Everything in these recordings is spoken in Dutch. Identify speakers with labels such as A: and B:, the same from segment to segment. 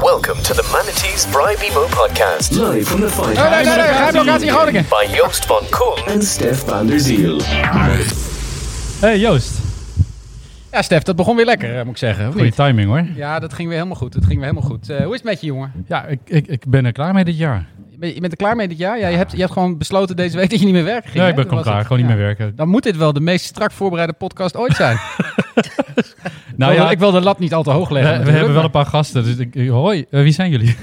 A: Welcome to the Manatees Bribe Emo podcast
B: Live from the fight
C: Oh, Nee, nee, nee, nee, Grijplocatie Groningen.
A: by Joost van Koen.
B: and Stef van der Ziel.
D: Eh,
E: Hey Joost,
C: Ja, Stef, dat begon weer lekker, eh, moet ik zeggen. Of
E: goede
C: niet?
E: timing hoor.
C: Ja, dat ging weer helemaal goed. Dat ging weer helemaal goed. Eh, hoe is het met je, jongen?
E: Ja, ik, ik, ik ben er klaar mee dit jaar.
C: Je bent- je bent er klaar mee dit jaar? Ja, je hebt, je hebt gewoon besloten deze week dat je niet meer werkt.
E: Nee, ik ben gewoon klaar, gewoon niet meer werken.
C: Dan moet dit wel de meest strak voorbereide podcast ooit zijn.
E: Nou
C: ik, wil,
E: ja,
C: ik wil de lat niet al te hoog leggen.
E: we, we
C: natuurlijk,
E: hebben wel
C: maar-
E: een paar gasten, dus ik, hoi, eh, wie zijn jullie?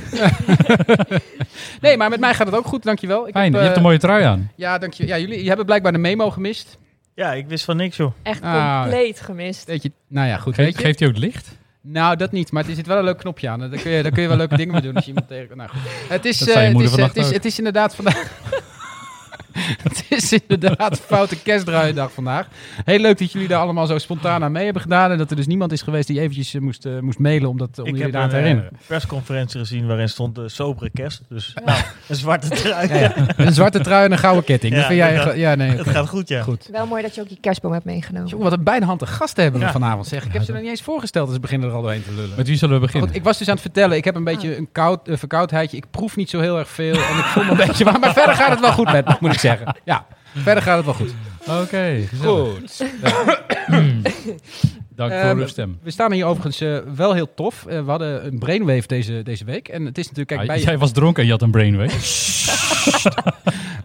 C: Nee, maar met mij gaat het ook goed, dankjewel. Ik
E: Fijn, je
C: eh,
E: hebt een mooie trui aan.
C: Ja, dankjewel. Ja, jullie jullie hebben blijkbaar de memo gemist.
F: Ja, ik wist van niks, joh.
G: Echt
C: Ah.
G: compleet gemist.
C: Weet je, nou ja, goed. weet
E: Geeft,
C: je?
E: geeft hij ook licht?
C: Nou, dat niet, maar er zit wel een leuk knopje aan. Daar kun je, daar kun je wel leuke dingen mee doen als je iemand tegen... Nou, goed. Het is,
E: Dat
C: eh,
E: zei je
C: het,
E: moeder
C: is, eh, het,
E: vannacht
C: is,
E: ook.
C: het is inderdaad vandaag... het is inderdaad foute kerstdraaiendag vandaag. Heel leuk dat jullie daar allemaal zo spontaan aan mee hebben gedaan. En dat er dus niemand is geweest die eventjes eh, moest, eh, moest mailen om, dat, om
F: ik
C: jullie
F: heb
C: daar
F: een
C: te herinneren.
F: eh, persconferentie gezien waarin stond de sobere kerst. Dus nou, een zwarte trui.
C: Ja, ja. Een zwarte trui en een gouden ketting. dat
F: eh, Ja,
C: vind jij...
F: dat-
C: ja, nee.
F: Het
C: oké.
F: gaat goed, ja.
C: Goed.
G: Wel mooi dat je ook die kerstboom hebt meegenomen.
C: Jongen, wat een bijnahandige gasten hebben we
F: Ja.
C: vanavond, zeg. Ik heb ze nog niet eens voorgesteld en ze beginnen er al doorheen te lullen.
E: Met wie zullen
C: Maar
E: we beginnen?
C: Goed, ik was dus aan het vertellen, ik heb een beetje een koud, eh, verkoudheidje. Ik proef niet zo heel erg veel en ik voel me een beetje warm. Maar verder gaat het wel goed met me, moet ik zeggen. Ja, verder gaat het wel goed.
E: Oké, gezellig.
C: Goed.
E: Dank
C: Ehm,
E: voor uw stem.
C: We staan hier overigens eh, wel heel tof. Eh, we hadden een brainwave deze, deze week. En het is natuurlijk, kijk,
E: Ah,
C: bij,
E: jij was dronken en je had een brainwave.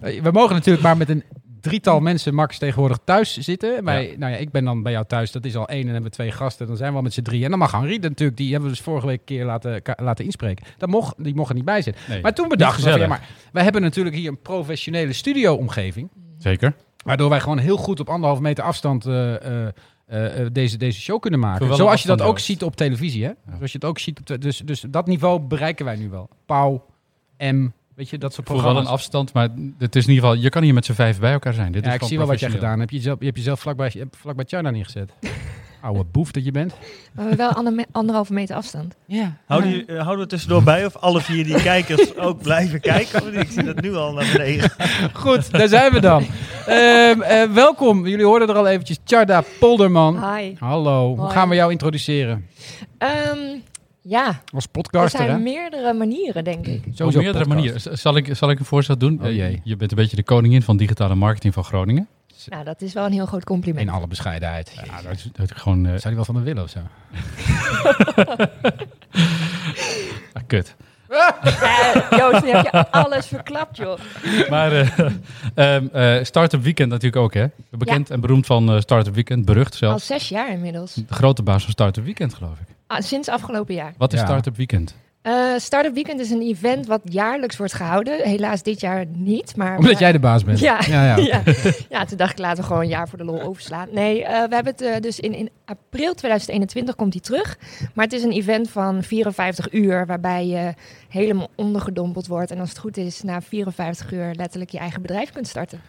C: eh, we mogen natuurlijk maar met een drietal mensen max tegenwoordig thuis zitten. Wij, Nou ja, ik ben dan bij jou thuis, dat is al één en hebben we twee gasten. Dan zijn we al met z'n drieën. En dan mag Henri natuurlijk, die hebben we dus vorige week een keer laten, ka- laten inspreken. Dat mocht, die mocht er niet bij zitten.
E: Nee,
C: Maar toen bedachten we, van, ja,
E: gezellig.
C: maar wij hebben natuurlijk hier een professionele studio-omgeving.
E: Zeker.
C: Waardoor wij gewoon heel goed op anderhalf meter afstand eh, eh, eh, eh, deze, deze show kunnen
E: Voor
C: maken.
E: wel
C: Zoals
E: een
C: je dat
E: afstand
C: ook
E: ook.
C: ziet op televisie. Hè? Zoals je het ook ziet op te- dus, dus dat niveau bereiken wij nu wel. Pauw, M, weet je, dat soort
E: Ik voel wel een
C: programma's.
E: afstand, maar het is in ieder geval, je kan hier met z'n vijf bij elkaar zijn. Dit
C: ja,
E: is
C: ik
E: gewoon
C: zie wel wat jij
E: professioneel.
C: gedaan hebt. Je, zelf, je hebt jezelf vlakbij vlak bij China neergezet. Oude boef dat je bent.
G: Maar wel ander, anderhalve meter afstand.
C: Ja.
F: Houden, jullie- eh, houden we tussendoor bij of alle vier die kijkers ook blijven kijken? Want ik zie dat nu al naar beneden.
C: Goed, daar zijn we dan. Ehm, eh, welkom, jullie hoorden er al eventjes. Charda Polderman.
G: Hi.
C: Hallo, hoe
G: Hoi.
C: gaan we jou introduceren?
G: Ehm, ja,
C: Als
G: er
C: podcaster, hè?
G: zijn meerdere manieren, denk ik.
E: Op
C: Sowieso
E: meerdere
C: podcast.
E: manieren. Z- Zal ik, zal ik een voorstel doen?
C: Oh, jee.
E: Eh, Je bent een beetje de koningin van digitale marketing van Groningen.
G: Nou, dat is wel een heel groot
C: In
G: compliment.
C: alle bescheidenheid.
E: Ja, dat is, dat is gewoon eh,
C: Zou die wel van de willen of zo?
E: ah, kut.
G: Eh, Joost, nu heb je alles verklapt, joh.
E: Maar eh ehm, eh, Startup Weekend natuurlijk ook, hè? Bekend en beroemd van eh, Startup Weekend, berucht
G: Al
E: zelfs.
G: zes jaar inmiddels.
E: De grote baas van Startup Weekend, geloof ik.
G: Ah, sinds afgelopen jaar.
E: Wat is
C: Ja.
E: Startup Weekend?
G: Eh Startup Weekend is een event wat jaarlijks wordt gehouden. Helaas dit jaar niet, maar...
C: Omdat jij de baas bent.
G: Ja.
C: ja, ja.
G: ja. ja, toen dacht ik laten we gewoon een jaar voor de lol overslaan. Nee, eh, we hebben het eh, dus in, in april 2021 komt hij terug. Maar het is een event van 54 uur waarbij je helemaal ondergedompeld wordt. En als het goed is, na 54 uur letterlijk je eigen bedrijf kunt starten.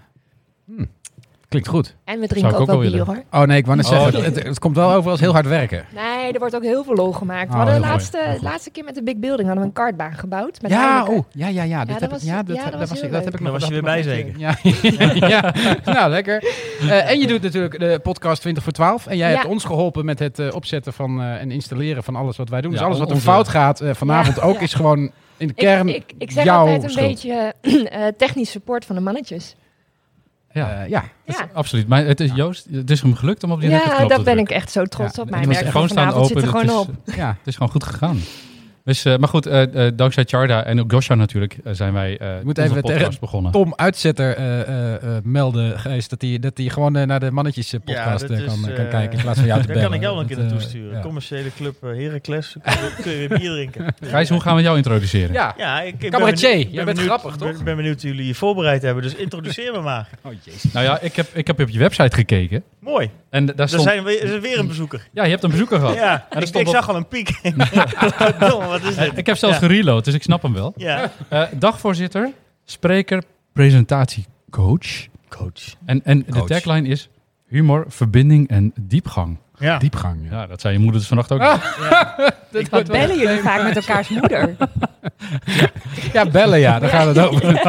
C: Klinkt goed.
G: En we drinken
E: ik
G: ook,
E: ook
G: wel
E: wel
G: bier
E: willen.
G: hoor.
C: Oh nee, ik wou net
E: Oh,
C: zeggen,
E: dat-
C: het, het komt wel over als heel hard werken.
G: Nee, er wordt ook heel veel lol gemaakt.
C: Oh,
G: we hadden de
C: heel mooi.
G: laatste,
C: Heel goed.
G: laatste keer met de Big Building hadden we een kartbaan gebouwd. Met
C: ja,
G: Heineken.
C: oh, ja, ja, ja. Dit
G: dat
C: heb ik-
G: was-
C: ja, dat
G: ja, dat
C: dat
G: was
C: was
G: heel
C: ik- dat
G: leuk.
C: heb ik
F: Daar
C: nog
F: was je weer
C: dat heb
F: bij
C: ik nog
F: zeker.
C: Ja, ja, nou lekker. Eh, en je doet natuurlijk de podcast 20 voor 12. En jij
G: Ja.
C: hebt ons geholpen met het eh, opzetten van eh, en installeren van alles wat wij doen.
E: Ja,
C: dus alles wat er
E: onze-
C: fout gaat eh, vanavond
G: Ja,
C: ook
G: ja.
C: is gewoon in de
G: Ik,
C: kern
G: ik, ik zeg
C: jouw
G: altijd een
C: schuld.
G: beetje eh, technisch support van de mannetjes.
E: Ja,
C: Eh, ja.
G: Ja.
E: absoluut. Maar het is Joost, het is hem gelukt om op die
G: Ja,
E: rechterknop
G: daar
E: te
G: ben ik
E: drukken.
G: echt zo trots
C: Ja,
G: op.
C: die
G: Mijn
E: was
G: werk
E: gewoon
G: van
E: staan
G: vanavond zit er
E: open,
G: gewoon
E: dat
G: op.
E: is-
C: ja.
E: Het is gewoon goed gegaan. Dus, eh, maar goed, eh, eh, dankzij Charda en ook Gosha natuurlijk eh, zijn wij eh
C: moet
E: onze
C: even
E: podcast
C: tegen-
E: begonnen.
C: Tom Uitzetter eh, eh, eh, melden, Gijs, dat hij dat die gewoon eh, naar de mannetjes eh,
F: Ja,
C: podcast
F: dat
C: eh,
F: is,
C: kan,
F: eh,
C: kan kijken in plaats van jou te
F: Daar
C: bellen.
F: kan ik jou wel een
C: Dat,
F: keer naartoe
C: eh,
F: sturen.
C: ja.
F: Commerciële club eh, Heracles. Dan kun je- kun je weer bier drinken.
E: Gijs, hoe gaan we jou introduceren?
C: Ja,
F: Ja, ik, ik ben
C: Cabaretier,
F: benieuwd-
C: jij
F: ben
C: bent
F: benieuwd-
C: grappig, toch?
F: ben- ben benieuwd hoe jullie je voorbereid hebben. Dus introduceer me maar.
E: Nou ja, ik heb, ik heb op je website gekeken.
F: Mooi.
E: En daar
F: Er,
E: stond...
F: zijn, we- er is weer een bezoeker.
E: Ja, je hebt een bezoeker gehad.
F: Ja,
E: er
F: ik,
E: stond
F: ik
E: op-
F: zag al een piek. Verdomme, wat is dit?
E: Ik heb zelfs
F: Ja.
E: gereload, dus ik snap hem wel.
F: Ja.
E: Eh, dagvoorzitter, spreker, presentatiecoach.
F: Coach.
E: En, en de
C: Coach.
E: tagline is humor, verbinding en diepgang.
F: Ja.
C: Diepgang. ja.
E: Ja, dat zei je moeder dus vannacht ook.
C: Dit wordt
G: Wat
C: wel-
G: bellen jullie vaak met elkaars moeder?
C: Ja, bellen ja, daar gaat het over.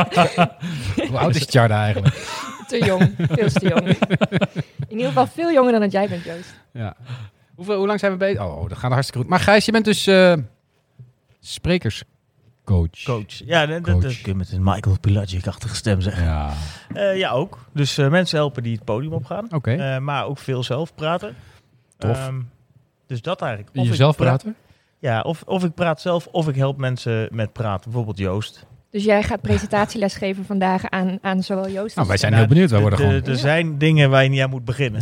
C: Hoe oud is Tjarda eigenlijk?
G: Te jong, veel te jong. In ieder geval veel jonger dan dat jij bent, Joost.
C: Ja. Hoeveel, hoe lang zijn we bezig? Oh, dat gaat hartstikke goed. Maar Gijs, je bent dus eh,
E: sprekerscoach.
F: Coach. Ja, dat, dat,
E: Coach.
F: dat kun je met een Michael Pelagic-achtige stem zeggen.
E: Ja.
F: Eh, ja, ook. Dus eh, mensen helpen die het podium opgaan.
C: Oké.
F: Eh, maar ook veel zelf praten.
E: Tof.
F: Ehm, dus dat eigenlijk.
E: En
F: Of ik
E: jezelf
F: praat-
E: praten?
F: Ja, of, of ik praat zelf of ik help mensen met praten. Bijvoorbeeld Joost.
G: Dus jij gaat presentatieles geven vandaag aan, aan zowel Joost als...
C: Nou, wij zijn
F: Nou,
C: heel benieuwd. Wij
F: de-
C: worden
F: de-
C: gewoon...
F: Er zijn dingen waar je niet aan moet beginnen.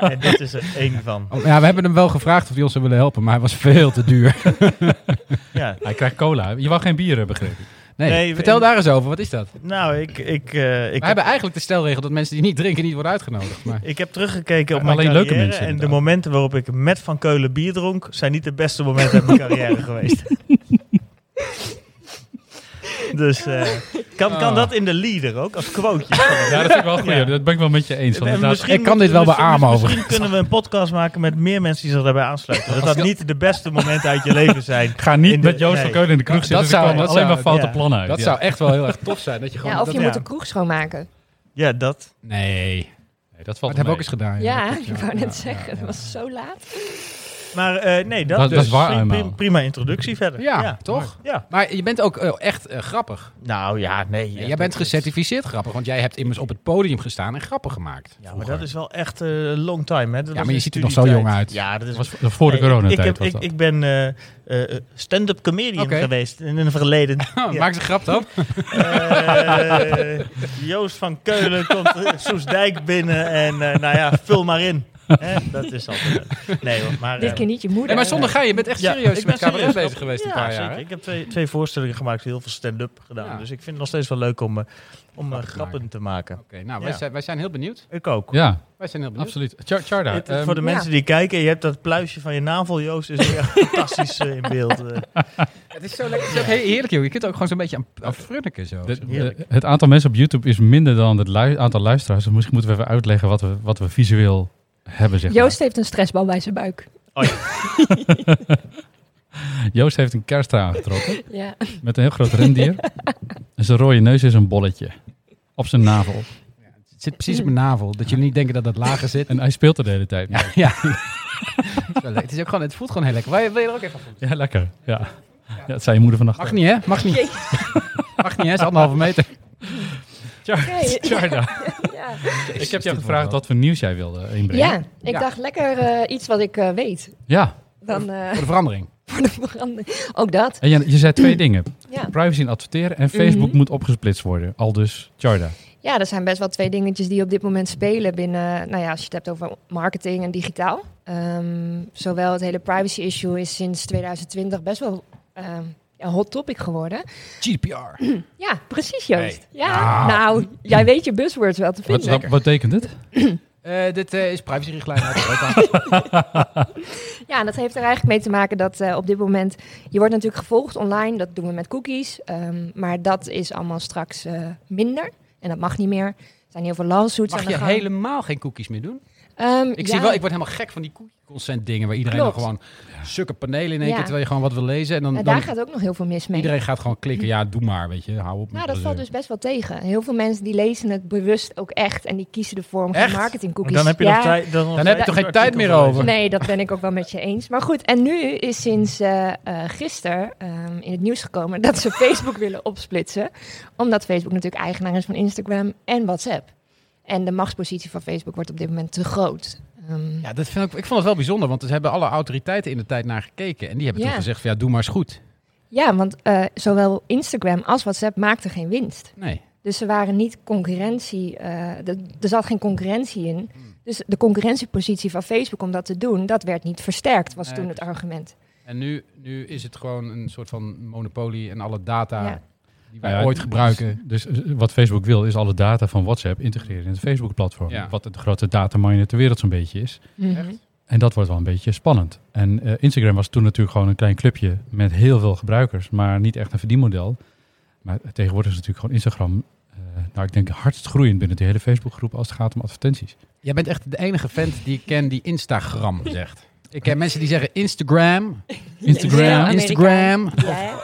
F: en dit is er één van.
C: Oh, ja, we hebben hem wel gevraagd of hij ons zou willen helpen, maar hij was veel te duur.
F: Ja.
E: Hij krijgt cola. Je wou geen bieren, begreep ik.
C: Nee,
F: Nee,
C: vertel
F: we-
C: daar eens over. Wat is dat? We
F: Nou, ik, ik, eh, ik, heb,
C: hebben eigenlijk de stelregel dat mensen die niet drinken niet worden uitgenodigd. Maar...
F: ik heb teruggekeken op
E: Maar
F: mijn
E: alleen leuke
F: carrière.
E: mensen
F: en de
E: inderdaad.
F: momenten waarop ik met Van Keulen bier dronk... zijn niet de beste momenten uit mijn carrière geweest. Dus eh, kan, kan
E: Ah.
F: dat in de leader ook, als quoteje?
E: Ja, dat vind ik wel goed.
F: Ja.
E: Dat ben ik wel met je eens. want
F: En
E: inderdaad-
F: misschien-
C: Ik kan dit wel
F: misschien-
C: beamen,
F: Misschien
C: overigens.
F: kunnen we een podcast maken met meer mensen die zich daarbij aansluiten. Dat dat niet de beste momenten uit je leven zijn.
E: Ga niet
F: in de-
E: met Joost van
F: nee.
E: Keulen in de kroeg
C: Dat
E: zitten. Dat
C: zou-
E: zou,
C: dat
E: alleen
C: zou-
E: maar foute
F: ja.
E: plannen uit.
C: Dat
E: ja.
C: zou echt wel heel erg tof zijn. Dat je gewoon...
G: Ja, of je
C: dat-
F: ja.
G: moet de kroeg schoonmaken.
F: Ja, dat.
C: Nee, dat
E: Nee, dat
C: hebben
E: valt
C: we
E: mee.
C: ook eens gedaan.
G: Ja,
C: Dat-
G: ik wou
C: ja,
G: net
C: ja,
G: zeggen.
C: ja.
G: Het was zo laat.
F: Maar eh, nee, dat,
E: Dat-
F: dus.
E: dat is waar,
F: Prima-
E: eenmaal.
F: prima, prima introductie verder.
C: Ja, toch?
F: Ja.
C: Maar je bent ook eh, echt eh, grappig.
F: Nou ja, nee.
C: jij bent gecertificeerd grappig, want jij hebt immers op het podium gestaan en grappen gemaakt.
F: Ja, maar
C: vroeger.
F: dat is wel echt eh, long time. Hè?
C: Ja,
F: Dat was
C: maar je
F: in
C: ziet er nog zo
F: studietijd.
C: jong uit.
F: Ja, dat is...
E: Dat was voor- voor de
F: Nee,
E: coronatijd.
F: ik, ik, heb-
E: was
F: ik,
E: dat.
F: ik ben eh, eh, stand-up comedian
C: Oké.
F: geweest in het verleden. Ja.
C: Maak ze een grap dan.
F: Eh, Joost van Keulen komt eh, Soesdijk binnen en eh, nou ja, vul maar in. Hè, dat is altijd. eh, Nee hoor, maar.
G: Dit
F: eh,
G: keer niet je moeder.
C: Nee, maar zonder gein, je bent echt
F: ja,
C: serieus
F: ik ben
C: met cabaret
F: serieus.
C: bezig geweest
F: ja,
C: een paar
F: zeker.
C: jaar. hè?
F: Ik heb twee, twee voorstellingen gemaakt, heel veel stand-up gedaan.
C: Ja.
F: Dus ik vind het nog steeds wel leuk om, eh, om eh, grappen te maken.
C: Oké, nou, wij,
F: Ja.
C: zijn, wij zijn heel benieuwd.
F: Ik ook.
E: Ja,
C: Wij zijn heel benieuwd.
E: absoluut. Char Charda,
F: Dit-
E: ehm,
F: voor de
G: Ja.
F: mensen die kijken, je hebt dat pluisje van je navel, Joost, is weer fantastisch eh, in beeld. eh.
C: Het is zo lekker. Het is ook he- heerlijk, joh. Je kunt ook gewoon zo'n beetje aan, aan frunniken zo.
E: de-
F: heerlijk.
E: de- het aantal mensen op YouTube is minder dan het lui- aantal luisteraars. Dus misschien moeten we even uitleggen wat we, wat we visueel hebben. Zeg maar.
G: Joost heeft een stressbal bij zijn buik.
E: Joost heeft een kerstra aangetrokken
G: Ja.
E: met een heel groot rendier. En zijn rode neus is een bolletje op zijn navel.
C: Het zit precies op mijn navel. Dat jullie niet denken dat dat lager zit.
E: En hij speelt er de hele tijd. mee.
C: Ja, ja. Het is wel le- het, is ook gewoon, het voelt gewoon heel lekker. Wil je, wil je er ook even van?
E: Ja, lekker. Ja. Ja, dat zei je moeder vannacht.
C: Mag niet, hè? Mag niet. Mag niet, hè? Is anderhalve meter.
G: Nee,
E: Charda,
G: ja.
E: ik heb jou
C: dit
E: gevraagd
C: wordt
E: wat voor nieuws jij wilde eh, inbrengen.
G: ja, ik
C: Ja.
G: dacht lekker eh, iets wat ik eh, weet.
E: ja.
G: Dan eh,
C: Voor de verandering.
G: voor de verandering. Ook dat.
E: En je, je zei
C: Mm.
E: twee dingen.
G: Ja.
E: Privacy en adverteren. En Facebook
G: Mhm.
E: moet opgesplitst worden. Al dus Charda.
G: ja, er zijn best wel twee dingetjes die op dit moment spelen binnen, nou ja, als je het hebt over marketing en digitaal. Ehm, zowel het hele privacy issue is sinds 2020 best wel ehm, een hot topic geworden.
C: GDPR.
G: Ja, precies Joost.
C: Hey.
G: Ja,
C: Ah.
G: nou, jij weet je buzzwords wel te
E: Wat,
G: vinden.
E: wat, wat betekent het?
C: Eh, dit eh, is privacyrichlijn. uit Europa.
G: Ja, en dat heeft er eigenlijk mee te maken dat eh, op dit moment... Je wordt natuurlijk gevolgd online, dat doen we met cookies. ehm, maar dat is allemaal straks eh, minder. En dat mag niet meer. Er zijn heel veel lawsuits
C: Mag
G: aan de
C: je
G: gang.
C: helemaal geen cookies meer doen?
G: Ehm,
C: Ik,
G: ja,
C: zie wel, ik word helemaal gek van die cookie consent dingen. Waar iedereen
G: Klopt.
C: dan gewoon sukke panelen in één
G: Ja.
C: keer. Terwijl je gewoon wat wil lezen. En dan,
G: en
C: dan-
G: daar gaat ook nog heel veel mis mee.
C: iedereen gaat gewoon klikken. Ja, doe maar, weet je. Hou op. met
G: Nou, dat valt
C: gezeur.
G: dus best wel tegen. Heel veel mensen die lezen het bewust ook echt. En die kiezen ervoor om
C: Echt?
G: geen marketing cookies.
F: Dan heb je
G: ja.
F: nog tijd. Dan, nog
C: Dan heb je
F: tijd
C: toch
F: om
C: geen
F: het
C: tijd meer
F: artikel te
C: over?
F: lezen.
G: Nee, dat ben ik ook wel met je eens. Maar goed, en nu is sinds eh gisteren ehm, in het nieuws gekomen dat ze Facebook willen opsplitsen. Omdat Facebook natuurlijk eigenaar is van Instagram en WhatsApp. En de machtspositie van Facebook wordt op dit moment te groot. Ehm,
C: Ja, dat vind ik, ik vond het wel bijzonder, want er hebben alle autoriteiten in de tijd naar gekeken. En die hebben
G: Ja.
C: toen gezegd, van, ja, doe maar eens goed.
G: ja, want eh, zowel Instagram als WhatsApp maakten geen winst.
C: Nee.
G: Dus er waren niet concurrentie. eh, de- er zat geen concurrentie in. Dus de concurrentiepositie van Facebook om dat te doen, dat werd niet versterkt, was
C: Nee,
G: toen het argument.
C: En nu, nu is het gewoon een soort van monopolie en alle data
G: Ja.
C: die wij
E: Nou ja,
C: Eh, ooit
E: dus-
C: gebruiken.
E: Dus eh, wat Facebook wil is alle data van WhatsApp integreren in het Facebook-platform.
C: Ja.
E: Wat het grote dataminer ter wereld zo'n beetje is.
G: Mhm.
E: En dat wordt wel een beetje spannend. En eh, Instagram was toen natuurlijk gewoon een klein clubje met heel veel gebruikers, maar niet echt een verdienmodel. Maar tegenwoordig is natuurlijk gewoon Instagram, eh, nou ik denk hardst groeiend binnen de hele Facebookgroep als het gaat om advertenties.
C: Jij bent echt de enige vent die ik ken die Instagram zegt. Ik ken mensen die zeggen Instagram. eh,
G: Ja,
E: Instagram.
G: Amerikaan.
C: Instagram.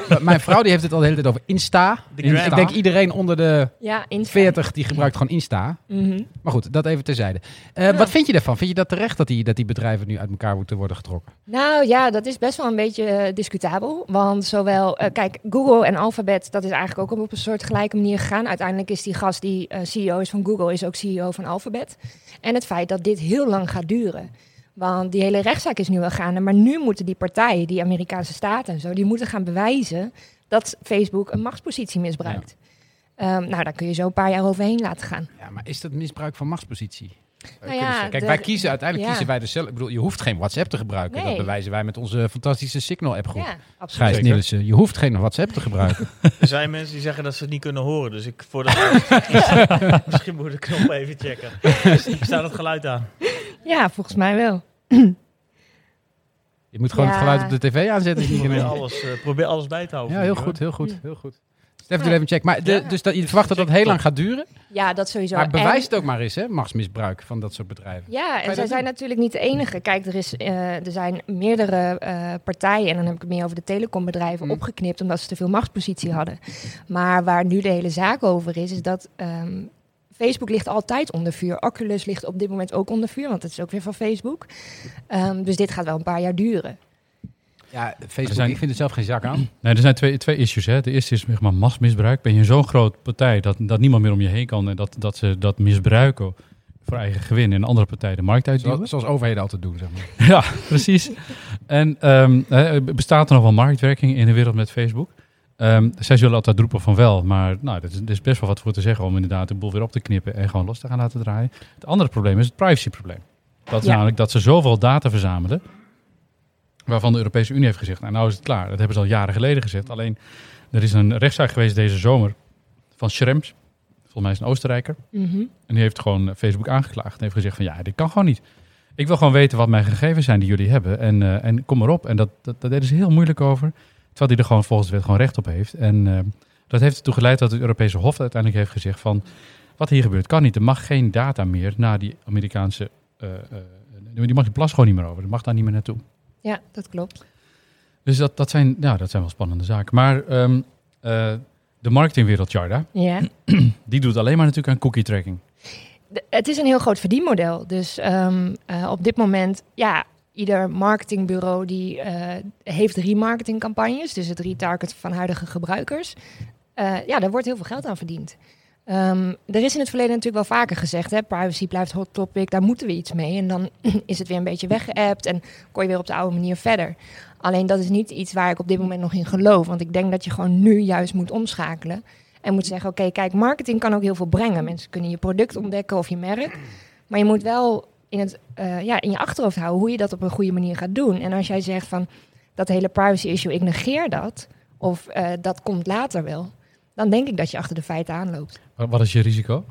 G: Ja,
C: Mijn vrouw die heeft het al de hele tijd over Insta.
F: De
C: Insta.
F: Grandpa.
C: Ik denk iedereen onder de
G: ja Insta.
C: 40 die gebruikt gewoon Insta.
G: Mhm.
C: Maar goed, dat even terzijde. Eh, Wat vind je daarvan? Vind je dat terecht dat die, dat die bedrijven nu uit elkaar moeten worden getrokken?
G: Nou ja, dat is best wel een beetje eh, discutabel. Want zowel, eh, kijk, Google en Alphabet, dat is eigenlijk ook op een soort gelijke manier gegaan. Uiteindelijk is die gast die eh, CEO is van Google, is ook CEO van Alphabet. En het feit dat dit heel lang gaat duren. Want die hele rechtszaak is nu wel gaande. Maar nu moeten die partijen, die Amerikaanse staten en zo, die moeten gaan bewijzen dat Facebook een machtspositie misbruikt. Ehm, nou, daar kun je zo een paar jaar overheen laten gaan.
C: Ja, maar is dat misbruik van machtspositie? Eh, kunnen
G: Nou ja,
C: ze- Kijk,
G: de-
C: wij kiezen uiteindelijk
G: ja.
C: kiezen wij dus zelf. Ik bedoel, je hoeft geen WhatsApp te gebruiken.
G: Nee.
C: Dat bewijzen wij met onze fantastische Signal-app goed.
G: Ja, absoluut.
C: Schijs
E: Zeker.
C: Nielsen, je hoeft geen WhatsApp te gebruiken.
F: Er zijn mensen die zeggen dat ze het niet kunnen horen. Dus ik voor de Misschien moet ik de knop even checken. Staat het geluid aan?
G: Ja, volgens mij wel.
C: Je moet gewoon
G: Ja.
C: het geluid op de tv aanzetten. als je niet
F: Probeer
C: kan-
F: alles, eh, probeer alles bij te houden.
C: Ja, heel
F: hoor.
C: goed, heel goed, heel goed. Stef,
G: Ja.
C: doe even een check. Maar de,
G: Ja.
C: dus dat, je verwacht dat dat heel lang gaat duren.
G: Ja, dat sowieso.
C: Maar
G: En-
C: bewijs het ook maar eens, hè, machtsmisbruik van dat soort bedrijven.
G: Ja,
C: dat
G: en zij
C: doen?
G: zijn natuurlijk niet de enige. Kijk, er, is, eh, er zijn meerdere eh, partijen, en dan heb ik het meer over de telecombedrijven,
C: Mm.
G: opgeknipt omdat ze te veel machtspositie hadden. Maar waar nu de hele zaak over is, is dat ehm, Facebook ligt altijd onder vuur. Oculus ligt op dit moment ook onder vuur, want het is ook weer van Facebook. Ehm, dus dit gaat wel een paar jaar duren.
C: Ja, Facebook,
E: Er zijn-
C: ik vind het zelf geen zak aan.
E: Nee, er zijn twee, twee issues. Hè. De eerste is zeg maar, machtsmisbruik. Ben je zo'n groot partij dat, dat niemand meer om je heen kan en dat, dat ze dat misbruiken voor eigen gewin en een andere partij de markt uitduwen?
C: Zoals, zoals overheden altijd doen, zeg maar.
E: Ja, precies. En ehm, hè, bestaat er nog wel marktwerking in de wereld met Facebook? Ehm, zij zullen altijd roepen van wel, maar nou, er is, er is best wel wat voor te zeggen om inderdaad de boel weer op te knippen en gewoon los te gaan laten draaien. Het andere probleem is het privacyprobleem. Dat is
G: Ja.
E: namelijk dat ze zoveel data verzamelen, waarvan de Europese Unie heeft gezegd, nou, nou is het klaar. Dat hebben ze al jaren geleden gezegd. Alleen, er is een rechtszaak geweest deze zomer van Schrems, volgens mij is het een Oostenrijker.
G: Mhm.
E: En die heeft gewoon eh, Facebook aangeklaagd. En heeft gezegd van ja, dit kan gewoon niet. Ik wil gewoon weten wat mijn gegevens zijn die jullie hebben. En, eh, en kom maar op. En dat, dat, daar deden ze heel moeilijk over. Terwijl hij er gewoon volgens de wet gewoon recht op heeft. En eh, dat heeft ertoe geleid dat het Europese Hof uiteindelijk heeft gezegd van... Wat hier gebeurt kan niet. Er mag geen data meer naar die Amerikaanse... eh, eh, die mag die plas gewoon niet meer over. Dat mag daar niet meer naartoe.
G: Ja, dat klopt.
E: Dus dat, dat, zijn, ja, dat zijn wel spannende zaken. Maar ehm, eh, de marketingwereld, Jarda,
G: Ja.
E: die doet alleen maar natuurlijk aan cookie tracking.
G: De- het is een heel groot verdienmodel. Dus ehm, eh, op dit moment, ja, ieder marketingbureau die eh, heeft remarketingcampagnes, dus het retargeten van huidige gebruikers. Eh, ja, daar wordt heel veel geld aan verdiend. Ehm, er is in het verleden natuurlijk wel vaker gezegd, hè, privacy blijft hot topic, daar moeten we iets mee. En dan is het weer een beetje weggeëpt en kon je weer op de oude manier verder. Alleen dat is niet iets waar ik op dit moment nog in geloof, want ik denk dat je gewoon nu juist moet omschakelen. En moet zeggen, oké, kijk, marketing kan ook heel veel brengen. Mensen kunnen je product ontdekken of je merk. Maar je moet wel in, het, eh, ja, in je achterhoofd houden hoe je dat op een goede manier gaat doen. En als jij zegt van, dat hele privacy issue, ik negeer dat. Of eh, dat komt later wel. Dan denk ik dat je achter de feiten aanloopt.
E: Wat wat is je risico?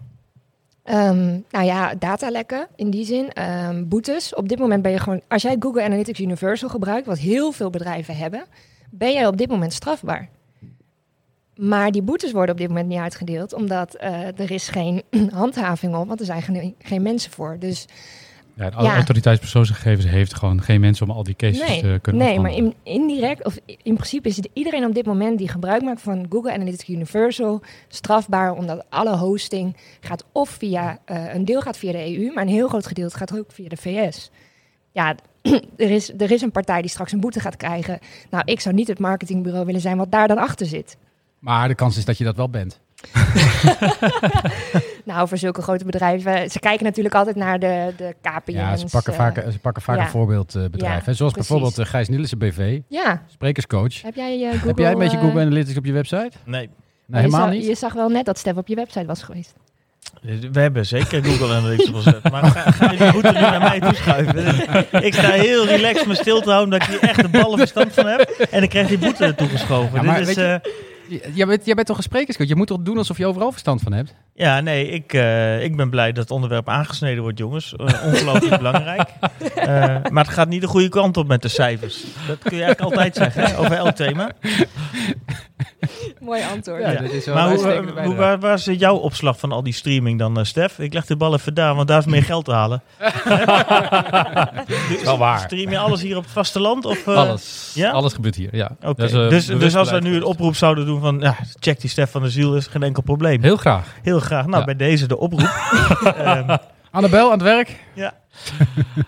G: Ehm, nou ja, datalekken in die zin. ehm, boetes. Op dit moment ben je gewoon... Als jij Google Analytics Universal gebruikt, wat heel veel bedrijven hebben... ben jij op dit moment strafbaar. Maar die boetes worden op dit moment niet uitgedeeld... omdat eh, er is geen handhaving op, want er zijn geen, geen mensen voor. Dus
E: Ja, de
G: Ja.
E: autoriteitspersoonsgegevens heeft gewoon geen mensen om al die cases
G: nee,
C: eh,
E: te kunnen
G: nee maar
E: afhandelen.
G: in, indirect, of i- in principe is het iedereen op dit moment die gebruik maakt van Google Analytics Universal strafbaar, omdat alle hosting gaat of via, eh, een deel gaat via de EU, maar een heel groot gedeelte gaat ook via de VS. Ja, er is, er is een partij die straks een boete gaat krijgen. Nou, ik zou niet het marketingbureau willen zijn wat daar dan achter zit.
C: Maar de kans is dat je dat wel bent.
G: Nou, voor zulke grote bedrijven, ze kijken natuurlijk altijd naar de, de KPI's.
C: Ja, ze pakken
G: eh,
C: vaak, ze pakken vaak
G: ja.
C: een voorbeeldbedrijf.
G: Ja,
C: hè. Zoals
G: precies.
C: bijvoorbeeld eh, Gijs Nielsen BV,
G: Ja,
C: sprekerscoach.
G: heb jij eh, Google...
C: Heb jij een beetje
G: eh,
C: Google Analytics op je website?
F: Nee,
C: Nee,
G: je
C: helemaal
G: zag-
C: niet.
G: Je zag wel net dat Stef op je website was geweest.
F: we hebben zeker Google Analytics op ons web. Maar ga, ga je die route nu naar mij toeschuiven? Ik sta heel relaxed me stil te houden, omdat ik hier echt de ballen verstand van heb. En ik krijg die boete toegeschoven.
C: Ja, maar
F: Dit is,
C: weet je-
F: eh,
C: J- Jij bent, jij bent toch een sprekerscoach? Je moet toch doen alsof je overal verstand van hebt?
F: Ja, nee, ik, eh, ik ben blij dat het onderwerp aangesneden wordt, jongens. Eh, ongelooflijk belangrijk. Eh, maar het gaat niet de goede kant op met de cijfers. Dat kun je eigenlijk altijd zeggen, hè, over elk thema.
G: Mooi antwoord.
C: Ja,
F: Ja.
C: dat is wel
F: Maar
C: een
F: hoe,
C: uitstekende
F: eh, hoe,
C: bijdrage.
F: waar, waar is jouw opslag van al die streaming dan, eh, Stef? Ik leg de bal even daar, want daar is meer geld te halen.
E: is wel waar.
F: Stream je alles hier op het vasteland? Of, eh,
E: Alles,
F: ja?
E: alles gebeurt hier, ja.
F: Oké.
E: Dat is, eh,
F: dus, dus
E: bewust
F: als we
E: beleid
F: nu een
E: geweest.
F: oproep zouden doen van ja, check die Stef van de Ziel, is geen enkel probleem.
E: Heel graag.
F: Heel graag. Nou,
E: Ja.
F: bij deze de oproep. Ehm,
C: Annabel aan het werk.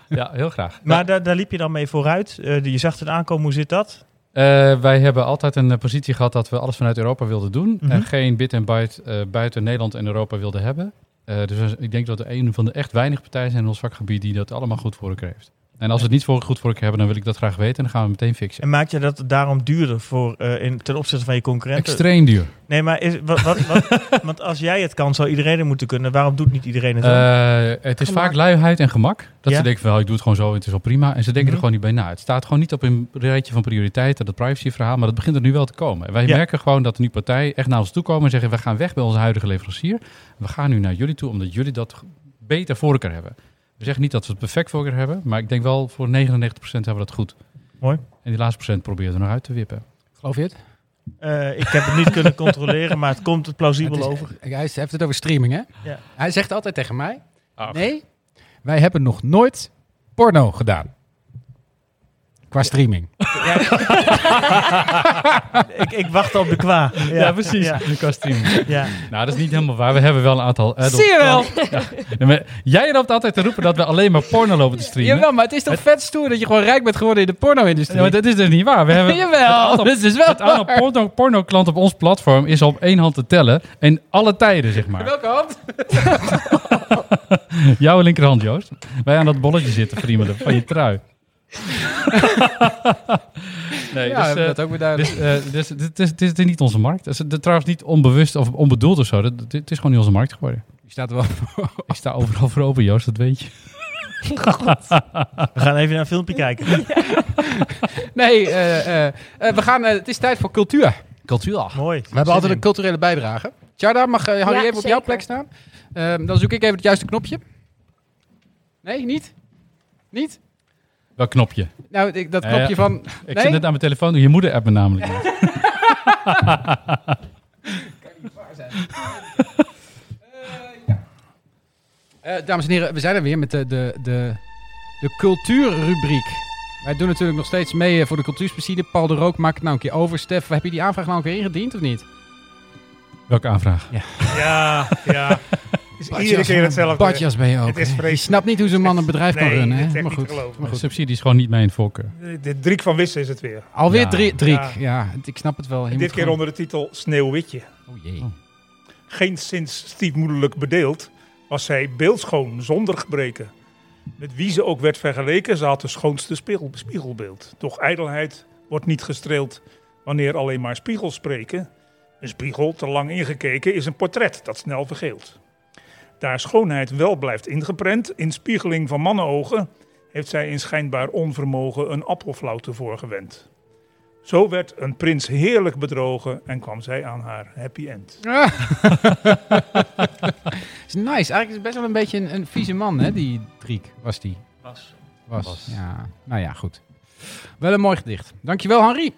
E: Ja, heel graag.
F: maar daar, daar liep je dan mee vooruit. Eh, je zag het aankomen, hoe zit dat?
E: Eh, wij hebben altijd een eh, positie gehad dat we alles vanuit Europa wilden doen.
F: Mhm.
E: En geen bit en byte eh, buiten Nederland en Europa wilden hebben. Eh, dus we- ik denk dat we een van de echt weinige partijen zijn in ons vakgebied die dat allemaal goed voor elkaar heeft. En als we het niet voor goed voor elkaar hebben, dan wil ik dat graag weten en dan gaan we meteen fixen.
F: En maak je dat daarom duurder voor, eh, in, ten opzichte van je concurrenten?
E: Extreem duur.
F: Nee, maar is, wat, wat, wat- want als jij het kan, zou iedereen het moeten kunnen. Waarom doet niet iedereen het? dan?
E: Eh, het is
G: Gemak.
E: vaak luiheid en gemak. Dat
F: Ja.
E: ze denken van, "Oh, ik doe het gewoon zo en het is wel prima. En ze denken
F: Mhm.
E: er gewoon niet bij na. Het staat gewoon niet op een rijtje van prioriteiten, dat privacyverhaal. Maar dat begint er nu wel te komen. En wij
F: Ja.
E: merken gewoon dat er nu partijen echt naar ons toe komen en zeggen... we gaan weg bij onze huidige leverancier. We gaan nu naar jullie toe, omdat jullie dat g- beter voor elkaar hebben. We zeggen niet dat we het perfect voor elkaar hebben. Maar ik denk wel, voor 99% hebben we dat goed.
F: Mooi.
E: En die laatste procent proberen we er nog uit te wippen.
C: Geloof je het?
F: Eh, ik heb het niet kunnen controleren, maar het komt het plausibel
C: Het is-
F: over.
C: Hij is- hij heeft het over streaming, hè?
F: Ja.
C: Hij zegt altijd tegen mij: Nee, wij hebben nog nooit porno gedaan. Qua streaming.
F: Ik, ik wacht op de qua. Ja, Ja,
E: Qua streaming.
F: ja.
E: Nou, dat is niet helemaal waar. We hebben wel een aantal add-ons.
C: Zie je wel?
E: Ja, maar jij loopt altijd te roepen dat we alleen maar porno lopen te streamen.
C: Jawel, maar het is toch vet stoer dat je gewoon rijk bent geworden in de porno-industrie?
E: Ja, maar dat is dus niet waar. We hebben
C: Jawel, dat is dus wel
E: het aantal
C: waar.
E: porno, porno-klanten op ons platform is op één hand te tellen. En alle tijden, zeg maar.
C: Welke hand?
E: Jouw linkerhand, Joost. Wij aan dat bolletje zitten friemelen van je trui. nee,
C: ja,
E: dus, eh,
C: dat ook weer duidelijk.
E: dus, eh, dus het is, het is niet onze markt. Het is de- trouwens niet onbewust of onbedoeld of zo. Dat- dat- Het is gewoon niet onze markt geworden.
C: Je staat er wel.
E: Ik sta overal voor open, Joost, dat weet je.
F: We gaan even naar een filmpje kijken.
C: Nee, eh, eh, eh, we gaan, eh, het is tijd voor cultuur.
E: Cultuur.
F: Mooi.
C: We hebben altijd een culturele bijdrage. Tjarda, mag eh, Harry
G: Ja,
C: even op jouw
G: zeker.
C: plek staan? Ehm, dan zoek ik even het juiste knopje. Nee, niet? Niet?
E: Wel knopje.
C: Nou, ik- dat
E: Eh, Ja, ja.
C: knopje van...
E: Ik
C: Nee?
E: zit net aan mijn telefoon. Je moeder app me namelijk. niet.
C: Eh, dames en heren, we zijn er weer met de, de, de, de cultuurrubriek. Wij doen natuurlijk nog steeds mee eh, voor de cultuursbestiener. Paul de Rook maakt het nou een keer over. Stef, heb je die aanvraag nou een keer ingediend of niet?
E: Welke aanvraag?
H: Ja, ja. Het is iedere keer hetzelfde.
C: Badjas ben je ook.
H: Het is
C: hè?
H: vreselijk.
C: Je snapt niet hoe zo'n man een bedrijf kan
H: Nee,
C: runnen.
H: dit is
C: Hè?
H: echt
C: Maar
H: niet
C: goed.
H: te geloven.
C: Maar goed.
E: Subsidie is gewoon niet mijn voorkeur.
H: De, de Driek van Wissen is het weer.
C: Alweer
E: Ja.
C: drie, driek. Ja.
H: Ja.
C: het- ik snap het wel. Je
H: Dit
C: moet
H: keer
C: gewoon-
H: onder de titel Sneeuwwitje.
C: Oh jee.
H: Geen sinds stiefmoederlijk bedeeld was zij beeldschoon zonder gebreken. Met wie ze ook werd vergeleken, ze had de schoonste spiegel- spiegelbeeld. Doch ijdelheid wordt niet gestreeld wanneer alleen maar spiegels spreken. Een spiegel, te lang ingekeken, is een portret dat snel vergeelt. Daar schoonheid wel blijft ingeprent, in spiegeling van mannenogen, heeft zij in schijnbaar onvermogen een appelflauwte voorgewend. Zo werd een prins heerlijk bedrogen en kwam zij aan haar happy end.
C: Ah. is nice. Eigenlijk is het best wel een beetje een, een vieze man, hè? Die Driek was die. Was. Was. Ja. Nou ja, goed. Wel een mooi gedicht. Dankjewel, Henri.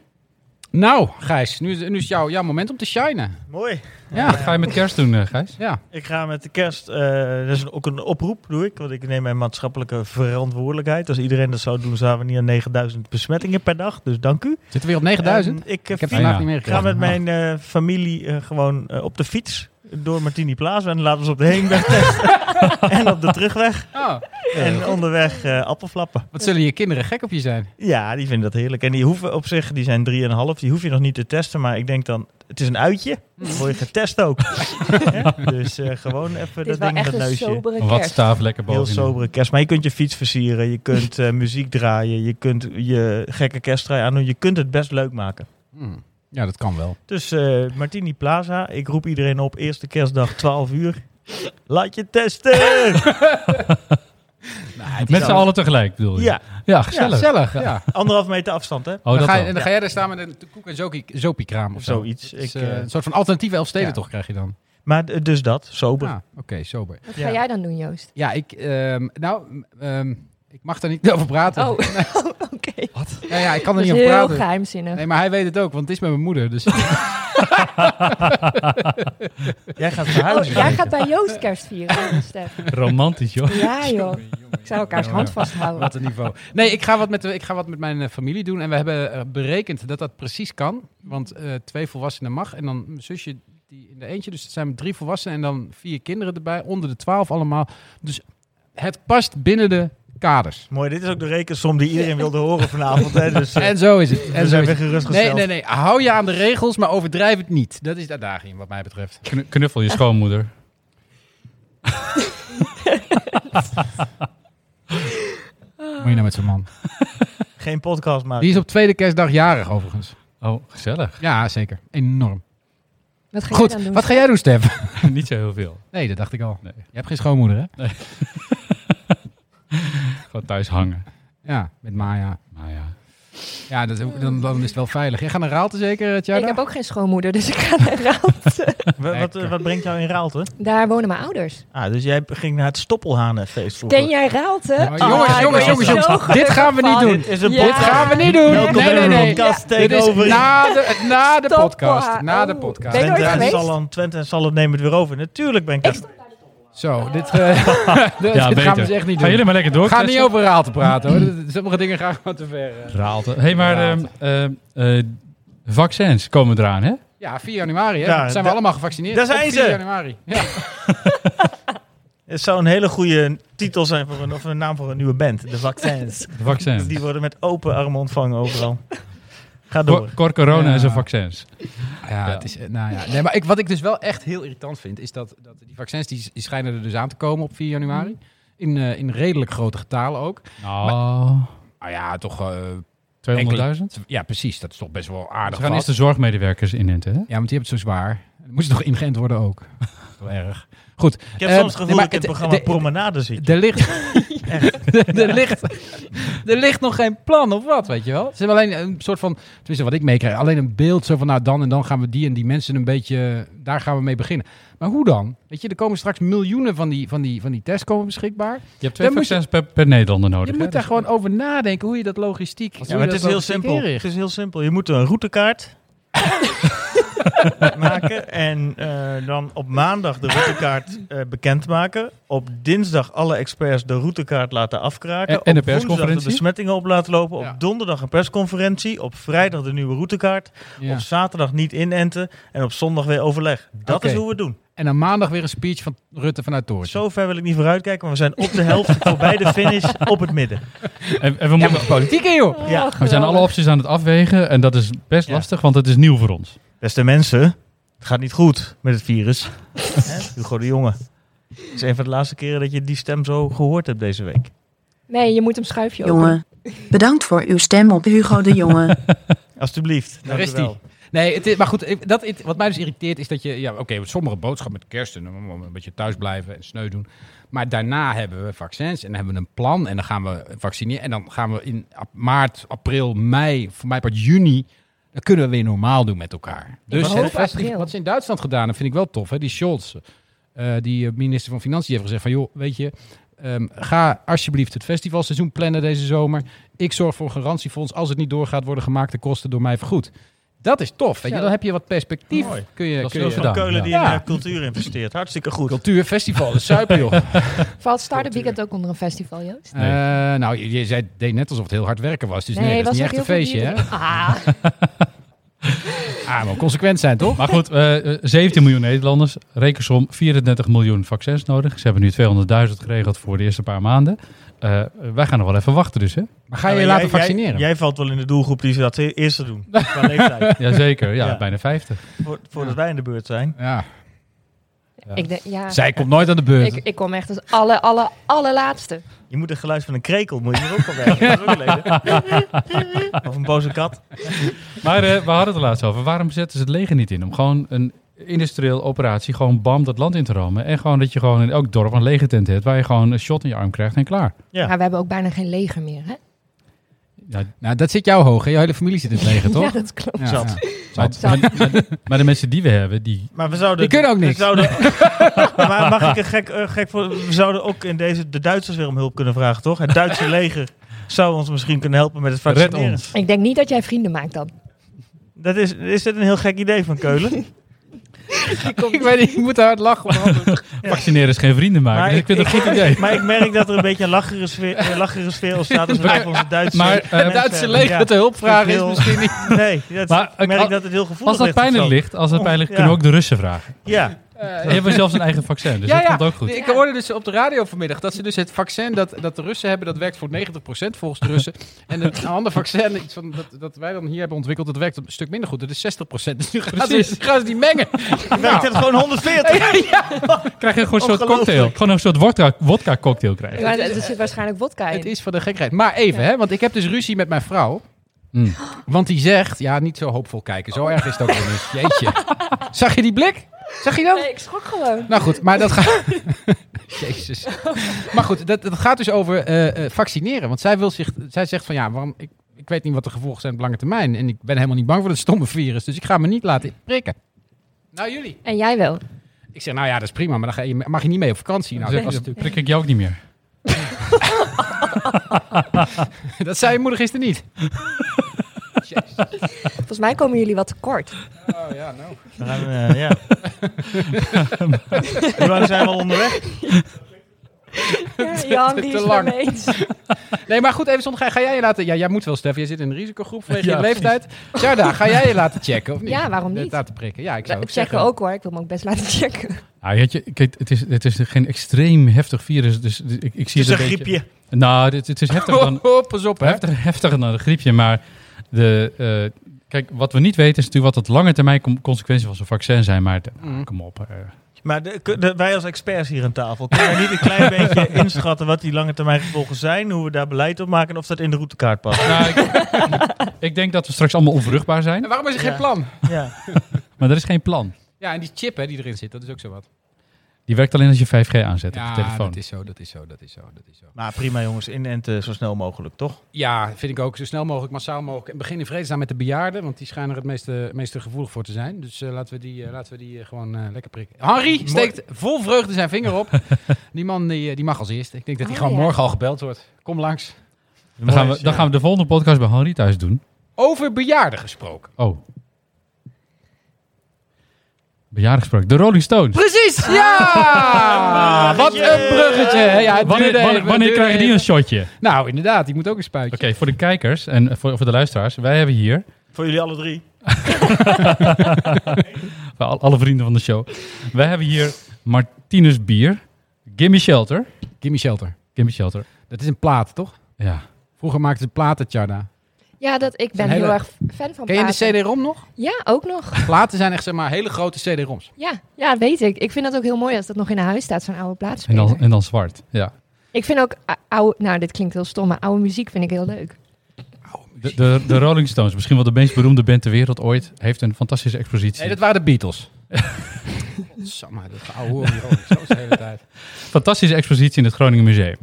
C: Nou, Gijs, nu, is- nu is jouw, jouw moment om te shinen.
F: Mooi.
C: Ja,
E: Ga je met kerst doen, eh, Gijs?
C: ja.
F: Ik ga met de kerst, eh, dat is ook een oproep, doe ik. Want ik neem mijn maatschappelijke verantwoordelijkheid. Als iedereen dat zou doen, zouden we niet aan 9000 besmettingen per dag. Dus dank u.
C: Zitten we weer op 9000?
F: Ehm, ik,
C: ik heb
F: vier-
C: vandaag
E: ja.
C: niet meer
F: ik ga
C: gekregen.
F: met mijn eh, familie eh, gewoon eh, op de fiets door Martini Plaza. En laten we ze op de heenweg testen. en op de terugweg.
C: Oh,
F: En onderweg eh, appelflappen.
C: wat zullen je kinderen gek op je zijn?
F: Ja, die vinden dat heerlijk. En die hoeven op zich, die zijn 3,5. Die hoef je nog niet te testen. Maar ik denk dan, het is een uitje. Dan word je getest ook. Ja, dus eh, gewoon even
G: Het
F: dat
G: is wel
F: ding in
G: echt
F: het
G: een
F: neusje.
G: sobere
E: Een wat
G: kerst.
E: staaf lekker
F: Heel
E: bovenin.
F: sobere kerst. Maar je kunt je fiets versieren. Je kunt eh, muziek draaien. Je kunt je gekke kerstdraai aandoen. Je kunt het best leuk maken.
C: Hmm. Ja, dat kan wel.
F: Dus eh, Martini Plaza. Ik roep iedereen op. Eerste kerstdag, 12 uur. Laat je testen!
E: Met z'n allen tegelijk bedoel je?
F: ja,
E: Ja, gezellig.
C: Gezellig, ja.
F: anderhalf meter afstand, hè?
E: Oh,
C: dan
E: dat
C: ga, je,
E: wel.
C: en dan ga jij daar staan met een koek- en zokie- zopiekraam of
F: Of
C: zo.
F: zoiets.
C: Het is,
F: Ik,
C: eh,
F: eh,
C: een soort van alternatieve Elfsteden
F: ja.
C: toch krijg je dan.
F: Maar eh, dus dat, sober.
C: Ah, oké, sober.
G: Wat
F: Ja.
G: ga jij dan doen, Joost?
C: Ja, ik, ehm, nou, ehm, ik mag daar niet over praten.
G: Oh, oké.
C: Ja, ja, ik kan
G: Dat
C: er
G: is
C: niet over
G: heel
C: praten.
G: geheimzinnig.
C: Nee, maar hij weet het ook, want het is met mijn moeder. Dus
F: Jij gaat verhuizen.
G: Oh, jij gaat bij Joost kerst vieren, Stef.
E: Romantisch, joh.
G: Ja, joh. Ik zou elkaars hand vasthouden.
C: Wat een niveau. Nee, ik ga wat met, ik ga wat met mijn eh, familie doen. En we hebben eh, berekend dat dat precies kan. Want eh, twee volwassenen mag. En dan mijn zusje die in de eentje. Dus het zijn drie volwassenen en dan vier kinderen erbij. Onder de twaalf allemaal. Dus het past binnen de kaders.
F: Mooi, dit is ook de rekensom die iedereen wilde horen vanavond. Hè? Dus, eh,
C: En zo is het.
F: we
C: En zo
F: zijn
C: is
F: weer
C: het.
F: gerustgesteld.
C: Nee, nee, nee. Hou je aan de regels, maar overdrijf het niet. Dat is de uitdaging wat mij betreft.
E: Knu- Knuffel je schoonmoeder.
C: Moet je nou met zo'n man?
F: Geen podcast maken.
C: Die is op tweede kerstdag jarig overigens.
E: Oh, gezellig.
C: Ja, zeker. Enorm.
G: Wat ga jij
C: Goed,
G: dan doen?
C: wat ga jij doen, Stef?
E: Niet zo heel veel.
C: Nee, dat dacht ik al.
E: Nee.
C: Je hebt geen schoonmoeder, hè?
E: Gewoon thuis hangen.
C: Ja, met Maya.
E: Maar ja.
C: Ja, dat, dan, dan is het wel veilig. Jij gaat naar Raalte zeker, eh, Tjara?
G: Ik heb ook geen schoonmoeder, dus ik ga naar Raalte.
F: Wa- Wat, eh,
C: Lekker.
F: wat brengt jou in Raalte?
G: Daar wonen mijn ouders.
F: Ah, dus jij ging naar het Stoppelhanenfeest vroeger.
G: Ken jij Raalte?
C: Oh, jongens,
G: Ah, ik
C: jongens,
G: ben
C: jongens,
G: zo
C: jongens.
G: gelukkig
C: Dit gaan we niet
G: van.
C: doen.
F: Dit is een
G: Ja.
C: Dit gaan we niet doen.
F: Welkom
C: nee,
F: bij
C: nee,
F: de
C: nee.
F: podcast
C: Dit is nou-
F: takeover.
C: na de, na de
G: Stoppa.
C: podcast. Na de
G: Oh.
C: podcast.
G: Ben je
F: Twente
G: ooit
F: en,
G: geweest?
F: Salland, Twente en Salland nemen het weer over. Natuurlijk ben ik daar.
C: Zo, dit, eh, dit gaan
E: ja,
C: we
E: beter.
C: dus echt niet
E: Gaan jullie
C: doen.
E: maar lekker door.
C: We gaan niet
E: Christel.
C: over Raalte praten hoor. Dit- Sommige dingen gaan gewoon te ver. eh.
E: Raalte. hey, maar ehm, ehm, eh, vaccins komen eraan, hè?
C: Ja, 4 januari hè.
F: Ja,
C: zijn we
F: daar-
C: allemaal gevaccineerd.
F: daar
C: Op
F: zijn
C: 4
F: ze.
C: januari. Ja.
F: Het zou een hele goede titel zijn voor een, of een naam voor een nieuwe band. De Vaccins.
E: De vaccins.
F: Die worden met open armen ontvangen overal. Ga door.
E: Cor, Cor corona
C: Ja.
E: en zijn vaccins.
C: Ja, het is, eh, nou ja. Nee, maar ik, wat ik dus wel echt heel irritant vind, is dat, dat die vaccins die, die schijnen er dus aan te komen op 4 januari. In, eh, in redelijk grote getalen ook.
E: Nou,
C: Nou ja, toch. eh,
E: 200.000?
C: t- ja, precies. Dat is toch best wel
E: Ze
C: aardig.
E: gaan
C: wat.
E: eerst de zorgmedewerkers inenten, hè?
C: Ja, want die hebben het zo zwaar. Dan moesten toch ingeënt worden ook. Dat is wel erg. Goed.
F: Ik heb
C: Ehm,
F: soms het gevoel
C: nee, maar
F: dat ik het
C: het-
F: programma
C: de-
F: Promenade zie.
C: Er ligt, er, ligt, er ligt nog geen plan of wat, weet je wel. Ze hebben alleen een soort van, tenminste wat ik meekrijg, alleen een beeld zo van nou dan en dan gaan we die en die mensen een beetje, daar gaan we mee beginnen. Maar hoe dan? Weet je, er komen straks miljoenen van die, van die, van die tests komen beschikbaar.
F: Oh,
E: Je hebt twee
C: Dan moet je-
E: vaccins per, per Nederlander nodig.
C: Je
E: hè?
C: moet daar
E: Dus-
C: gewoon over nadenken hoe je dat logistiek...
F: Ja, maar het is heel simpel. Het is heel simpel. Je moet een routekaart maken en eh, dan op maandag de routekaart eh, bekendmaken. Op dinsdag alle experts de routekaart laten afkraken.
E: En- en de
F: Op woensdag
E: persconferentie?
F: de besmettingen op laten lopen.
C: Ja.
F: Op donderdag een persconferentie. Op vrijdag de nieuwe routekaart. Op zaterdag niet inenten en op zondag weer overleg. Dat
C: Oké.
F: is hoe we het doen.
C: En dan maandag weer een speech van Rutte vanuit Toortje.
F: Zover wil ik niet vooruitkijken, maar we zijn op de helft voorbij de finish op het midden.
E: En, en we, moeten,
C: politiek in, joh.
F: Ja.
E: we zijn alle opties aan het afwegen en dat is best
F: Ja.
E: lastig, want het is nieuw voor ons.
F: Beste mensen, het gaat niet goed met het virus. Hè? Hugo de Jonge. Het is een van de laatste keren dat je die stem zo gehoord hebt deze week.
G: Nee, je moet hem schuifje openen.
I: Jongen, bedankt voor uw stem op Hugo de Jonge.
F: Alsjeblieft.
C: Daar is
F: Dank u
C: die. Nee, het is, maar goed, ik- dat, het- wat mij dus irriteert is dat je... Ja, Oké, sommige boodschappen met kerst en dan een beetje thuis blijven en sneu doen. Maar daarna hebben we vaccins en dan hebben we een plan en dan gaan we vaccineren. En dan gaan we in ap- maart, april, mei, voor mij part juni... Dan kunnen we weer normaal doen met elkaar. Dus
G: hoop
C: het festival-
G: april.
C: wat ze in Duitsland gedaan hebben, vind ik wel tof. Hè? Die Scholz, eh, die eh, minister van Financiën, heeft gezegd van... joh, weet je, ehm, ga alsjeblieft het festivalseizoen plannen deze zomer. Ik zorg voor een garantiefonds. Als het niet doorgaat, worden gemaakte kosten door mij vergoed. Dat is tof. Weet je?
G: Zo.
C: Dan heb je wat perspectief.
F: Mooi.
C: Kun je,
E: Dat is
C: kun
E: heel
C: je
F: wel.
E: gedaan.
F: Keulen die
C: Ja.
F: in eh, cultuur investeert. Hartstikke goed.
C: cultuur, festivals, suipen joh.
G: Valt Startup Weekend ook onder een festival, Joost?
E: Nee.
C: Eh, nou, je, je zei, deed net alsof het heel hard werken was. Dus nee, dat is niet echt
G: was
C: een
G: ook heel
C: feestje.
G: veel
C: Hè?
G: dieren. Ah,
C: Ah, maar consequent zijn toch?
E: Maar goed, eh, eh, 17 miljoen Nederlanders, rekensom 34 miljoen vaccins nodig. Ze hebben nu 200.000 geregeld voor de eerste paar maanden. Eh, wij gaan nog wel even wachten dus, hè?
C: Maar ga je je
F: Nou,
C: laten
F: jij-
C: vaccineren?
F: Jij, jij valt wel in de doelgroep die ze dat e- eerst te doen. Qua leeftijd.
E: Jazeker, ja,
F: Ja.
E: bijna 50.
F: Voor, voordat wij in de beurt zijn.
C: ja.
G: ik denk, ja.
C: Zij komt nooit aan de beurt.
G: Ik, ik kom echt als alle, alle, allerlaatste.
F: Je moet het geluid van een krekel moet je er ook van werken. Dat is ook lelijk. Of een boze kat.
E: Maar eh, we hadden het er laatst over. Waarom zetten ze het leger niet in om gewoon een industrieel operatie, gewoon bam, dat land in te romen? En gewoon dat je gewoon in elk dorp een legertent hebt waar je gewoon een shot in je arm krijgt en klaar.
F: Ja.
G: Maar we hebben ook bijna geen leger meer, hè?
E: Ja,
C: Nou, dat zit jou hoog. Hè? Je hele familie zit in het leger, toch?
G: Ja, dat klopt.
C: Ja,
F: Zat.
C: ja.
E: Maar,
G: Zat.
E: maar- maar- maar de mensen die we hebben, die...
F: Maar we zouden...
C: Die kunnen ook
F: we
C: niks.
F: zouden- maar mag ik een gek, eh, gek voor... We zouden ook in deze de Duitsers weer om hulp kunnen vragen, toch? Het Duitse leger zou ons misschien kunnen helpen met het
E: Red
F: vaccineren.
E: ons.
G: Ik denk niet dat jij vrienden maakt dan.
F: Dat is, is dit een heel gek idee van Keulen?
C: Ik weet niet, ik moet daar hard lachen. om anderen.
E: Vaccineren is geen vrienden maken.
F: Maar
E: dus ik vind het een goed idee.
F: Maar ik merk dat er een beetje een lachere sfeer, eh, lachere sfeer ontstaat als we
E: Maar-
F: over onze Duitse
E: maar, eh,
F: mensen
E: Het
C: Het Duitse
F: hebben.
C: leger
F: Ja.
C: dat de hulp vragen is
F: wil-
C: misschien niet.
F: Nee, dat,
E: Maar,
F: ik merk
E: eh,
F: dat het heel gevoelig
E: Als dat
F: ligt of
E: pijnlijk
F: zo. Oh,
E: ligt, als dat pijnlijk,
F: Ja.
E: kunnen we ook de Russen vragen.
F: Ja,
C: Eh,
E: Die hebben zelfs een eigen vaccin, dus dat komt ook goed.
C: Ik hoorde dus op de radio vanmiddag dat ze dus het vaccin dat, dat de Russen hebben, dat werkt voor 90% volgens de Russen. en het ander vaccin iets van, dat, dat wij dan hier hebben ontwikkeld, dat werkt een stuk minder goed. Dat is 60%. Dus nu gaan ze,
E: Precies. Nou.
C: gaan ze die mengen. Nou,
F: dan werkt het gewoon 140.
E: Krijg je gewoon een soort
F: Ongelooflijk.
E: cocktail. Gewoon een soort wodka, wodka cocktail krijgen.
G: Maar er zit waarschijnlijk vodka in.
C: Het is van de gekheid. Maar even, hè, want ik heb dus ruzie met mijn vrouw.
E: Mm.
C: Want die zegt, ja, niet zo hoopvol kijken. Zo erg is het ook weer niet. Jeetje. Zag je die blik? Zag je dat?
G: Nee, ik schrok gewoon.
C: Nou goed, maar dat gaat. Jezus. Maar goed, dat, dat gaat dus over eh, eh, vaccineren. Want zij, wil zich, zij zegt van ja, waarom, ik, ik weet niet wat de gevolgen zijn op lange termijn. En ik ben helemaal niet bang voor dat stomme virus. Dus ik ga me niet laten prikken. Nou, jullie.
G: En jij wel.
C: Ik zeg, nou ja, dat is prima, maar dan ga je, mag je niet mee op vakantie. Nou,
E: Dan
C: dat, was
E: dan
C: natuurlijk,
E: Dus prik ik jou ook niet meer.
C: dat zei je moeder gisteren niet.
G: Volgens mij komen jullie wat tekort.
C: Oh ja, nou.
F: We gaan, eh, ja. Hoe lang zijn we al onderweg?
G: Ja, Jan,
C: te
G: die is
C: lang.
G: lang. eens.
C: Nee, maar goed, even zonder ga, ga jij je laten... Ja, jij moet wel, Stef. Jij zit in een risicogroep vanwege
E: Ja,
C: je leeftijd. Sharda, ga jij je laten checken of niet?
G: Ja, waarom
C: Eh,
G: niet?
C: Laten prikken. Ja, ik zou ook
G: Checken
C: zeggen.
G: ook hoor, ik wil me ook best laten checken.
E: Nou, weet je, kijk, het, is, het is geen extreem heftig virus, dus ik, ik
F: Het
E: zie
F: is een
E: het een beetje-
F: griepje.
E: Nou, dit- het is heftiger dan,
C: Oh, oh, pas op, hè.
E: heftiger, heftiger dan een griepje, maar de, eh, kijk, wat we niet weten is natuurlijk wat het lange termijn com- consequenties van zo'n vaccin zijn, maar de-
C: Mm.
E: kom op. eh.
F: Maar de- k- de- wij als experts hier aan tafel, kunnen wij niet een klein beetje inschatten wat die lange termijn gevolgen zijn, hoe we daar beleid op maken en of dat in de routekaart past?
E: Nou, ik, ik denk dat we straks allemaal onvruchtbaar zijn,
C: En waarom is er
F: Ja.
C: geen plan?
F: Ja.
E: maar er is geen plan.
C: Ja, en die chip hè, die erin zit, dat is ook zo wat.
E: Die werkt alleen als je 5G aanzet op je telefoon.
C: dat is zo, dat is zo, dat is zo, dat is zo.
F: Maar prima jongens, inenten zo snel mogelijk, toch?
C: Ja, vind ik ook. Zo snel mogelijk, massaal mogelijk. En begin in vredezaam met de bejaarden, want die schijnen er het meeste, meeste gevoelig voor te zijn. Dus eh, laten we die, eh, laten we die eh, gewoon eh, lekker prikken. Henri steekt vol vreugde zijn vinger op. die man die, eh, die mag als eerste. Ik denk dat hij
G: Oh,
C: gewoon
G: ja.
C: morgen al gebeld wordt. Kom langs.
E: Dan gaan, we, dan gaan we de volgende podcast bij Henri thuis doen.
C: Over bejaarden gesproken.
E: Oh. Bejaardig gesproken. De Rolling Stones.
C: Precies!
G: Ah,
C: Ja! Wat een bruggetje. hè? Ja, het
E: Wanneer,
C: duurde even,
E: wanneer,
C: het
E: wanneer
C: duurde
E: krijgen die
C: even.
E: een shotje? Oké,
C: Nou, inderdaad, die moet ook een spuitje.
E: voor de kijkers en voor, voor de luisteraars. Wij hebben hier,
F: Voor jullie alle drie.
E: voor al- alle vrienden van de show, wij hebben hier Martinus Bier, Gimme Shelter.
C: Gimme Shelter.
E: Gimme Shelter.
C: Dat is een plaat, toch?
E: Ja.
C: Vroeger maakten ze platen, Tjarda.
G: Ja, dat, ik ben
C: Een hele-
G: heel erg fan van
C: Ken je de
G: platen.
C: CD-ROM nog?
G: Ja, ook nog.
C: Platen zijn echt zeg maar hele grote CD-ROMs.
G: Ja, ja, dat weet ik. Ik vind dat ook heel mooi als dat nog in een huis staat, zo'n oude
E: En
G: plaatspeler.
E: dan, en dan zwart. Ja.
G: Ik vind ook ou- oude, nou dit klinkt heel stom, maar oude muziek vind ik heel leuk.
E: De, de, de Rolling Stones, misschien wel de meest beroemde band ter wereld ooit, heeft een fantastische expositie.
C: Nee, dat waren de Beatles. Samma, dat oude hoor zo de hele tijd.
E: Fantastische expositie in het Groningen Museum.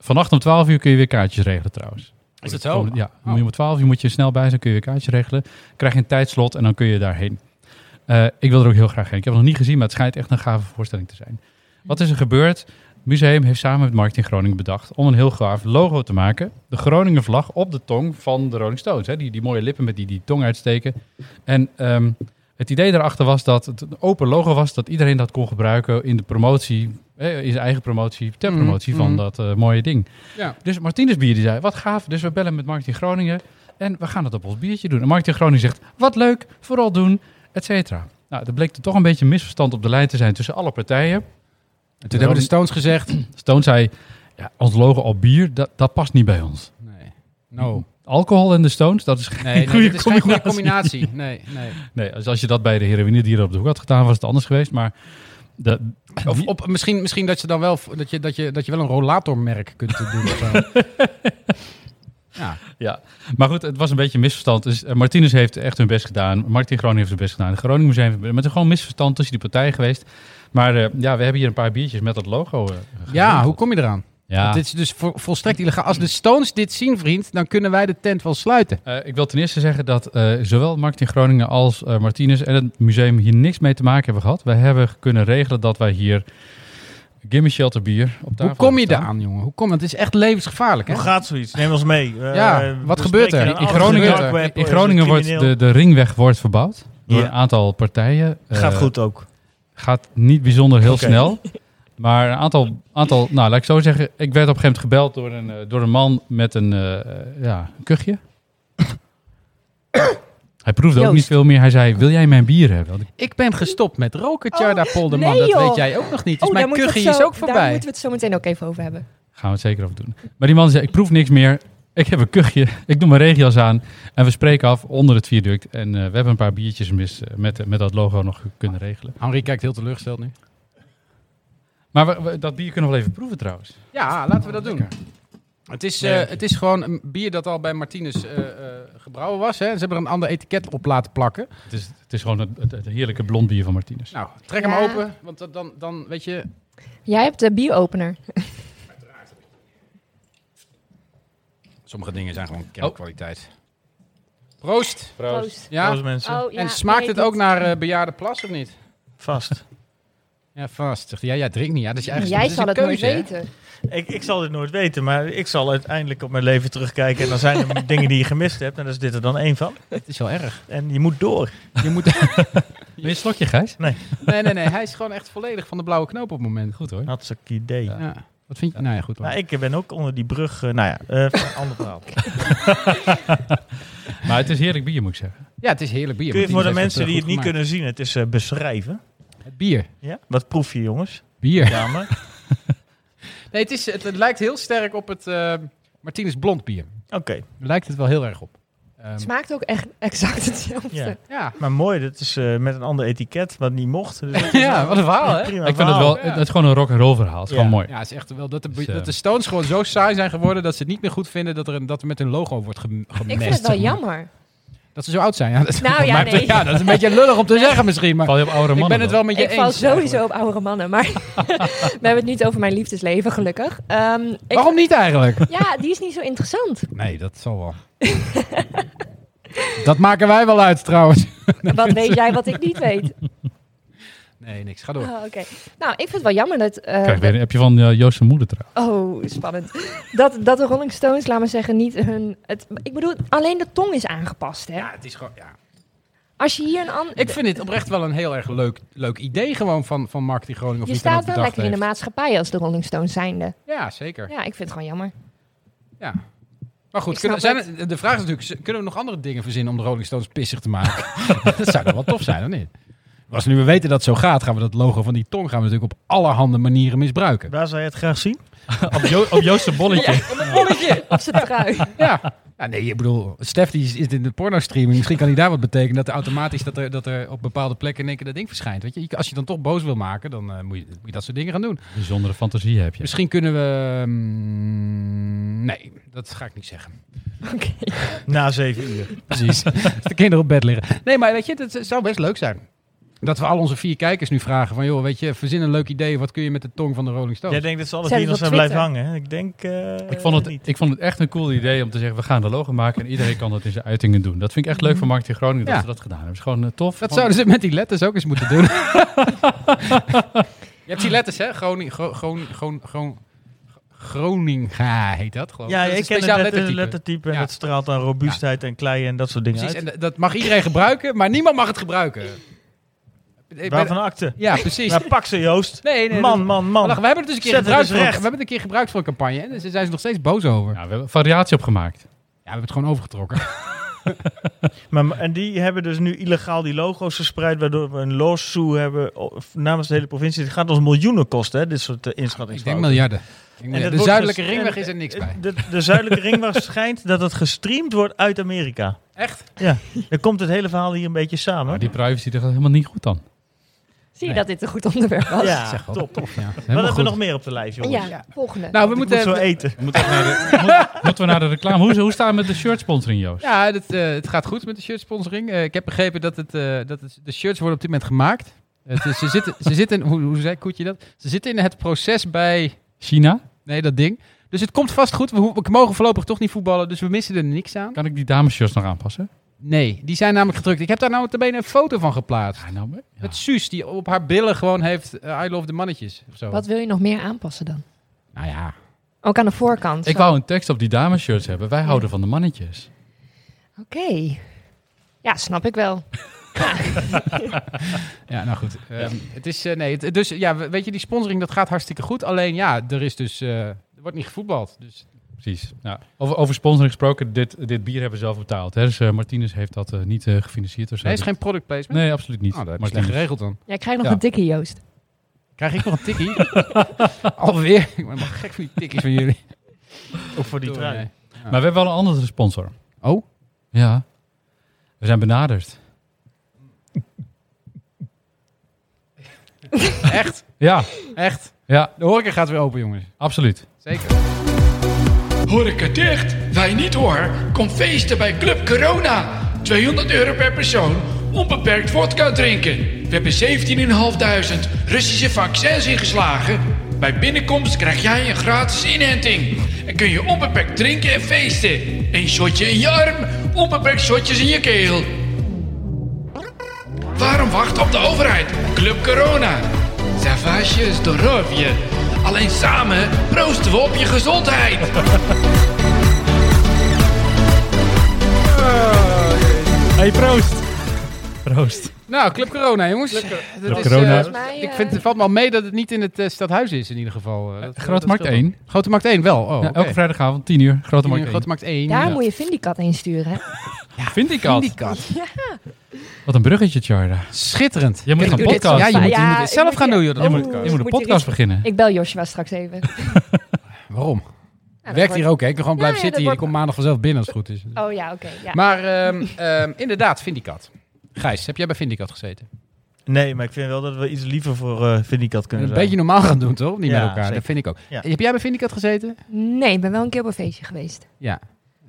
E: Vannacht om 12 uur kun je weer kaartjes regelen trouwens.
C: Is dat zo?
E: Ja,
C: Oh.
E: om 12 uur moet je snel bij zijn, kun je weer kaartjes regelen. Krijg je een tijdslot en dan kun je daarheen. Eh, ik wil er ook heel graag heen. Ik heb het nog niet gezien, maar het schijnt echt een gave voorstelling te zijn. Wat is er gebeurd? Het museum heeft samen met Marketing Groningen bedacht om een heel gaaf logo te maken. De Groningen vlag op de tong van de Rolling Stones. Hè? Die, die mooie lippen met die, die tong uitsteken. En ehm, het idee daarachter was dat het een open logo was, dat iedereen dat kon gebruiken in de promotie, eh, in zijn eigen promotie, ter
C: Mhm,
E: promotie van
C: mhm.
E: dat eh, mooie ding.
C: Ja.
E: Dus Martinus Bier die zei, wat gaaf. Dus we bellen met Marketing Groningen en we gaan het op ons biertje doen. En Marketing Groningen zegt, wat leuk, vooral doen, et cetera. Nou, er bleek er toch een beetje een misverstand op de lijn te zijn tussen alle partijen. En
C: Toen hebben de Stones gezegd.
E: Stone zei, ja, ons logo op bier, dat, dat past niet bij ons.
C: Nee. No.
E: Alcohol en de Stones, dat is geen
C: Nee, nee,
E: goede
C: dit is geen
E: combinatie.
C: goede combinatie. Nee, nee.
E: Nee, dus als, als je dat bij de heroïne die er op de hoek had gedaan, was het anders geweest. Maar de,
C: Of op, misschien, misschien dat, je dan wel, dat, je, dat, je, dat je wel een rollatormerk kunt doen. Of zo. Ja.
E: Ja, maar goed, het was een beetje een misverstand. Dus eh, Martinus heeft echt hun best gedaan. Martin Groningen heeft zijn best gedaan. De Groningen Museum heeft met een gewoon misverstand tussen die partijen geweest. Maar eh, ja, we hebben hier een paar biertjes met dat logo. eh,
C: ja,
E: geregeld.
C: hoe kom je eraan?
E: Ja,
C: Dit is dus vo- volstrekt illegaal. Als de Stones dit zien, vriend, dan kunnen wij de tent wel sluiten.
E: eh, ik wil ten eerste zeggen dat eh, zowel Martin Groningen als eh, Martinus en het museum hier niks mee te maken hebben gehad. Wij hebben kunnen regelen dat wij hier Gimme Shelter bier op tafel.
C: Hoe kom je
E: hebben
C: daar
E: staan.
C: aan, jongen? Hoe kom, want het is echt levensgevaarlijk, hè?
F: Hoe gaat zoiets? Neem ons mee. Eh,
C: Ja,
F: we
C: wat gebeurt
F: spreken
C: er?
F: een
E: In
F: andere dark
E: Groningen,
F: web,
E: in
F: eh,
E: Groningen wordt
F: crimineel.
E: de, de ringweg wordt verbouwd door
F: Ja.
E: een aantal partijen. Eh,
F: Gaat goed ook.
E: Gaat niet bijzonder heel
F: Oké.
E: snel. Maar een aantal, aantal, nou laat ik zo zeggen, ik werd op een gegeven moment gebeld door een, eh, door een man met een, eh, eh, ja, een kuchje. Hij proefde ook
G: Joost.
E: niet veel meer. Hij zei, wil jij mijn bier hebben? Want ik-
C: Ik ben gestopt met roken, Tjarda Polderman.
G: Oh, nee,
C: dat
G: joh.
C: weet jij ook nog niet. Dus
G: Oh, daar
C: mijn
G: moeten we het
C: kuchie is
G: zo-
C: ook
G: Daar
C: voorbij.
G: moeten we het zo meteen ook even over hebben.
E: Gaan we het zeker over doen. Maar die man zei, ik proef niks meer. Ik heb een kuchje. Ik doe mijn regio's aan. En we spreken af onder het viaduct. En eh, we hebben een paar biertjes mis eh, met, met dat logo nog kunnen regelen.
C: Henri kijkt heel teleurgesteld nu.
E: Maar we- we- dat bier kunnen we wel even proeven trouwens.
C: Ja, laten we dat doen. Het is, eh, het is gewoon een bier dat al bij Martinez eh, eh, gebrouwen was. Hè. Ze hebben er een ander etiket op laten plakken.
E: Het is, het is gewoon het, het- het heerlijke blond bier van Martinez.
C: Nou, trek hem
G: Ja.
C: open, want dat- dan, dan weet je...
G: Jij hebt de bieropener.
C: Sommige dingen zijn gewoon kernkwaliteit. Oh. Proost! Ja,
F: Trouwens, mensen.
G: Oh.
C: en smaakt het ook naar eh bejaarde plas of niet?
F: Vast.
C: Ja, vast. Zegt hij, Ja, jij drinkt niet. Ja, dat is je eigen
G: Jij
C: dat is
G: zal
C: een
G: het nooit
C: keuze, hè.
G: weten.
F: Ik, ik zal dit nooit weten, maar ik zal uiteindelijk op mijn leven terugkijken. En dan zijn er dingen die je gemist hebt. En dan is dit er dan één van.
C: Het is wel erg.
F: En je moet door.
C: Je moet...
E: Wil je een slokje, Gijs?
C: nee, nee, nee. Hij is gewoon echt volledig van de blauwe knoop op het moment.
E: Goed hoor.
F: Hartstikke idee.
E: Ja.
C: Ja. Wat vind je? Nou ja, goed. hoor.
F: Maar ik ben ook onder die brug. eh, nou ja, eh ander verhaal.
E: Maar het is heerlijk bier, moet ik zeggen.
C: Ja, het is heerlijk bier.
F: Kun je
C: Martinez
F: voor de
C: heeft
F: mensen
C: eh,
F: die het
C: goed gemaakt.
F: niet kunnen zien, het is eh, beschrijven.
C: Het bier.
F: Ja? Wat proef je, jongens?
C: Bier.
F: Dame?
C: Nee, het, is, het, het lijkt heel sterk op het eh Martinez blond bier.
F: Oké.
C: Lijkt het wel heel erg op. Ehm,
G: Het smaakt ook echt exact hetzelfde.
F: Ja.
C: ja.
F: Maar mooi, dat is eh, met een ander etiket wat niet mocht. Dus dat is
C: ja, wat een verhaal,
F: een
C: hè?
F: prima
E: ik vind het wel,
C: ja.
E: het, het is gewoon een rock and roll verhaal. Het is
F: nou, Ja.
E: gewoon mooi.
C: Ja, het is echt wel dat de,
E: Dus, eh,
C: dat de Stones gewoon zo saai zijn geworden dat ze het niet meer goed vinden dat er, een, dat er met hun logo wordt gem- gemest.
G: Ik vind het wel jammer.
C: Dat ze zo oud zijn. Ja, dat,
G: Nou, ja,
C: maar-
G: nee.
C: ja, dat is een beetje lullig om te zeggen misschien, maar
E: Val je op oude
C: ik
E: mannen
C: ben het
E: dan?
C: wel met je
G: Ik
C: eens.
G: val sowieso
C: eigenlijk.
G: op oudere mannen, maar we hebben het niet over mijn liefdesleven, gelukkig. Ehm, ik-
C: Waarom niet eigenlijk?
G: Ja, die is niet zo interessant.
C: Nee, dat zal wel. dat maken wij wel uit trouwens.
G: Wat weet jij wat ik niet weet?
C: Nee, niks. Ga door.
G: Oh, Oké. Nou, ik vind het wel jammer dat... eh,
E: Krijg weer een appje van eh, Joost zijn moeder trouwens.
G: Oh, spannend. Dat, dat de Rolling Stones, laat maar zeggen, niet hun... Het, ik bedoel, alleen de tong is aangepast, hè?
C: Ja, het is gewoon... Ja.
G: Als je hier een ander...
C: Ik vind dit oprecht wel een heel erg leuk, leuk idee gewoon van, van Mark die Groningen. Of
G: Je
C: wie dan
G: staat
C: ook
G: wel
C: bedacht
G: lekker in de
C: heeft.
G: maatschappij als de Rolling Stones zijnde.
C: Ja, zeker.
G: Ja, ik vind het gewoon jammer.
C: Ja. Maar goed,
G: Ik
C: kunnen,
G: snap
C: zijn, er- de vraag is natuurlijk, z- kunnen we nog andere dingen verzinnen om de Rolling Stones pissig te maken? dat zou dan wel tof zijn, of niet? Maar Als we nu weten dat het zo gaat, gaan we dat logo van die tong gaan we natuurlijk op allerhande manieren misbruiken.
F: Waar zou je het graag zien?
E: op, jo op Joost zijn bolletje.
G: Op zijn trui.
C: Ja. ja, nee, ik bedoel, Stef die zit in de porno-streaming. Misschien kan hij daar wat betekenen dat er automatisch dat er, dat er op bepaalde plekken in één keer dat ding verschijnt. Weet je? Je- Als je dan toch boos wil maken, dan eh, moet, je, moet je dat soort dingen gaan doen.
E: Bijzondere fantasie heb je.
C: Misschien kunnen we... mm, nee, dat ga ik niet zeggen.
F: Na zeven uur.
C: Precies. Als de kinderen op bed liggen. Nee, maar weet je, het zou best leuk zijn. Dat we al onze vier kijkers nu vragen van, joh, weet je, verzin een leuk idee. Wat kun je met de tong van de Rolling Stones?
F: Jij denkt dat ze alle
G: Zet
F: vier
G: het
F: nog
G: op
F: zijn blijven
G: Twitter.
F: hangen. hè? Ik denk. eh,
E: Ik vond, het,
F: niet.
E: ik vond het echt een cool idee om te zeggen, we gaan de logo maken en iedereen kan dat in zijn uitingen doen. Dat vind ik echt
F: Mhm.
E: leuk van Marketing Groningen dat
C: Ja.
E: ze dat gedaan hebben. Het is gewoon eh, tof.
C: Dat
E: Gewoon-
C: zouden ze met die letters ook eens moeten doen. je hebt die letters, hè? Groning, Gro- Groning, Groning, Groning, Groninga heet dat, geloof ik.
F: Ja,
C: Oh, Dat is een
F: ik ken het
C: speciaal
F: lettertype.
C: lettertype.
F: lettertype en
C: Ja.
F: dat straalt dan robuustheid en klei en dat soort dingen
C: Precies, en
F: uit.
C: d- dat mag iedereen gebruiken, maar niemand mag het gebruiken. Ik ben-
F: Waarvan akte?
C: Ja, precies.
F: Nou, pak ze Joost.
C: Nee, nee,
F: man,
C: dat-
F: man,
C: Maar
F: man.
C: wacht, we hebben het dus een keer
F: Zet het
C: gebruikt.
F: eens
C: voor, we
F: recht.
C: hebben het een keer gebruikt voor een campagne. En daar zijn ze nog steeds boos over.
E: Ja, we hebben variatie opgemaakt.
C: Ja, we hebben het gewoon overgetrokken.
F: Maar, maar- en die hebben dus nu illegaal die logo's verspreid, waardoor we een lawsuit hebben o- namens de hele provincie. Het gaat ons miljoenen kosten, hè, dit soort eh,
C: Ik denk
F: inschattingsfouten.
C: miljarden. Ik denk
F: En dat
C: miljarden. De
F: wordt
C: zuidelijke
F: ges-
C: ringweg
F: en-
C: is er niks bij.
F: De, de zuidelijke ringweg schijnt dat het gestreamd wordt uit Amerika.
C: Echt?
F: Dan komt het hele verhaal hier een beetje samen.
C: Oh,
E: Maar die privacy, dat gaat helemaal niet goed dan.
G: Zie je dat dit een goed onderwerp was?
F: ja,
C: Zeg wel.
F: top. Wat
C: Tof, ja.
F: hebben
C: Helemaal
F: we
C: goed.
F: nog meer op de lijst, jongens?
G: Ja, volgende.
C: Nou, we
F: Ik
C: moeten...
F: moet zo eten.
E: Moeten we naar de, moet- moeten we naar de reclame? Hoe, hoe staan we met de shirt sponsoring, Joost?
C: Ja, dat, eh, het gaat goed met de shirtsponsoring. Eh, ik heb begrepen dat, het, eh, dat het, de shirts worden op dit moment gemaakt. Het is- ze zitten, ze zitten hoe, hoe zei Koetje dat? Ze zitten in het proces bij...
E: China?
C: Nee, dat ding. Dus het komt vast goed. We, ho- we mogen voorlopig toch niet voetballen, dus we missen er niks aan.
E: Kan ik die dameshirts nog aanpassen?
C: Nee, die zijn namelijk gedrukt. Ik heb daar nou meteen een foto van geplaatst.
E: Ja, nou, ja.
C: Met Suus, die op haar billen gewoon heeft eh, I love the mannetjes. Of zo.
G: Wat wil je nog meer aanpassen dan?
C: Nou ja.
G: Ook aan de voorkant.
E: Ik
G: zo.
E: wou een tekst op die dameshirts hebben. Wij houden van de mannetjes.
G: Oké. Ja, snap ik wel.
C: Ja, nou goed. Ehm, het is, eh, nee, het- dus ja, we- weet je, die sponsoring dat gaat hartstikke goed. Alleen ja, er is dus, eh, er wordt niet gevoetbald. Dus
E: Precies. Ja. Over, over sponsoring gesproken, dit, dit bier hebben we zelf betaald. Hè? Dus eh, Martinez heeft dat eh, niet eh, gefinancierd of zo.
C: er is geen product placement.
E: Nee, absoluut niet.
C: Oh, dat heb je
E: Martinez.
C: slecht geregeld dan.
G: Jij krijgt nog
E: Ja.
G: een tikkie, Joost.
C: Krijg ik nog een tikkie? Alweer. Ik ben helemaal gek van die tikkies van jullie.
F: Ook voor die
C: Doe,
F: trui.
C: nee.
E: Maar we hebben wel een andere sponsor.
C: Oh?
E: Ja. We zijn benaderd.
C: Echt?
E: Ja,
C: Echt?
E: ja,
C: De horeca gaat weer open, jongens.
E: absoluut.
C: Zeker.
J: Horeca dicht? Wij niet hoor. Kom feesten bij Club Corona. 200 euro per persoon. Onbeperkt vodka drinken. We hebben 17.500 Russische vaccins ingeslagen. Bij binnenkomst krijg jij een gratis inenting. En kun je onbeperkt drinken en feesten. Eén shotje in je arm, onbeperkt shotjes in je keel. Waarom wachten op de overheid? Club Corona. Savage Dorovje. Alleen samen proosten we op je gezondheid.
E: Hey, proost. Proost.
C: Nou, Club Corona, jongens. Dat is,
E: Corona.
C: eh,
G: Volgens mij,
C: ik
G: eh,
C: vind, het valt me al mee dat het niet in het eh, stadhuis is, in ieder geval. Eh, dat- dat
E: Grote Markt
C: scheelt
E: 1.
C: wel. Grote Markt 1, wel. Oh,
E: Ja,
C: oké.
E: Elke vrijdagavond, 10 uur, Grote Markt 1.
C: Grote Markt 1.
G: Daar
C: ja.
G: moet je Vindicat heen sturen. hè?
E: Vind ik al.
C: Vindicat.
E: Wat een bruggetje, Charda.
C: Schitterend.
E: Je moet
C: Kijk,
E: een
C: doe dit.
E: podcast.
C: Ja, je moet, je
G: Ja,
C: moet dit
G: ik
C: zelf
G: moet
C: gaan
G: hier-
C: doen, joh. dat
G: Je
E: Je
G: moet-
E: moet,
G: Oeh,
E: je moet een
G: moet ik
E: podcast
G: iets-
E: beginnen.
G: Ik bel Joshua straks even. Ja,
C: Waarom?
G: dat
C: Werkt
G: wordt-
C: hier ook, hè? Ik kan gewoon
G: Ja,
C: blijven
G: ja, dat
C: zitten hier. Ik
G: wordt-
C: kom maandag vanzelf binnen als het goed is.
G: Oh ja, oké. ja.
C: Maar ehm, ehm, inderdaad, Vindicat. Gijs, heb jij bij Vindicat gezeten?
F: Nee, maar ik vind wel dat we iets liever voor eh Vindicat kunnen
C: Een
F: zijn.
C: beetje normaal gaan doen, toch? Niet
F: Ja,
C: met elkaar, dat
F: zeker.
C: vind ik ook.
F: Ja.
C: Heb jij bij Vindicat gezeten?
G: Nee, ik ben wel een keer op een feestje geweest.
C: Ja.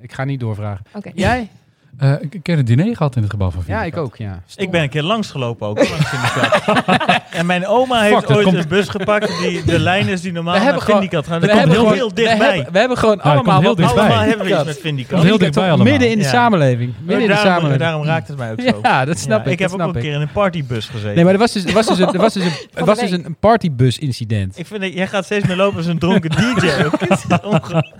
C: Ik ga niet doorvragen.
G: Oké.
C: Jij?
E: Eh, ik ik heb een diner gehad in het gebouw van
C: Ja,
E: Vindicat.
C: ik ook, ja.
F: Ik ben een keer langsgelopen ook. hoor, langs Vindicat. en mijn oma heeft
E: Fuck, dat
F: ooit
E: komt-
F: een bus gepakt die de lijn is die normaal
C: We
F: naar
C: hebben gewoon-
F: Vindicat gaat.
C: we
F: Dat komt
C: hebben
F: heel,
C: gewoon-
F: heel
C: We
F: dichtbij.
C: hebben, we hebben gewoon
E: komt
C: allemaal
E: heel
C: wat
E: dichtbij.
F: Allemaal
E: bij.
F: hebben we iets met
E: Komt
F: Vindicat.
E: heel
C: Vindicat,
E: dichtbij
C: toch?
E: allemaal.
C: Midden in de
F: Ja.
C: samenleving. Midden in de
F: daarom,
C: samenleving.
F: daarom raakt het mij ook zo.
C: Ja, dat snap
F: Ja,
C: ik. dat
F: heb ook
C: snap
F: een
C: ik.
F: keer in een partybus gezeten.
C: Nee, maar er was dus, er was dus, een, er was dus, een, er was
G: de
C: dus een een partybus-incident.
F: Ik vind dat jij gaat steeds meer lopen als een dronken DJ. ook. Het is onge-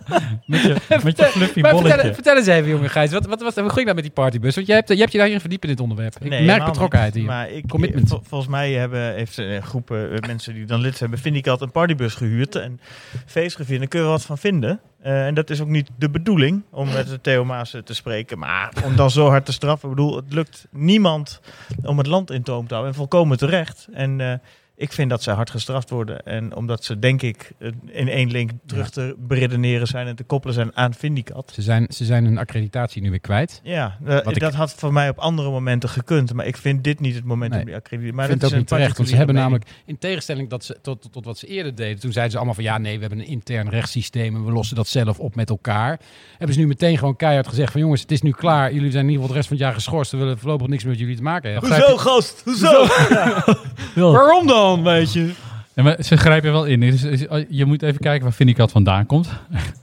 E: Met je, met je fluffy
C: Maar
E: bolletje.
C: vertel, vertel eens even, jongen Gijs. Wat, wat, was hoe ging dat met die partybus? Want jij hebt, jij hebt je daarin verdiept in dit onderwerp. Ik
F: Nee,
C: merk
F: helemaal
C: betrokkenheid
F: niet.
C: hier.
F: Maar ik,
C: Commitment.
F: vol- volgens mij hebben, heeft een groep eh, mensen die dan lid zijn bij Vindicat een partybus gehuurd. En feest gevierd. Daar kunnen we wat van vinden. Eh, en dat is ook niet de bedoeling om met de Theo Maas eh, te spreken. Maar om dan zo hard te straffen. Ik bedoel, het lukt niemand om het land in toom te houden. En volkomen terecht. En eh, ik vind dat ze hard gestraft worden. En omdat ze, denk ik, eh, in één link terug te beredeneren zijn en te koppelen zijn aan Vindicat.
C: Ze, zijn, ze zijn hun accreditatie nu weer kwijt.
F: Ja, eh,
C: Wat ik-
F: dat had voor mij op andere momenten gekund. Maar ik vind dit niet het moment
C: Nee.
F: om die accreditatie.
C: Ik
F: Maar
C: vind
F: dat
C: het
F: is
C: ook niet
F: een
C: terecht. Want ze hebben
F: particuliere
C: namelijk, in tegenstelling dat ze, tot, tot, tot wat ze eerder deden, toen zeiden ze allemaal van ja, nee, we hebben een intern rechtssysteem en we lossen dat zelf op met elkaar. Hebben ze nu meteen gewoon keihard gezegd van jongens, het is nu klaar. Jullie zijn in ieder geval de rest van het jaar geschorst. We willen voorlopig niks meer met jullie te maken hebben.
F: mening. Hoezo, gast? Hoezo?
C: Waarom dan, weet je?
E: Ja, maar ze grijpen wel in. Dus, is- je moet even kijken waar Vindicat vandaan komt.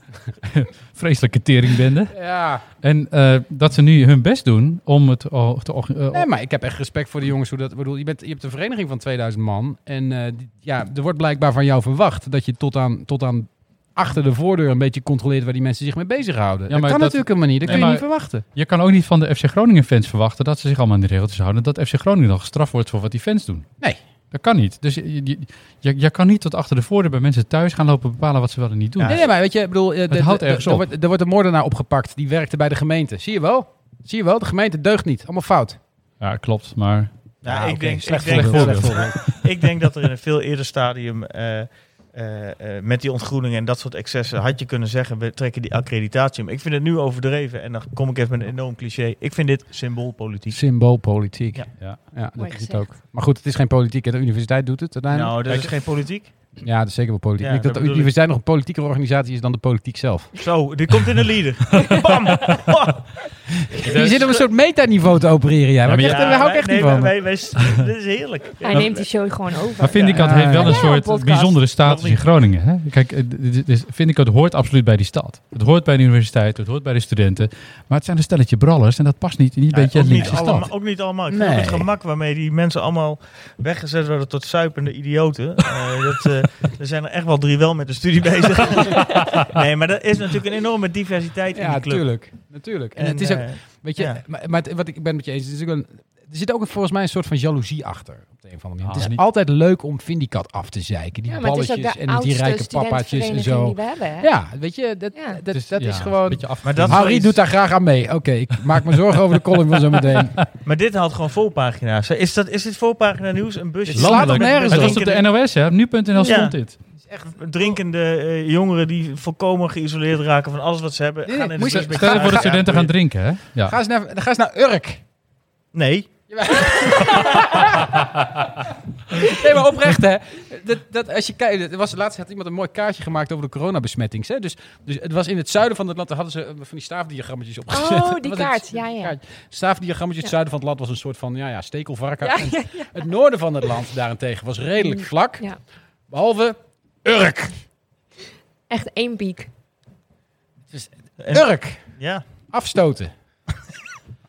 E: Vreselijke teringbende.
C: Ja,
E: En eh, dat ze nu hun best doen om het o- te... orga- eh,
C: nee, maar ik heb echt respect voor de jongens. Hoe dat, ik bedoel, je, bent, je hebt een vereniging van 2000 man. En eh, die- ja, er wordt blijkbaar van jou verwacht dat je tot aan, tot aan achter de voordeur een beetje controleert waar die mensen zich mee bezighouden.
E: Ja,
C: dat
E: maar
C: kan
E: dat-
C: natuurlijk helemaal niet. Dat
E: Nee,
C: kun je
E: maar-
C: niet verwachten.
E: Je kan ook niet van de FC Groningen fans verwachten dat ze zich allemaal aan de regeltjes houden. Dat FC Groningen dan gestraft wordt voor wat die fans doen.
C: Nee.
E: Dat kan niet. Dus je, je, je, je kan niet tot achter de voordeur bij mensen thuis gaan lopen bepalen wat ze wel en niet doen.
F: Ja.
C: Nee, nee, maar weet je, ik bedoel, eh, de- de-
E: houdt
C: de-
E: ergens
C: er
E: op.
C: wordt, er wordt een moordenaar opgepakt. Die werkte bij de gemeente. Zie je wel? Zie je wel? De gemeente deugt niet. Allemaal fout.
E: Ja, klopt. Maar
F: Nou,
C: Ah,
F: ik,
C: oké,
F: denk,
C: slecht
F: ik, denk,
E: voorbeeld.
F: dat- ik denk dat er in een veel eerder stadium eh, eh, eh, met die ontgroening en dat soort excessen had je kunnen zeggen, we trekken die accreditatie. om. ik vind het nu overdreven en dan kom ik even met een enorm cliché. Ik vind dit symboolpolitiek.
C: Symboolpolitiek. Ja,
F: Ja.
E: Ja.
C: dat is het
G: gezegd.
C: ook. Maar goed, het is geen politiek. Hè? De universiteit doet het uiteindelijk.
F: Nou, dat
C: Weet
F: is
C: je?
F: geen politiek.
C: Ja, dat is zeker wel politiek.
F: Ja,
C: ik denk dat
F: dat
C: de
F: bedoel ik.
C: universiteit nog een politiekere organisatie is dan de politiek zelf.
F: Zo, dit komt in de leader. Bam! Ha!
C: Je zit op een soort metaniveau te opereren jij. Maar
E: maar
C: ik
E: ja,
C: echt, daar hou ik echt
F: nee,
C: niet van.
F: Wij, wij, wij- dit is heerlijk.
G: Hij neemt die show gewoon over.
E: Maar Vindicat
C: Ja,
E: heeft wel
C: ja,
E: een
G: ja,
E: soort
G: podcast.
E: bijzondere
F: Wat
E: status
F: niet.
E: in Groningen. Hè? Kijk, eh, dit- dit is- Vindicat hoort absoluut bij die stad. Het hoort bij de universiteit, het hoort bij de studenten. Maar het zijn een stelletje brallers en dat past niet in die beetje
F: ook,
E: linkse
F: niet
E: stad.
F: allemaal, ook niet allemaal. Ik vind ook
E: Nee.
F: het gemak waarmee die mensen allemaal weggezet worden tot zuipende idioten. Eh, dat, eh, er zijn er echt wel drie wel met de studie bezig. nee, maar er is natuurlijk een enorme diversiteit in
C: Ja,
F: die club.
C: natuurlijk. natuurlijk. En, het is ook,
F: eh,
C: weet je,
F: ja.
C: maar, maar het- wat ik ik ben het met je eens, het is ook een, er zit ook een- volgens mij een soort van jaloezie achter. Op de een of andere manier.
E: Ah,
C: het is
E: niet-
C: altijd leuk om Vindicat af te zeiken. Die
G: Ja, maar het is ook
C: balletjes
G: de
C: en die rijke
G: oudste
C: pappaatjes en zo.
G: studentenvereniging die we hebben. hè?
C: Ja, weet je, dat,
G: Ja.
E: Het
C: dat, dat
E: ja,
C: is
E: een
C: gewoon...
E: beetje af.
F: Maar dat is
C: Harry
F: zoiets-
C: doet daar graag aan mee. Oké, ik maak me zorgen over de column van zometeen.
F: Maar dit haalt gewoon volpagina's. hè. Is, dat, is dit volpagina nieuws? Een busje?
C: Het slaat
F: Landelijk.
C: op nergens
E: Het was
F: Drinkende-
E: op de NOS, hè? Nu.nl
F: Ja.
E: stond dit.
F: Drinkende eh, jongeren die volkomen geïsoleerd raken van alles wat ze hebben.
C: Nee,
F: gaan
C: nee,
F: in de
C: moet je-
F: bus met
E: Stel je voor dat
F: kaarsen.
E: studenten gaan drinken, hè? Ja.
C: Ga eens naar, ga eens naar Urk.
F: Nee.
C: Nee, maar oprecht hè. Dat, dat, als je kijkt, er was, laatst had iemand een mooi kaartje gemaakt over de coronabesmettings. Hè? Dus, dus het was in het zuiden van het land, daar hadden ze eh, van die staafdiagrammetjes opgezet.
G: Oh, die
C: Dat was het-
G: kaart. Ja, ja.
C: kaart. Staafdiagrammetjes, het zuiden van het land was een soort van ja, ja, stekelvarken.
G: Ja,
C: En
G: ja,
C: Het noorden van het land daarentegen was redelijk vlak.
G: Ja.
C: Behalve Urk.
G: Echt één piek.
F: En-
C: Urk.
F: Ja.
C: Afstoten.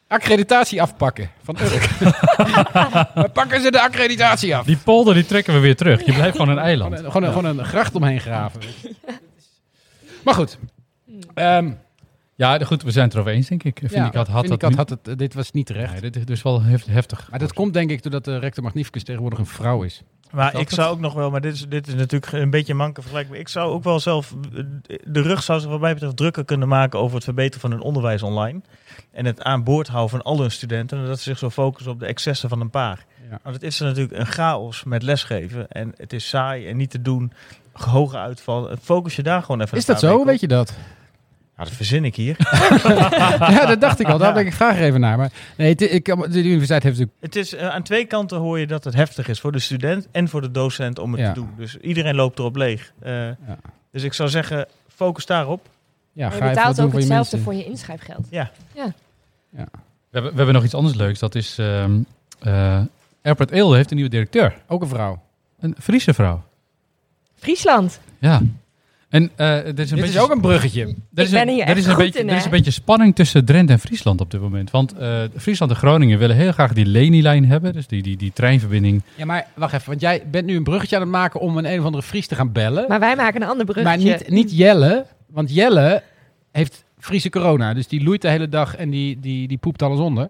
C: Accreditatie afpakken van Urk. Maar pakken ze de accreditatie af.
E: Die polder die trekken we weer terug. Je blijft gewoon een eiland.
C: Gewoon een, gewoon een, gewoon een gracht omheen graven. Maar goed.
G: Mm.
C: Ehm,
E: Ja, goed, we zijn het erover eens, denk ik. Vindicat had dat
C: Vindicat
E: niet-
C: had het, eh, dit was niet terecht.
E: Nee, dit is dus wel hef- heftig.
C: Maar dat komt denk ik doordat de rector magnificus tegenwoordig een vrouw is.
F: Maar
E: Dat
F: ik
E: het?
F: zou ook nog wel, maar dit is, dit is natuurlijk een beetje een manke vergelijking. Maar ik zou ook wel zelf, eh, de rug zou zich wat mij betreft drukker kunnen maken over het verbeteren van hun onderwijs online. En het aan boord houden van al hun studenten. En dat ze zich zo focussen op de excessen van een paar.
C: Ja.
F: Want het is er natuurlijk een chaos met lesgeven. En het is saai en niet te doen. Hoge uitval. Focus je daar gewoon even
C: Is
F: een
C: dat
F: paar
C: zo?
F: weken
C: Weet je dat?
F: op. Ja, dat verzin ik hier.
C: ja, dat dacht ik al. Daar denk ik vraag er even naar. Maar nee, het- ik, kan- de universiteit heeft natuurlijk...
F: Het is, eh, aan twee kanten hoor je dat het heftig is voor de student en voor de docent om het
C: Ja.
F: te doen. Dus iedereen loopt erop leeg. Eh, Dus ik zou zeggen, focus daarop.
C: Ja,
G: Maar
C: ga
G: je
C: even wat
G: betaalt
C: doen
G: ook
C: voor je
G: hetzelfde
C: mensen.
G: voor je inschrijfgeld.
E: We hebben, we hebben nog iets anders leuks. Dat is... ehm eh, Airport Ale heeft een nieuwe directeur.
C: Ook een vrouw.
E: Een Friese vrouw.
G: Friesland.
E: Ja. En eh dit is een
C: Dit is
E: beetje...
C: ook een bruggetje.
E: Er is
G: Ik ben
E: een-
G: hier
E: er is
G: echt
E: een
G: goed
E: beetje,
G: in,
E: Er is
G: hè?
E: een beetje spanning tussen Drenthe en Friesland op dit moment. Want eh, Friesland en Groningen willen heel graag die Leni-lijn hebben. Dus die, die, die treinverbinding.
C: Ja, maar wacht even. Want jij bent nu een bruggetje aan het maken om een een of andere Fries te gaan bellen. Maar,
G: Maar wij maken een ander bruggetje.
C: niet, niet Jelle. Want Jelle heeft Friese corona. Dus die loeit de hele dag en die, die, die poept alles onder.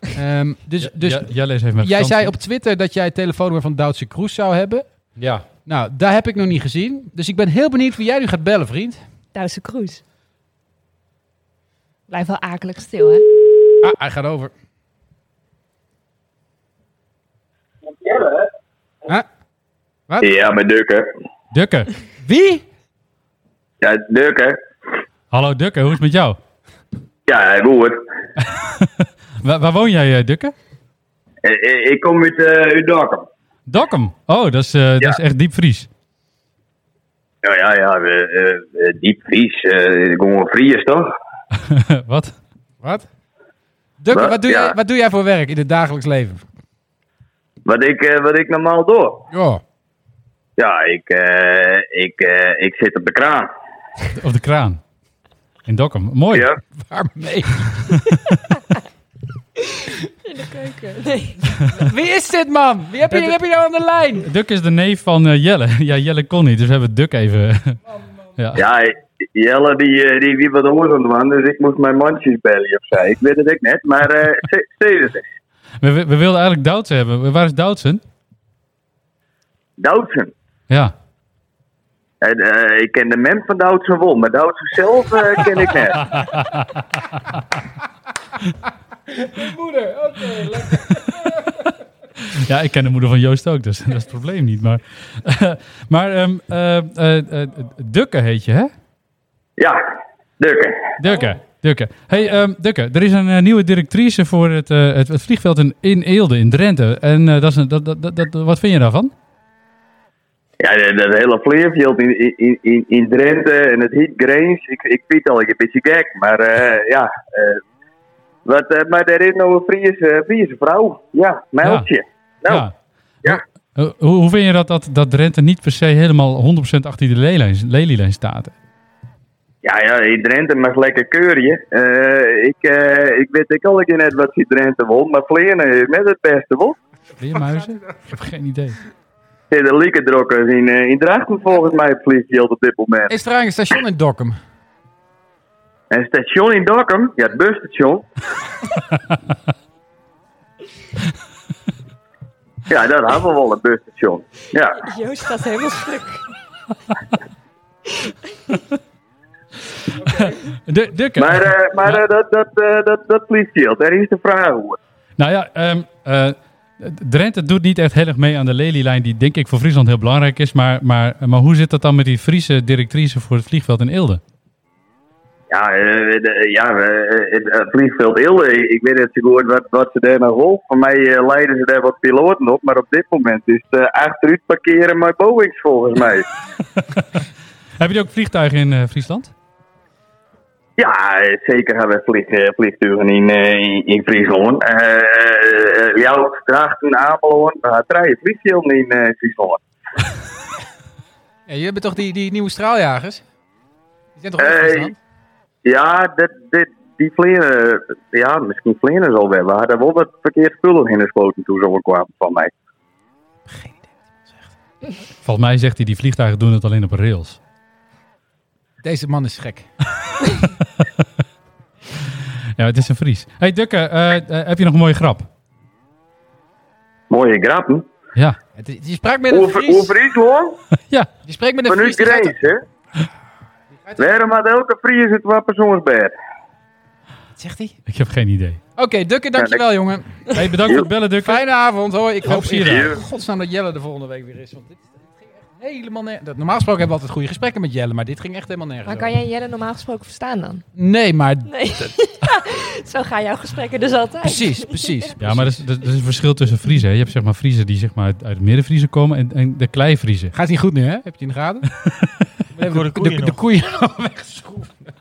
C: Ehm, dus dus
E: Ja, Jelle is even met
C: jij
E: vakantie.
C: zei op Twitter dat jij het telefoonnummer van Duitse Kroes zou hebben.
E: Ja.
C: Nou, daar heb ik nog niet gezien. Dus ik ben heel benieuwd wie jij nu gaat bellen, vriend.
G: Duitse cruise. Blijf wel akelig stil, hè?
C: Ah, hij gaat over. Huh? Wat?
D: Ja, met Dukke.
E: Dukke.
C: Wie?
D: Ja, Dukke.
E: Hallo Dukke, hoe is het met jou?
D: Ja, ik hoor het.
E: Waar, waar woon jij, eh, Dukke?
D: Eh, eh, Ik kom uit, eh uit Dokkum.
E: Dokkum. Oh, dat is, eh, dat is echt diep Fries.
D: Ja, ja, ja. eh, eh, eh, diep vries. eh, Gewoon vries, toch?
E: Wat?
C: Wat? Dukke,
D: Wat?
C: wat, doe
D: Ja.
C: jij, wat doe jij voor werk in het dagelijks leven?
D: Wat ik, eh, wat ik normaal doe.
C: Ja.
D: Ja, ik, eh, ik, eh, ik zit op de kraan.
E: Op de kraan. In Dokkum. Mooi.
D: Ja.
C: Waarmee?
G: Keuken. Nee.
C: Wie is dit, man? Wie heb je, wie heb je nou aan de lijn?
E: Dukke is de neef van eh, Jelle. ja, Jelle kon niet, dus we hebben Dukke even... ja.
D: Ja, Jelle die, eh, die, die wat hoort aan het man, dus ik moest mijn mandjes bellen opzij. Ik weet het ook net, maar eh, ze- ze het is.
E: We, we we wilden eigenlijk Doutsen hebben. Waar is Doutsen?
D: Doutsen.
E: Ja.
D: En, eh, ik ken de mem van Doutsen wel, maar Doutsen zelf eh, ken ik net.
C: Moeder, oké. lekker.
E: Ja, ik ken de moeder van Joost ook, dus dat is het probleem niet. Maar, maar ehm, ehm, eh, eh, Dukke heet je, hè?
D: Ja, Dukke.
E: Dukke. Dukke. Hey, ehm, Dukke, er is een eh, nieuwe directrice voor het, eh, het, het vliegveld in, in Eelde, in Drenthe. En eh, dat is een, dat, dat, dat, dat- wat vind je daarvan?
D: Ja, dat- dat hele vleerveld in, in, in, in Drenthe en het heet Grains. Ik, ik weet al, ik een beetje gek. Maar eh, ja, eh, Wat, eh, maar er is nog een Friese, eh, Friese vrouw. Ja, meldje. Nou,
E: ja.
D: ja.
E: Eh, Hoe, hoe vind je dat, dat, dat Drenthe niet per se helemaal 100% achter die lelielijn lelielijn staat?
D: Ja, ja, die Drenthe mag lekker keurien. Eh, ik, eh, ik weet ik al een keer net wat die Drenthe won, maar Vleerne is met het beste won.
E: Vleermuizen? Ik heb geen idee.
D: Zit er lieke drokken in, eh, in Drachten volgens mij vliegt op dit moment.
C: Is er eigenlijk een station in Dokkum?
D: En station in Dokkum, ja het busstation. ja, dat hebben we wel een busstation. Ja.
G: Joost staat helemaal stuk.
E: De, de,
D: Maar, eh, maar eh, dat, dat, eh, dat, dat vliegt Er is de vraag hoe.
E: Nou ja, ehm, eh, Drenthe doet niet echt heel erg mee aan de lelielijn, die denk ik voor Friesland heel belangrijk is. Maar, maar, maar hoe zit dat dan met die Friese directrice voor het vliegveld in Eelde?
D: Ja, eh, de- ja eh, het het vliegveld Ilde, ik weet niet zo goed wat, wat ze daar nog wil. Voor mij eh, leiden ze daar wat piloten op, maar op dit moment is het eh, achteruit parkeren met Boeings volgens mij.
E: Hebben jullie ook vliegtuigen in eh, Friesland?
D: Ja, eh, zeker hebben we vlieg, eh, vliegtuigen in, eh, in, in Friesland. Eh, eh, jouw drachten, Apelhoorn, uh, treien vliegvelden in eh, Friesland.
C: Ja, je hebt toch die, die nieuwe straaljagers? Die zijn toch ook
D: Eh,
C: Friesland?
D: Ja, dit, dit, die vleren, ja, misschien vleren zal wel. We hadden wel wat verkeerd spullen in de schoten toen ze kwamen van mij.
E: Volgens mij zegt hij, die vliegtuigen doen het alleen op rails.
C: Deze man is gek.
E: Ja, het is een Fries. hey, Dukke, eh, eh, heb je nog een mooie grap?
D: Mooie grappen.
E: Ja.
C: Het is- Je sprak met een
D: Over
C: Fries.
D: over Friesland,
E: Ja.
C: Je spreekt met een
D: vanuit
C: Fries. die gaat-
D: Grijs, hè? Waarom had elke Fries het persoonsbed?
C: Wat zegt hij?
E: Ik heb geen idee.
C: Oké, Dukke, dankjewel jongen.
E: hey, bedankt voor het bellen, Dukke.
C: Fijne avond hoor. Ik hoop
E: Hoop zie je
C: in
E: daar.
C: godsnaam dat Jelle de volgende week weer is. Want dit, dit ging echt helemaal nergens. dat- Normaal gesproken hebben we altijd goede gesprekken met Jelle, maar dit ging echt helemaal nergens.
G: Maar kan
C: over.
G: jij Jelle normaal gesproken verstaan dan?
C: Nee, maar
G: Nee. Zo gaan jouw gesprekken dus altijd.
C: precies, precies.
E: Ja, maar er is, er is een verschil tussen Friese. hè. Je hebt zeg maar Friese die zeg maar uit, uit het midden komen en, en de klei-Friese.
C: Gaat niet goed nu, hè? Heb je in de gaten? We hebben
F: de koeien
C: de
F: nog.
C: koeien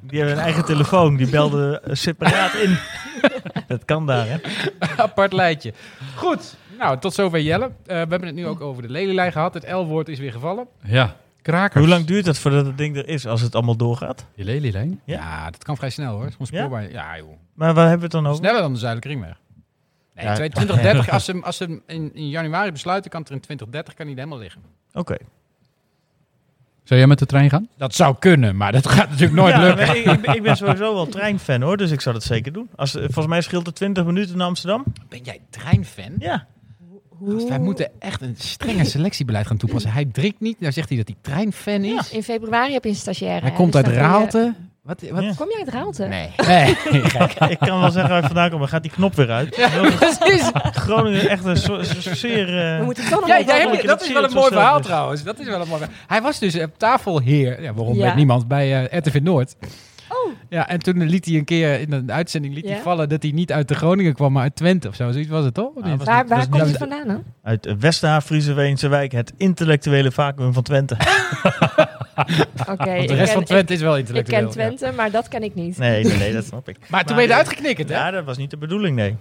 F: Die hebben een eigen telefoon, die belden eh, separaat in. dat kan daar, hè?
C: apart lijntje. Goed, nou, tot zover Jelle. Eh, we hebben het nu ook over de lelielijn gehad. Het L-woord is weer gevallen.
E: Ja, krakers.
F: Hoe lang duurt dat voordat het ding er is, als het allemaal doorgaat?
E: Die lelielijn?
F: Ja.
C: Ja, dat kan vrij snel, hoor. Soms
F: Ja?
C: spoorbaar. Ja, joh.
F: Maar waar hebben we het dan over?
C: Sneller dan de Zuidelijke Ringweg. Nee,
F: Ja,
C: 2030, als ze, hem- als ze hem in, in januari besluiten, kan het er in 2030 kan hij er helemaal liggen.
F: Oké.
E: Zou jij met de trein gaan?
C: Dat zou kunnen, maar dat gaat natuurlijk nooit
F: Ja,
C: lukken.
F: maar ik, ik ben- ik ben sowieso wel treinfan hoor, dus ik zou dat zeker doen. Als, eh, volgens mij scheelt het 20 minuten naar Amsterdam.
C: Ben jij treinfan?
F: Ja.
C: Gast, Wij moeten echt een strenger selectiebeleid gaan toepassen. Hij drinkt niet, nou zegt hij dat hij treinfan is.
G: In februari heb je een stagiaire.
C: Hij
G: hè,
C: komt
G: dus
C: uit
G: dan kun je-
C: Raalte. eh, Wat, wat?
F: Ja.
G: Kom jij uit Raalte?
C: Nee. nee.
F: Ik kan wel zeggen waar ik vandaan kom, maar gaat die knop weer uit.
C: Precies.
F: Groningen echt een zo- zo- zeer... eh,
G: We moeten toch nog
C: Ja,
G: wel
C: ja,
G: door.
C: heb je-
F: dat
C: dat is
F: zie
C: wel
F: je
C: een
F: het
C: mooi
F: vanzelf
C: verhaal
F: dus.
C: trouwens. Dat is wel een mooi verhaal. Hij was dus op tafelheer, ja, waarom
G: Ja.
C: weet niemand, bij eh RTV Noord.
G: Oh.
C: Ja, en toen liet hij een keer in een uitzending liet hij
G: Ja.
C: vallen dat hij niet uit de Groningen kwam, maar uit Twente of zo. Zoiets was het nou toch? Of
F: Ah,
C: niet?
F: was
G: Waar, waar
F: Dat is
G: komt
F: niet-
G: hij vandaan dan?
F: Uit Westhaaf, Friese wijk, het intellectuele vacuüm van Twente.
G: Oké,
C: Ah, Want
G: ik
C: de rest
G: ken-
C: van Twente is wel
G: ik- Ik
C: intellectueel.
G: ken
C: ja.
G: Twente, maar dat ken ik niet.
F: Nee, nee, nee, dat snap ik.
C: Maar toen ben je
F: Maar, eh,
C: eruit geknikkerd, hè?
F: Ja, dat was niet de bedoeling, nee.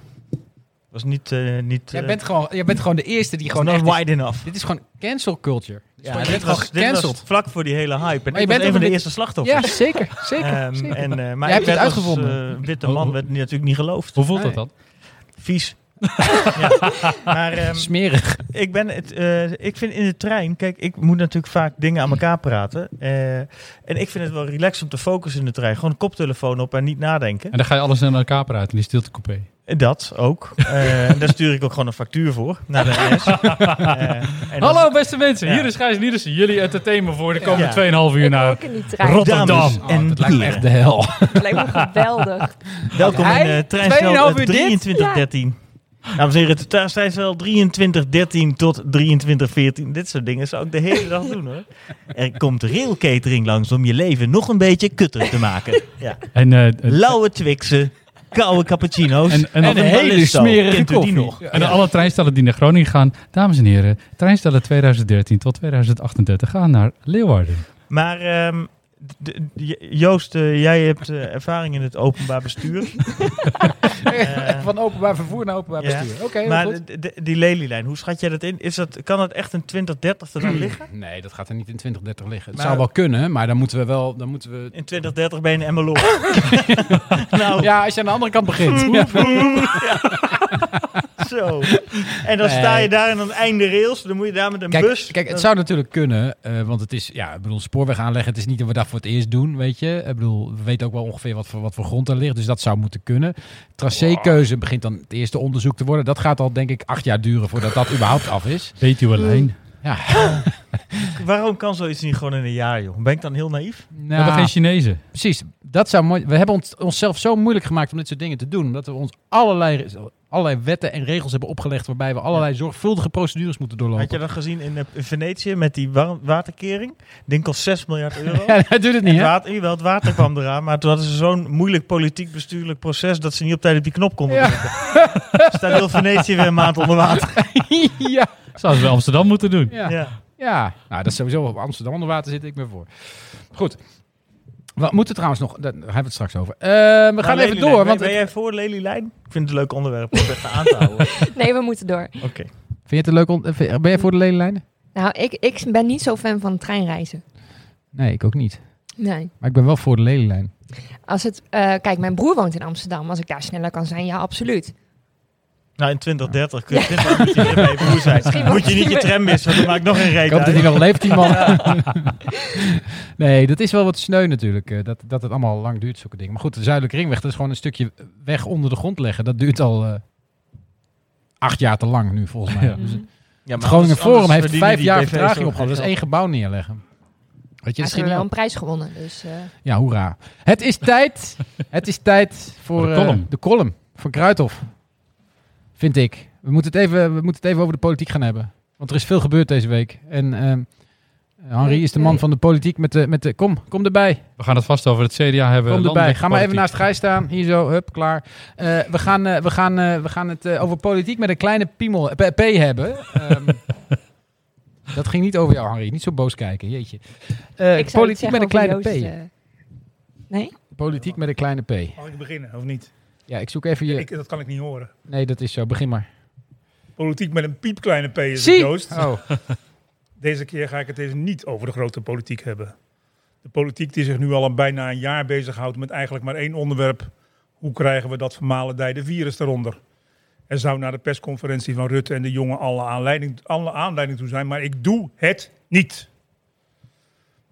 F: was niet... eh niet
C: Jij
F: eh,
C: bent, gewoon, jij bent gewoon de eerste die gewoon
F: not
C: echt... is-
F: wide enough.
C: dit is gewoon cancel culture. Dit is
F: Ja,
C: gewoon- je
F: dit
C: bent gewoon
F: was, dit was
C: gecanceld.
F: vlak voor die hele hype. En
C: je
F: ik
C: bent
F: ben een
C: ook
F: van de
C: een-
F: eerste slachtoffers.
C: Ja, zeker. zeker,
F: Ehm,
C: zeker.
F: en, eh, maar
C: Jij hebt het
F: ik werd als
C: uitgevonden.
F: eh, witte
E: Oh, oh.
F: man werd natuurlijk niet geloofd.
E: Hoe voelt dat
C: Nee.
E: dan?
F: Vies. ja. Maar ehm,
C: Smerig.
F: ik ben het, eh, ik vind in de trein, kijk, ik moet natuurlijk vaak dingen aan elkaar praten. eh, en ik vind het wel relaxed om te focussen in de trein. Gewoon koptelefoon op en niet nadenken.
E: En dan ga je alles aan elkaar praten in die stiltecoupé.
F: Dat ook. Eh, en daar stuur ik ook gewoon een factuur voor naar de NS. Eh, en dat-
E: Hallo beste mensen,
F: Ja.
E: hier is Gijs Nielsen. Jullie entertainment voor de
F: Ja.
E: komende 2,5 uur
G: Ik
E: naar
G: ook in die trein.
F: Rotterdam.
E: Dames
C: Oh,
F: en
C: dat lijkt me
F: bier.
C: echt de hel.
G: Het lijkt me geweldig.
F: Welkom in
C: Hij?
F: eh treinstel
C: 2,5
F: eh,
C: uur dit?
F: 2313. Dames en heren, tra- treinstel 2313 tot 2314. Dit soort dingen zou ik de hele dag doen hoor. Er komt railcatering langs om je leven nog een beetje kutter te maken. Ja.
E: En, eh, en,
F: Lauwe Twixen, koude cappuccino's
E: En-
F: en,
E: en
F: een hele smerige koffie. Die nog?
E: en alle treinstellen die naar Groningen gaan. Dames en heren, treinstellen 2013 tot 2038 gaan naar Leeuwarden.
F: Maar ehm, de- de- Joost, eh, jij hebt eh, ervaring in het openbaar bestuur. Eh,
C: Van openbaar vervoer naar openbaar
F: Ja.
C: bestuur. Oké, heel
F: maar
C: goed.
F: de- de- die lelielijn, hoe schat jij dat in? Is dat, kan het echt een 2030 er dan liggen?
C: Nee, dat gaat er niet in 2030 liggen. Het
F: Maar-
C: zou wel kunnen, maar dan moeten we wel... Dan moeten we...
F: In 2030 ben je een emmeloor. nou,
C: Ja, als je aan de andere kant begint. Ja.
F: zo. En dan
C: Nee.
F: sta je daar en dan einde rails. Dan moet je daar met een
C: Kijk,
F: bus.
C: kijk, het zou natuurlijk kunnen, eh, want het is, ja, ik bedoel, spoorweg aanleggen, het is niet dat we dat voor het eerst doen, weet je. Ik bedoel, we weten ook wel ongeveer wat voor, wat voor grond er ligt, dus dat zou moeten kunnen. Tracékeuze begint dan het eerste onderzoek te worden. Dat gaat al, denk ik, acht jaar duren voordat dat überhaupt af is.
E: Betuwe lijn.
C: Ja,
F: Waarom kan zoiets niet gewoon in een jaar, joh? Ben ik dan heel naïef?
E: We hebben
C: Nou,
E: geen Chinezen.
C: precies. Dat zou mooi, we hebben ons, onszelf zo moeilijk gemaakt om dit soort dingen te doen, omdat we ons allerlei, allerlei wetten en regels hebben opgelegd waarbij we allerlei zorgvuldige procedures moeten doorlopen.
F: Had je dat gezien in, eh, in Venetië met die warm- waterkering? Ding kost 6 miljard euro.
C: Ja, dat doet het niet, hè?
F: Het water, jawel, het water kwam eraan, maar toen hadden ze zo'n moeilijk politiek bestuurlijk proces dat ze niet op tijd op die knop konden
C: Ja.
F: drukken. Staat heel Venetië weer een maand onder water.
C: ja.
E: Zouden we Amsterdam moeten doen.
C: ja.
F: Ja.
C: Ja, nou, dat is sowieso op Amsterdam onder water zit ik me voor. Goed. We moeten trouwens nog, daar hebben we het straks over. Eh, we gaan even door, want
F: Nou, ben
C: het-
F: jij voor Lelylijn? Ik vind het een leuk onderwerp om even aan te houden.
G: Nee, we moeten door.
F: Oké.
C: vind je het een leuk? on- eh, vind- Ben jij voor de ledenlijnen?
G: Nou, ik, ik ben niet zo fan van treinreizen.
C: Nee, ik ook niet.
G: Nee.
C: Maar ik ben wel voor de ledenlijn.
G: Als het, eh, kijk, mijn broer woont in Amsterdam. Als ik daar sneller kan zijn, ja, absoluut.
F: Nou, in 2030 kun je dit moet je weer bij je broer zijn. Moet je niet je tram missen, want dan maak ik nog een
C: Ik
F: reet
C: hoop dat hij
F: uit.
C: nog leeft, die man. nee, dat is wel wat sneu natuurlijk. eh, Dat, dat het allemaal lang duurt, zulke dingen. Maar goed, de Zuidelijke Ringweg, dat is gewoon een stukje weg onder de grond leggen. Dat duurt al eh, acht jaar te lang nu, volgens mij.
E: Ja.
H: Mhm.
C: Dus het
F: Ja, maar
C: Groningen
F: anders-
C: Forum
F: anders
C: heeft
F: verdienen
C: vijf
F: die
C: jaar
F: BV's
C: vertraging
F: ook
C: opgehouden. Dat
F: geen
C: is één gebouw neerleggen. Weet je,
G: Hij
C: dat is
G: heeft er wel
C: geniaal.
G: een prijs gewonnen. Dus, eh,
C: Ja, hoera. Het is tijd, het is tijd voor
E: Voor de
C: eh,
E: column.
C: de column van Kruithof. Vind ik. We moeten, het even, we moeten het even over de politiek gaan hebben. Want er is veel gebeurd deze week. En ehm Henri is de man van de politiek met de... Met de kom, kom erbij.
E: We gaan het vast over het CDA hebben.
C: Kom erbij.
E: landelijke
C: Ga maar even
E: politiek.
C: naast Gijs staan. Hier zo, hup, klaar. Eh, we, gaan, eh, we, gaan, eh, we gaan het eh, over politiek met een kleine piemel, eh, P, hebben. Ehm, dat ging niet over jou, Henri. Niet zo boos kijken, jeetje. Eh,
G: ik zou iets
C: politiek
G: zeggen
C: met een
G: over
C: kleine
G: Joost,
C: P.
G: eh, nee?
C: Politiek met een kleine P.
H: Mag ik beginnen of niet?
C: Ja, ik zoek even je...
H: Ik, dat kan ik niet horen.
C: Nee, dat is zo. Begin maar.
H: Politiek met een piepkleine P is het,
C: Zie!
H: Joost.
C: Oh,
H: Deze keer ga ik het eens niet over de grote politiek hebben. De politiek die zich nu al een, bijna een jaar bezighoudt met eigenlijk maar één onderwerp. Hoe krijgen we dat vermalendijde virus eronder? Er zou na de persconferentie van Rutte en de jongen alle, aanleiding, alle aanleiding toe zijn, maar ik doe het niet.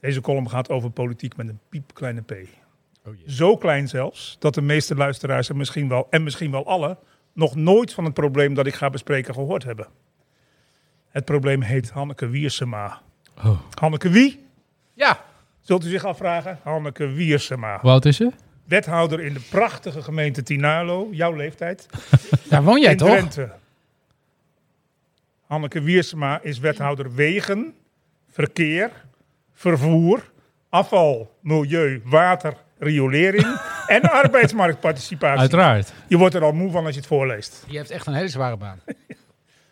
H: Deze column gaat over politiek met een piepkleine p. Zo klein zelfs, dat de meeste luisteraars en misschien wel, en misschien wel alle... nog nooit van het probleem dat ik ga bespreken gehoord hebben. Het probleem heet Hanneke Wiersema.
E: Oh.
H: Hanneke wie?
C: ja.
H: Zult u zich afvragen? Hanneke Wiersema.
E: Hoe oud is ze?
H: Wethouder in de prachtige gemeente Tinalo, jouw leeftijd,
C: Daar woon jij
H: in
C: toch?
H: Drenthe. Hanneke Wiersema is wethouder wegen, verkeer, vervoer, afval, milieu, water, riolering en arbeidsmarktparticipatie.
E: Uiteraard.
H: Je wordt er al moe van als je het voorleest.
C: Je hebt echt een hele zware baan.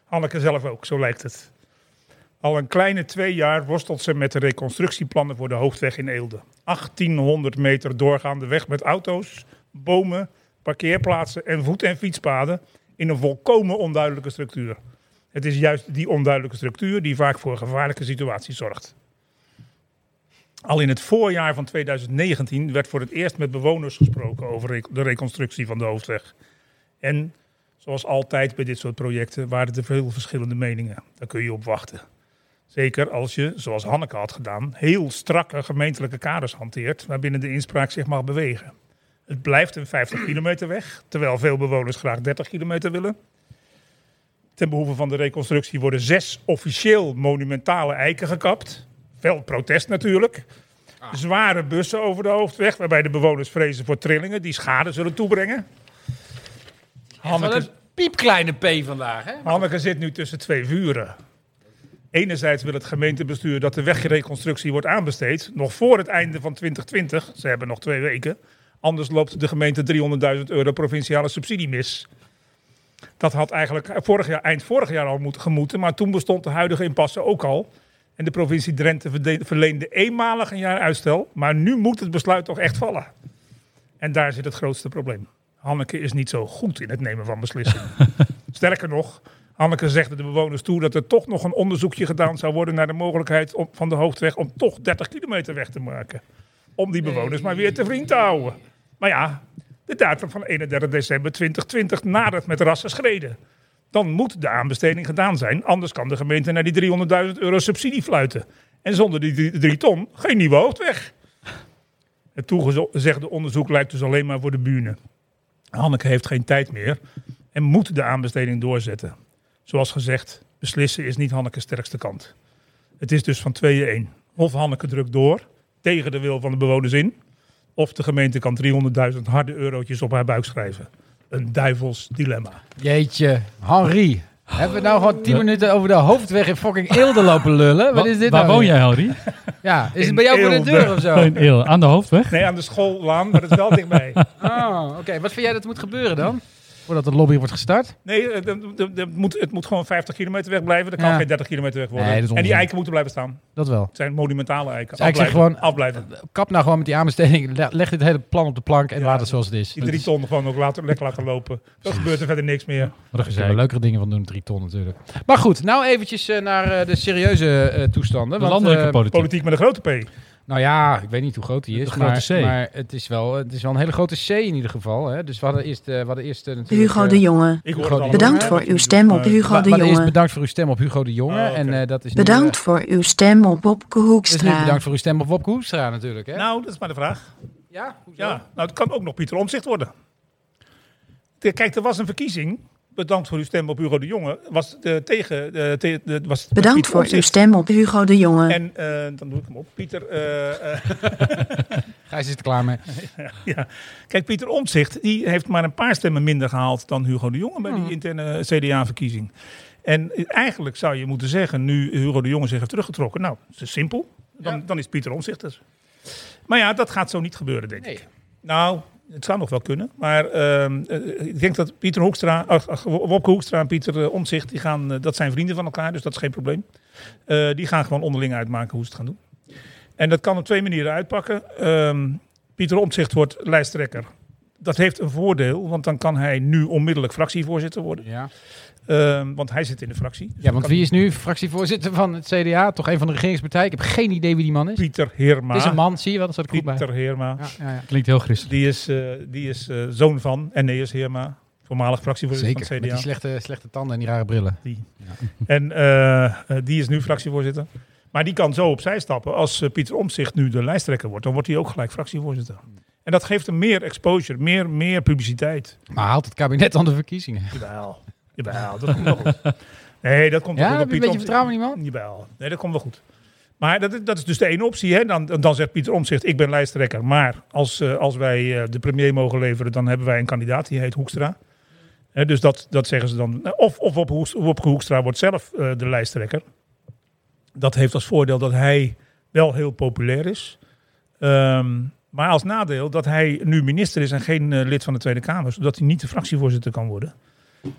H: Hanneke zelf ook, zo lijkt het. Al een kleine twee jaar worstelt ze met de reconstructieplannen voor de hoofdweg in Eelde. 1800 meter doorgaande weg met auto's, bomen, parkeerplaatsen en voet- en fietspaden in een volkomen onduidelijke structuur. Het is juist die onduidelijke structuur die vaak voor gevaarlijke situaties zorgt. Al in het voorjaar van 2019 werd voor het eerst met bewoners gesproken over re- de reconstructie van de hoofdweg. En Zoals altijd bij dit soort projecten waren er veel verschillende meningen. Daar kun je op wachten. Zeker als je, zoals Hanneke had gedaan, heel strakke gemeentelijke kaders hanteert waarbinnen de inspraak zich mag bewegen. Het blijft een 50 kilometer weg, terwijl veel bewoners graag 30 kilometer willen. Ten behoeve van de reconstructie worden zes officieel monumentale eiken gekapt. Wel protest natuurlijk. Zware bussen over de hoofdweg, waarbij de bewoners vrezen voor trillingen die schade zullen toebrengen. Hanneke,
C: piepkleine P vandaag, hè?
H: Hanneke zit nu tussen twee vuren. Enerzijds wil het gemeentebestuur dat de wegreconstructie wordt aanbesteed, nog voor het einde van 2020. Ze hebben nog twee weken. Anders loopt de gemeente 300.000 euro provinciale subsidie mis. Dat had eigenlijk vorig jaar, eind vorig jaar al moeten gemoeten, maar toen bestond de huidige impasse ook al. En En de provincie Drenthe verde- verleende eenmalig een jaar uitstel. Maar nu moet het besluit toch echt vallen. En daar zit het grootste probleem. Hanneke is niet zo goed in het nemen van beslissingen. Sterker nog, Hanneke zegt er de bewoners toe dat er toch nog een onderzoekje gedaan zou worden naar de mogelijkheid om, van de hoofdweg om toch 30 kilometer weg te maken. Om die bewoners maar weer te vriend te houden. Maar ja, de datum van 31 december 2020 nadert met rassen schreden. Dan moet de aanbesteding gedaan zijn, anders kan de gemeente naar die 300.000 euro subsidie fluiten. En zonder die drie, drie ton geen nieuwe hoofdweg. Het toegezegde onderzoek lijkt dus alleen maar voor de buren. Hanneke heeft geen tijd meer en moet de aanbesteding doorzetten. Zoals gezegd, beslissen is niet Hanneke's sterkste kant. Het is dus van tweeën één. Of Hanneke drukt door, tegen de wil van de bewoners in... of de gemeente kan 300.000 harde eurotjes op haar buik schrijven. Een duivels dilemma.
C: Jeetje, Henri. Hebben we nou gewoon 10 minuten over de hoofdweg in fucking Eelde lopen lullen? Wat
E: Wa-
C: is dit
E: Waar
C: nou
E: woon
C: weer?
E: jij, Henry?
C: Ja, is
H: In
C: het bij jou voor de
H: Eelde.
C: deur of zo?
E: In Eel, aan de hoofdweg.
H: Nee, aan de schoollaan, maar dat is wel dichtbij.
C: Oh, oké. Wat vind jij dat moet gebeuren dan? Voordat de lobby wordt gestart?
H: Nee, eh, dat- dat- dat moet, het moet gewoon 50 kilometer weg blijven. Dat kan
C: Ja.
H: geen 30 kilometer weg worden.
C: Nee, dat is
H: en die
C: onzin.
H: eiken moeten blijven staan.
C: Dat wel.
H: Het zijn monumentale eiken.
C: Dus eigenlijk
H: Afblijven,
C: gewoon-
H: afblijven.
C: Kap nou gewoon met die aanbesteding. Le- Leg dit hele plan op de plank en
H: Ja,
C: laat het zoals het is.
H: Die drie ton gewoon ook later, lekker laten lopen. Dan gebeurt er verder niks meer.
C: Daar kunnen we leukere dingen van doen, drie ton natuurlijk. Maar goed, nou eventjes eh, naar eh, de serieuze eh, toestanden.
E: De
C: want,
E: landelijke
C: eh,
E: politiek.
H: Politiek met een grote P.
C: Nou ja, ik weet niet hoe groot die is.
E: De
C: maar,
E: grote C.
C: maar het is, wel, het is wel een hele grote C in ieder geval. Hè. Dus we hadden eerst, eh, we hadden eerst eh, natuurlijk...
I: Hugo
C: eh,
I: de Jonge.
H: Ik hoor
C: Grote
H: het allemaal,
I: Bedankt
H: hè,
I: voor
H: wat je
I: uw
H: doet.
I: stem op
H: Maar-
I: Hugo
C: wa-
I: de
C: wa- eerst
I: Jonge.
C: bedankt voor uw stem op Hugo de Jonge.
H: Oh, oké.
C: En eh, dat is nu,
I: Bedankt
C: eh,
I: voor uw stem op Bobke
C: dat is nu
I: Hoekstra.
C: bedankt voor uw stem op Wopke Hoekstra natuurlijk. Hè?
H: Nou, dat is maar de vraag.
C: ja, hoezo?
H: Ja, nou, het kan ook nog Pieter Omzicht worden. De- Kijk, er was een verkiezing. Bedankt voor uw stem op Hugo de Jonge. Was eh, tegen. eh, te- de- was
I: Bedankt
H: Pieter
I: voor uw
H: Omtzigt.
I: stem op Hugo de Jonge.
H: En eh, dan doe ik hem op. Pieter. eh, eh,
C: Gijs is er klaar mee.
H: Ja. Kijk, Pieter Omtzigt die heeft maar een paar stemmen minder gehaald dan Hugo de Jonge
I: Hmm.
H: bij die interne eh, CDA-verkiezing. En eigenlijk zou je moeten zeggen, nu Hugo de Jonge zich heeft teruggetrokken, nou, het is simpel, dan, dan is Pieter Omtzigt er. Maar ja, dat gaat zo niet gebeuren, denk
C: Nee.
H: ik. Nou, het zou nog wel kunnen, maar ehm, eh, ik denk dat Pieter Hoekstra, ach, ach, Wopke Hoekstra en Pieter eh, Omtzigt, die gaan, eh, dat zijn vrienden van elkaar, dus dat is geen probleem. Eh, die gaan gewoon onderling uitmaken hoe ze het gaan doen. En dat kan op twee manieren uitpakken. Ehm, Pieter Omtzigt wordt lijsttrekker. Dat heeft een voordeel, want dan kan hij nu onmiddellijk fractievoorzitter worden.
C: Ja.
H: Ehm, want hij zit in de fractie. Dus
C: ja,
H: dat
C: want
H: kan
C: wie is nu fractievoorzitter van het CDA? Toch een van de regeringspartijen? Ik heb geen idee wie die man is.
H: Pieter Heerma.
C: Het is een man, zie je wel? Dat staat er goed bij.
H: Pieter Heerma.
C: Ja, ja, ja.
E: Klinkt heel christelijk.
H: Die is, eh, die is eh, zoon van Eneas Heerma, voormalig fractievoorzitter
C: Zeker,
H: van
C: met
H: het CDA.
C: die slechte, slechte tanden en die rare brillen.
H: En eh, eh, die is nu fractievoorzitter. Maar die kan zo opzij stappen. Als eh, Pieter Omtzigt nu de lijsttrekker wordt, dan wordt hij ook gelijk fractievoorzitter. En dat geeft hem meer exposure, meer, meer publiciteit.
C: Maar haalt het kabinet dan de verkiezingen?
H: Jawel. Jawel, dat komt wel goed. Nee, dat komt wel
C: Ja,
H: goed.
C: heb je een
H: Pieter
C: beetje vertrouwen in die man?
H: Omtzigt- Jawel. Nee, dat komt wel goed. Maar dat, is- dat is dus de ene optie. Hè? Dan, dan zegt Pieter Omtzigt, ik ben lijsttrekker. Maar als, eh, als wij eh, de premier mogen leveren, dan hebben wij een kandidaat. Die heet Hoekstra. Hè, dus dat, dat zeggen ze dan. Nou, Of, of op, Hoeks- op Hoekstra wordt zelf eh, de lijsttrekker. Dat heeft als voordeel dat hij wel heel populair is. Ehm, maar als nadeel dat hij nu minister is en geen eh, lid van de Tweede Kamer. Zodat hij niet de fractievoorzitter kan worden.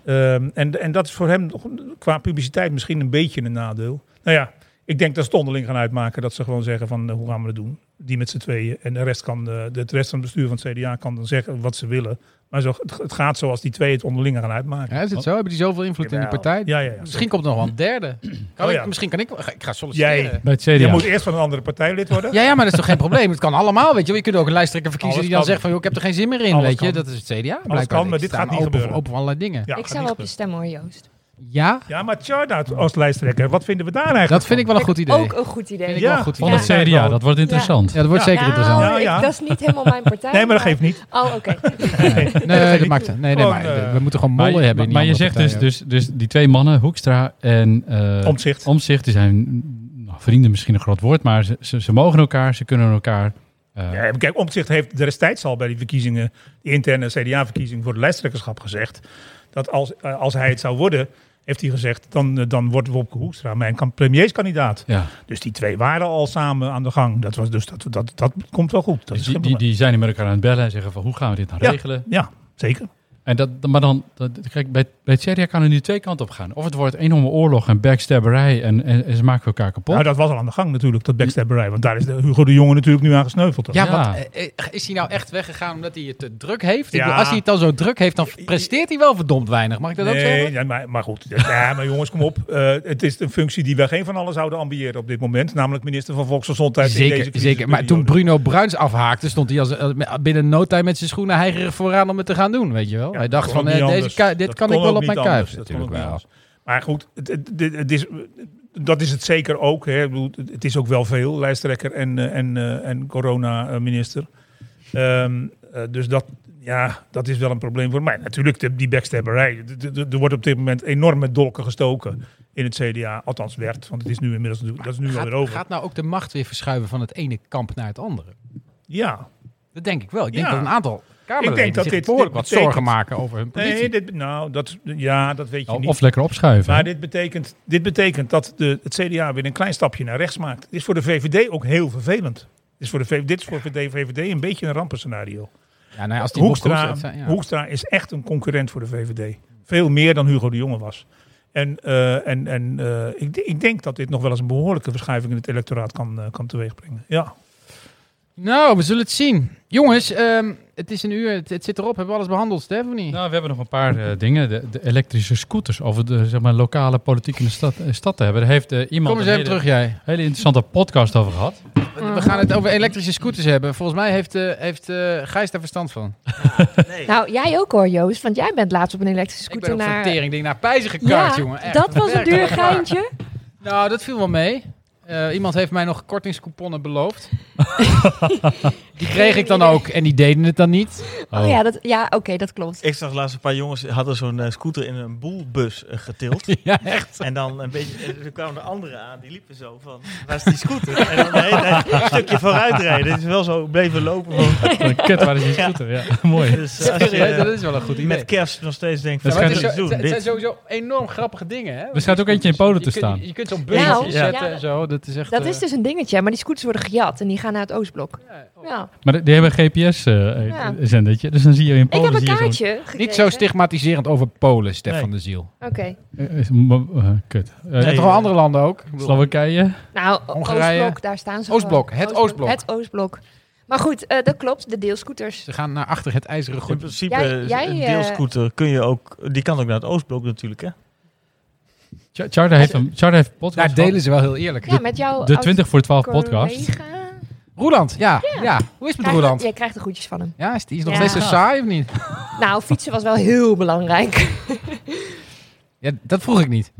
H: Ehm, en, en dat is voor hem nog- qua publiciteit misschien een beetje een nadeel. Nou ja, ik denk dat ze het onderling gaan uitmaken. Dat ze gewoon zeggen van eh, hoe gaan we dat doen? Die met z'n tweeën. En de rest, kan, eh, de, de rest van het bestuur van het CDA kan dan zeggen wat ze willen. Maar zo, het, het gaat zoals die twee het onderling gaan uitmaken.
C: Ja, is het zo? Hebben die zoveel invloed in die
F: Jawel.
C: partij?
H: Ja, ja, ja.
C: Misschien komt er nog wel een derde. Kan
H: Oh
C: ik-
H: ja.
C: misschien kan ik... ga- Ik ga solliciteren.
H: Jij.
E: Bij het CDA.
H: Je moet eerst van een andere partij lid worden.
C: Ja, ja, maar dat is toch geen probleem? Het kan allemaal, weet je wel. Je kunt ook een lijsttrekker verkiezen
H: Alles
C: die dan
H: kan.
C: zegt van... Joh, ik heb er geen zin meer in,
H: Alles
C: weet je.
H: kan.
C: Dat is het CDA.
H: kan, maar
C: Ik
H: dit
C: sta
H: gaat niet
C: open, voor-
H: gebeuren.
C: open voor allerlei dingen.
H: Ja,
G: ik
H: gaat
G: zou wel
H: niet
G: op je stem hoor, Joost.
C: Ja,
H: gebeuren. Ja, maar Tjarda als lijsttrekker, wat vinden we daar eigenlijk?
C: dat vind ik wel een goed idee.
G: Ook een goed idee.
C: Vind ik
H: Ja.
C: wel een goed
E: Van
C: idee.
E: het CDA, dat wordt interessant.
C: Ja, dat wordt zeker
G: Nou,
C: interessant.
H: Ja, ja.
G: ik- dat is niet helemaal mijn partij.
H: Nee, maar dat geeft niet.
G: Oh, oké.
C: Nee, dat maakt... Nee, nee,
H: Gewoon,
C: maar we-
H: eh,
C: we moeten gewoon
E: Maar,
C: mollen
E: je-
C: hebben in die
E: maar je
C: andere
E: zegt dus,
C: partijen.
E: dus, dus die twee mannen, Hoekstra en eh
H: Omtzigt.
E: Omtzigt, die zijn mm, nou, vrienden misschien een groot woord, maar ze, ze, ze mogen elkaar, ze kunnen elkaar. eh,
H: Ja, maar kijk, Omtzigt heeft destijds al bij die verkiezingen, de interne CDA-verkiezing voor de lijsttrekkerschap gezegd, dat als, eh, als hij het zou worden, heeft hij gezegd, dan, eh, dan wordt Wopke Hoekstra mijn kan- premierskandidaat.
E: ja.
H: Dus die twee waren al samen aan de gang. Dat, was dus, dat, dat, dat komt wel goed. Dat is
E: Die,
H: geen
E: die,
H: probleem.
E: die zijn met elkaar aan het bellen en zeggen van hoe gaan we dit nou
H: Ja.
E: regelen?
H: Ja, zeker.
E: En dat, maar dan, dat, kijk, bij, bij Tsjechië kan het nu twee kanten op gaan. Of het wordt enorme oorlog en backstabberij en, en, en ze maken elkaar kapot.
H: Nou, dat was al aan de gang natuurlijk, dat backstabberij. Want daar is de Hugo de Jonge natuurlijk nu aan gesneuveld.
C: Ja,
E: Ja.
C: want eh, eh, is hij nou echt weggegaan omdat hij het te druk heeft? Ik
H: Ja.
C: bedoel, als hij het dan zo druk heeft, dan presteert hij wel verdomd weinig. Mag ik dat ook
H: Nee,
C: zeggen?
H: ja, maar, maar goed. Ja, maar jongens, kom op. Eh, het is een functie die wij geen van alles zouden ambiëren op dit moment. Namelijk minister van Volksgezondheid. in deze
C: Zeker,
H: crisisperiode.
C: zeker. Maar toen Bruno Bruins afhaakte, stond hij als, als- binnen no time met zijn schoenen heigerig vooraan om het te gaan doen, weet je wel.
H: Ja,
C: hij
H: dat
C: dacht
H: kon
C: van,
H: ook
C: eh,
H: niet
C: deze
H: anders.
C: ka- dit
H: Dat
C: kan ik
H: kon
C: wel
H: ook
C: op
H: niet
C: mijn
H: anders.
C: kuif.
H: Dat kon
C: Natuurlijk
H: ook niet
C: wel.
H: anders. Maar goed, het, het, het- het is, dat is het zeker ook. Hè. Ik bedoel, Het is ook wel veel, lijsttrekker en, eh, en, eh, en corona-minister. Ehm, eh, dus dat, ja, dat is wel een probleem voor mij. Natuurlijk, de- die backstabberij. De- de- de- Er wordt op dit moment enorm met dolken gestoken in het CDA. Althans, werd, want het is nu inmiddels natuurlijk- dat is nu
C: Gaat,
H: alweer over.
C: gaat nou ook de macht weer verschuiven van het ene kamp naar het andere?
H: Ja,
C: Dat denk ik wel. Ik denk
H: Ja.
C: dat een aantal Kamerleden
H: dat
C: zich
H: dit-
C: behoorlijk
H: dit
C: wat zorgen
H: betekent-
C: maken over hun positie.
H: nee, dit, nou, dat, ja, dat
C: Nou,
H: weet je niet.
E: of lekker opschuiven.
H: Maar dit betekent, dit betekent dat de, het CDA weer een klein stapje naar rechts maakt. Dit is voor de VVD ook heel vervelend. Dit is voor de VVD, dit is voor de VVD een beetje een rampenscenario.
C: ja, nou ja, als die Hoekstra,
H: Hoekstra,
C: het zijn, ja.
H: Hoekstra is echt een concurrent voor de VVD. Veel meer dan Hugo de Jonge was. En, eh, en, en eh, ik, ik denk dat dit nog wel eens een behoorlijke verschuiving in het electoraat kan, eh, kan teweegbrengen. Ja.
C: Nou, we zullen het zien. Jongens, ehm, het is een uur, het, het zit erop. Hebben we alles behandeld, Stef, of niet?
E: Nou, we hebben nog een paar eh, dingen. De, de elektrische scooters over de zeg maar, lokale politiek in de stad, eh, stad te hebben. Daar heeft eh, iemand
C: Kom eens
E: een
C: even
E: hele,
C: terug, jij.
E: hele interessante podcast over gehad.
C: We gaan het over elektrische scooters hebben. Volgens mij heeft, eh, heeft eh, Gijs daar verstand van.
G: Nou, jij ook hoor, Joost. Want jij bent laatst op een elektrische
C: Ik
G: scooter
C: ben op zo'n
G: naar...
C: teringding naar Pijzen
G: ja,
C: gekaart, jongen. Echt,
G: dat was een duur
C: werkelijk waar.
G: geintje.
C: Nou, dat viel wel mee. Eh, iemand heeft mij nog kortingscouponnen beloofd. die kreeg ik dan ook en die deden het dan niet.
G: Oh ja, dat- ja oké, dat klopt.
F: Ik zag laatst een paar jongens hadden zo'n eh, scooter in een boelbus eh, getild.
C: ja, echt.
F: En dan een beetje, eh, er kwamen er anderen aan, die liepen zo van, waar is die scooter? En dan de hele tijd een stukje vooruit rijden. Het is wel zo, bleven lopen. Want,
E: Wat Kut, waar is die scooter? Ja, mooi.
F: dus als je
C: Ja, dat
F: eh,
C: is wel een goed idee.
F: met kerst nog steeds denkt,
E: Dat
F: van,
C: Ja, maar
F: wat
C: het, is zo-
F: is
E: schijnt-
F: doen?
C: het- het zijn
F: Dit.
C: sowieso enorm grappige dingen. Hè?
E: Er staat ook eentje in Polen te
C: Je kunt-
E: staan.
C: Je kunt zo'n
G: Ja,
C: beugeltje
G: Nou, ja,
C: zetten
G: dat-
C: en zo. Dat is echt...
G: Dat
C: eh,
G: is dus een dingetje, maar die scooters worden gejat en die gaan naar het Oostblok.
C: oh.
G: Ja.
E: Maar die- die hebben een
G: Ja.
E: GPS-zendertje. eh, Dus dan zie je in
G: Ik
E: Polen...
G: heb een
E: zie je zo'n-
G: kaartje gekregen.
C: Niet zo stigmatiserend over Polen, Stef
F: Nee.
C: van de Ziel.
G: Oké.
E: Eh, eh, mo- eh, kut. Eh,
C: Er zijn toch wel andere landen ook? Ik bedoel-
E: Slowakije.
G: Nou,
C: Hongarije.
G: Oostblok, daar staan ze
C: Oostblok,
G: gewoon.
C: het Oostblok.
G: Het Oostblok. Maar goed, eh, dat klopt, de deelscooters.
C: Ze gaan naar achter het ijzeren
F: In
C: gordijn.
F: principe,
G: Jij-
F: eh,
G: jij,
F: een
G: eh,
F: deelscooter kun je ook, die kan ook naar het Oostblok natuurlijk, hè?
E: Char- Charda heeft een Charda heeft een podcast
C: Daar delen ze wel heel eerlijk.
G: Ja, met jouw
E: gehad. De
G: oud-
E: 20 voor 12 podcast.
G: collega.
C: Roeland, ja, ja. Hoe is het met
G: Krijg-
C: Roeland?
G: Jij krijgt de groetjes van hem.
C: Ja, is die is nog
G: Ja.
C: steeds zo saai of niet?
G: Nou, fietsen was wel heel belangrijk.
C: Ja, dat vroeg ik niet.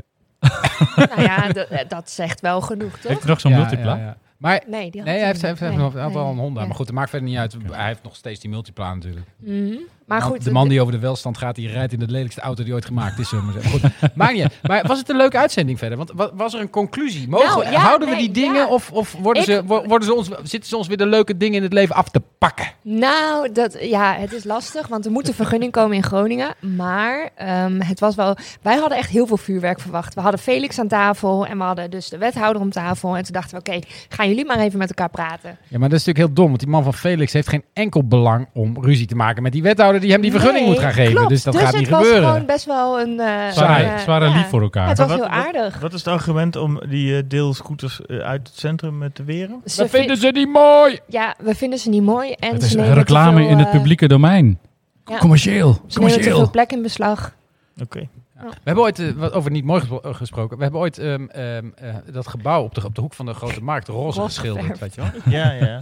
G: nou ja, d- eh, dat zegt wel genoeg, toch?
E: Heeft hij nog zo'n
C: Ja,
E: multipla?
C: ja, ja. Maar
G: Nee, die had
C: nee, hij heeft, hij heeft, hij
G: niet.
C: heeft
G: Nee,
C: nog een aantal
G: nee.
C: een Honda.
G: Ja.
C: Maar goed, dat maakt verder niet uit. Hij heeft nog steeds die multipla natuurlijk.
G: Mhm. Maar
C: Man-
G: goed,
C: de man die over de welstand gaat, die rijdt in de lelijkste auto die ooit gemaakt is. zullen we maar zeggen. Goed, maakt niet uit. Maar was het een leuke uitzending verder? Want wa- was er een conclusie? Mogen,
G: Nou,
C: we-
G: ja,
C: houden we
G: nee,
C: die dingen
G: ja.
C: of, of worden
G: Ik-
C: ze, wo- worden ze ons, zitten ze ons weer de leuke dingen in het leven af te pakken?
G: Nou, dat, ja, het is lastig, want er moet een vergunning komen in Groningen. Maar ehm, het was wel. Wij hadden echt heel veel vuurwerk verwacht. We hadden Felix aan tafel en we hadden dus de wethouder om tafel. En toen dachten we, oké, gaan jullie maar even met elkaar praten.
C: Ja, maar dat is natuurlijk heel dom. Want die man van Felix heeft geen enkel belang om ruzie te maken met die wethouder die hem die vergunning
G: Nee,
C: moet gaan geven.
G: klopt.
C: dus dat gaat niet
G: het was
C: gebeuren.
G: gewoon best wel een. eh,
E: Ze waren-
G: eh,
E: ze waren
G: ja.
E: lief voor
G: Ja,
E: elkaar.
G: het was
F: Maar
G: heel
F: wat-
G: aardig.
F: Wat is het argument om die eh, deelscooters eh, uit het centrum eh, te weren?
G: Ze
C: We
G: vin-
C: vinden ze niet mooi.
G: Ja, we vinden ze niet mooi. En
E: Het
G: ze
E: is
G: nemen te
E: reclame
G: veel,
E: in het
G: eh,
E: publieke domein.
G: ja.
E: Commercieel.
G: Ze nemen te
E: Commercieel.
G: veel plek in beslag.
F: Oké.
C: We hebben ooit, eh, wat over niet mooi gespro- eh, gesproken, we hebben ooit ehm, ehm, eh, dat gebouw op de, op de hoek van de Grote Markt roze
G: Roze
C: geschilderd.
G: geverfd.
C: Weet je wel?
F: Ja, ja.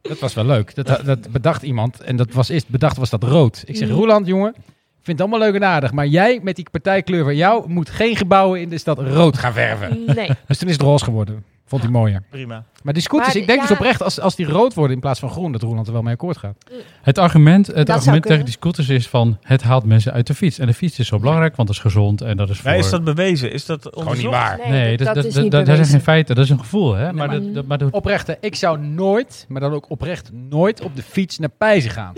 C: Dat was wel leuk. Dat, dat bedacht iemand en dat was eerst bedacht was dat rood. Ik zeg,
G: Mhm.
C: Roeland jongen, ik vind het allemaal leuk en aardig, maar jij met die partijkleur van jou moet geen gebouwen in de stad rood gaan verven.
G: Nee.
C: Dus toen is het roze geworden. Vond hij mooier.
F: Prima.
C: Maar die scooters,
G: Maar
C: ik denk
G: ja.
C: dus oprecht, als, als die rood worden in plaats van groen, dat Roeland er wel mee akkoord gaat.
E: Het argument, het
G: zou
E: argument tegen
G: kunnen.
E: die scooters is van... het haalt mensen uit de fiets. En de fiets is zo belangrijk, want dat is gezond. En dat is voor...
F: Maar is dat bewezen? Is dat onderzocht?
C: waar.
E: Nee, dat, dat,
G: is
E: dat,
G: niet
E: dat zijn
G: bewezen.
E: geen feiten. Dat is een gevoel, hè? Maar,
C: maar-
E: dat, dat, maar dat-
C: Oprecht, hè, ik zou nooit, maar dan ook oprecht nooit, op de fiets naar Pijzen gaan.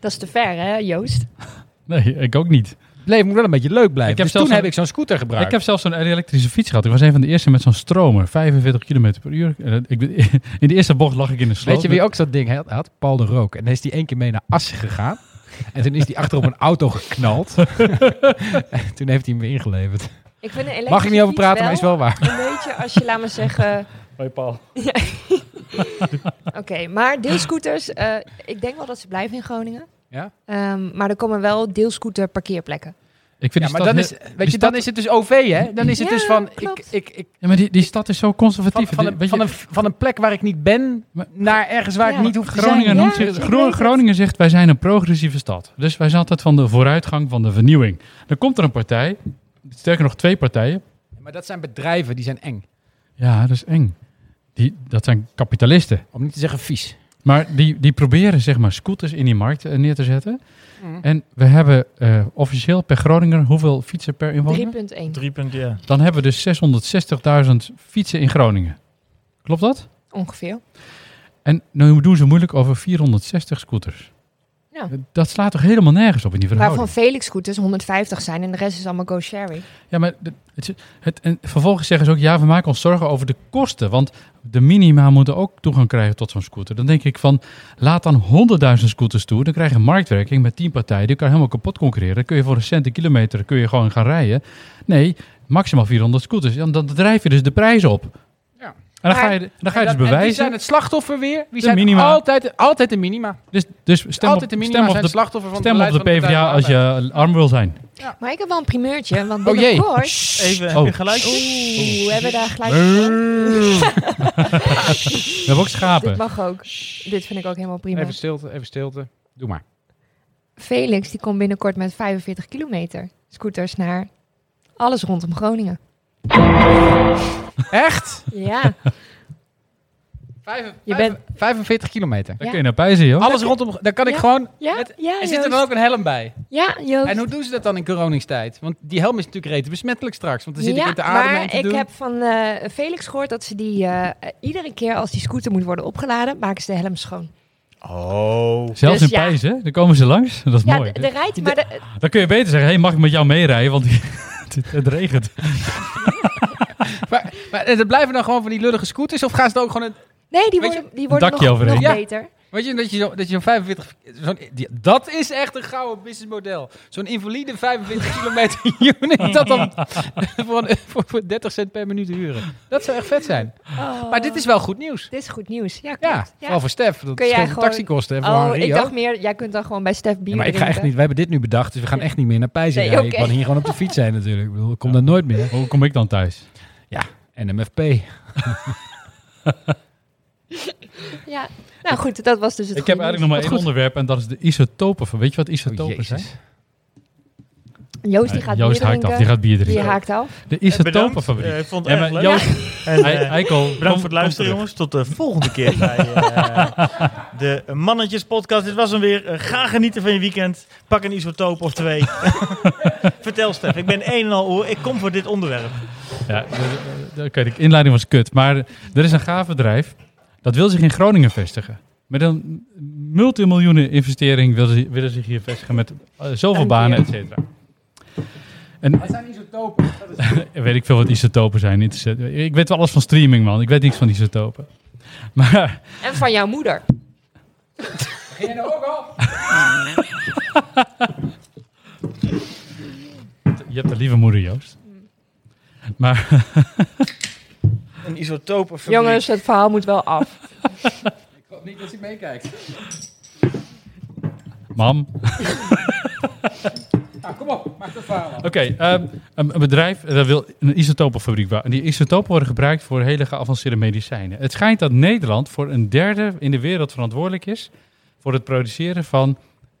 G: Dat is te ver, hè, Joost?
E: nee, ik ook niet.
C: Het leven moet wel een beetje leuk blijven.
E: Ik heb
C: dus
E: zelfs
C: toen heb
E: een-
C: ik zo'n scooter gebruikt.
E: Ik heb zelfs zo'n elektrische fiets gehad. Ik was een van de eerste met zo'n stromer. 45 km per uur. En dat- ik ben- In de eerste bocht lag ik in een sloot.
C: Weet je wie ook zo'n ding had? had? Paul de Rook. En daar is die één keer mee naar Assen gegaan. En toen is die achter op een auto geknald. En toen heeft hij hem weer ingeleverd.
G: Ik vind een
C: Mag ik niet
G: elektrische
C: over praten, maar is
G: fiets
C: wel waar.
G: Een beetje als je, laat maar zeggen...
E: Hoi Paul.
G: Oké, maar deelscooters, eh, ik denk wel dat ze blijven in Groningen.
C: Ja?
G: Ehm, maar er komen wel deelscooter parkeerplekken.
E: Ik vind
C: Ja,
E: die
C: maar
E: stad
C: dan
E: heel-
C: Dus is, weet je, dan is het dus OV, hè? Dan is het
G: Ja,
C: dus van, ik,
G: klopt.
C: ik, ik,
E: Ja, maar die, die stad is zo
C: van,
E: conservatief.
C: van,
E: Die-
C: een,
E: weet je,
C: van, een, van een plek waar ik niet ben,
E: Maar-
C: naar ergens waar
G: Ja.
C: ik niet hoef te zijn.
E: Groningen,
G: Ja,
E: noemt
G: ik
E: zich-
G: weet
E: Gro-
G: het.
E: Groningen zegt wij zijn een progressieve stad. Dus wij zijn altijd van de vooruitgang, van de vernieuwing. Dan komt er een partij, sterker nog twee partijen.
C: Maar dat zijn bedrijven, die zijn eng.
E: Ja, dat is eng. Die, dat zijn kapitalisten.
C: Om niet te zeggen vies.
E: Maar die, die proberen zeg maar scooters in die markt eh, neer te zetten.
C: Mm.
E: En we hebben eh, officieel per Groninger hoeveel fietsen per inwoner?
G: 3.1.
F: Drie punten, ja.
E: Dan hebben we dus 660.000 fietsen in Groningen. Klopt dat?
G: Ongeveer.
E: En nu doen ze moeilijk over 460 scooters.
G: Ja.
E: Dat slaat toch helemaal nergens op in die verhouding?
G: Waarvan Felix scooters 150 zijn en de rest is allemaal go-sharing.
E: Ja, maar de- het, is- het, en vervolgens zeggen ze ook, ja, we maken ons zorgen over de kosten. Want de minima moeten ook toegang krijgen tot zo'n scooter. Dan denk ik van, laat dan 100.000 scooters toe. Dan krijg je marktwerking met 10 partijen. Die kan helemaal kapot concurreren. Dan kun je voor een cent een kilometer kun je gewoon gaan rijden. Nee, maximaal 400 scooters. Dan, dan drijf je dus de prijs op.
C: Ja.
E: En dan
G: Maar-
E: ga je, dan ga je
C: En dat-
E: dus
C: en wie
E: bewijzen.
C: zijn het slachtoffer weer? Wie
E: De
C: zijn
E: minima.
C: Altijd, altijd de minima.
E: Dus, dus stem, op,
C: altijd de minima
E: stem, op
C: zijn
E: de,
C: slachtoffer van
E: stem
C: het
E: op de
C: beleid van Partij
E: PvdA
C: van
E: als
C: de
E: je arm wil zijn.
G: Maar ik heb wel een primeurtje, want
C: Oh, jee.
G: binnenkort...
F: Even,
E: Oh.
F: heb je gelijk?
G: Oeh, we hebben daar gelijk...
E: We hebben ook schapen.
G: Dit mag ook. Dit vind ik ook helemaal prima.
C: Even stilte, even stilte. Doe maar.
G: Felix die komt binnenkort met 45 kilometer scooters naar alles rondom Groningen.
C: Echt?
G: Ja, Je bent-
C: 45 kilometer.
E: Dan
G: Ja.
E: kun je naar pijzen, joh.
C: Alles rondom, daar kan ik
G: Ja.
C: gewoon...
G: ja,
C: Het-
G: ja, dus-
C: Er
G: Oh,
C: zit er
G: Joost.
C: dan ook een helm bij.
G: Ja, Joost.
C: En hoe doen ze dat dan in coroningstijd? Want die helm is natuurlijk rete besmettelijk straks. Want dan zit
G: ja,
C: ik in de adem
G: maar
C: en te
G: ik
C: doen.
G: heb van eh, Felix gehoord dat ze die eh, iedere keer als die scooter moet worden opgeladen, maken ze de helm schoon.
F: Oh.
E: Zelfs
G: Dus
E: in
G: ja.
E: Pijzen, dan komen ze langs. Dat is
G: ja,
E: mooi.
G: de, de rijdt, maar de,
E: Dan kun je beter zeggen, hey, mag ik met jou meerijden? Want het, het regent.
C: Maar, maar eh, er blijven dan gewoon van die lullige scooters? Of gaan ze dan ook gewoon... Een,
G: nee, die
C: Weet je,
G: worden, die worden
E: dakje
G: nog,
E: overheen.
G: nog
C: Ja.
G: beter.
C: weet je, dat je zo'n dat je zo'n 45... zo'n- die- dat is echt een gouden businessmodel. Zo'n invalide 45 kilometer unit. Dat dan voor, een- voor, voor 30 cent per minuut te huren. Dat zou echt vet zijn.
G: Oh.
C: Maar dit is wel goed nieuws.
G: Dit is goed nieuws. Ja,
C: Ja,
G: klopt. Ja.
C: vooral voor Stef. Dat
G: Kun jij
C: scheelt de
G: gewoon-
C: taxikosten. En voor
G: Oh,
C: Henri
G: ik
C: ook.
G: dacht meer, jij kunt dan gewoon bij Stef bier
C: Ja, maar ik ga
G: drinken.
C: echt niet, we hebben dit nu bedacht, dus we gaan echt niet meer naar Pijzen
G: Nee,
C: rijden.
G: oké.
C: Ik kan hier gewoon op de fiets zijn natuurlijk. Ik, bedoel, ik kom daar nooit meer.
E: Hoe kom ik dan thuis?
C: NMFP.
G: Ja. Nou goed, dat was dus het
E: Ik heb
G: goede
E: eigenlijk nog maar
G: nieuws.
E: één onderwerp en dat is de isotopen. Van. Weet je wat
C: Oh,
E: isotopen
C: jezus.
E: zijn?
G: Joost die Dus gaat
E: Joost
G: bier
E: haakt af,
G: drinken.
E: die gaat bier
G: Die
E: drinken.
G: haakt af.
E: De
F: Eh, bedankt.
E: isotopenfabriek.
F: Eh, ik vond
E: Ja,
F: het
E: maar
F: erg leuk.
E: Joost-
F: En, eh,
E: Ei- Eikel, kom-
F: Bedankt
E: kom
F: voor het luisteren,
E: terug.
F: jongens. Tot de volgende keer bij eh, de Mannetjes Podcast. Dit was hem weer. Eh, ga genieten van je weekend. Pak een isotoop of twee. Vertel, Stef. Ik ben een en al oor. Ik kom voor dit onderwerp.
E: Ja, de- de- de- Oké, de inleiding was kut. Maar er is een gaaf bedrijf dat wil zich in Groningen vestigen. Met een multimiljoenen investering willen ze, willen ze zich hier vestigen met eh, zoveel
G: Dank
E: banen,
G: je.
E: et cetera. En
C: zijn isotopen.
E: weet ik veel wat isotopen zijn. niet te zetten. Ik weet wel alles van streaming, man. Ik weet niks van isotopen. Maar
G: En van jouw moeder.
C: Ging je nou ook al?
E: je hebt een lieve moeder, Joost. Maar
F: Een isotopenfabriek.
G: Jongens, het verhaal moet wel af.
C: Ik hoop niet dat hij meekijkt.
E: Mam.
C: Nou, kom op, maak dat verhaal
E: Oké, ehm, een, een bedrijf eh, dat wil een isotopenfabriek bouwen. En die isotopen worden gebruikt voor hele geavanceerde medicijnen. Het schijnt dat Nederland voor een derde in de wereld verantwoordelijk is voor het produceren van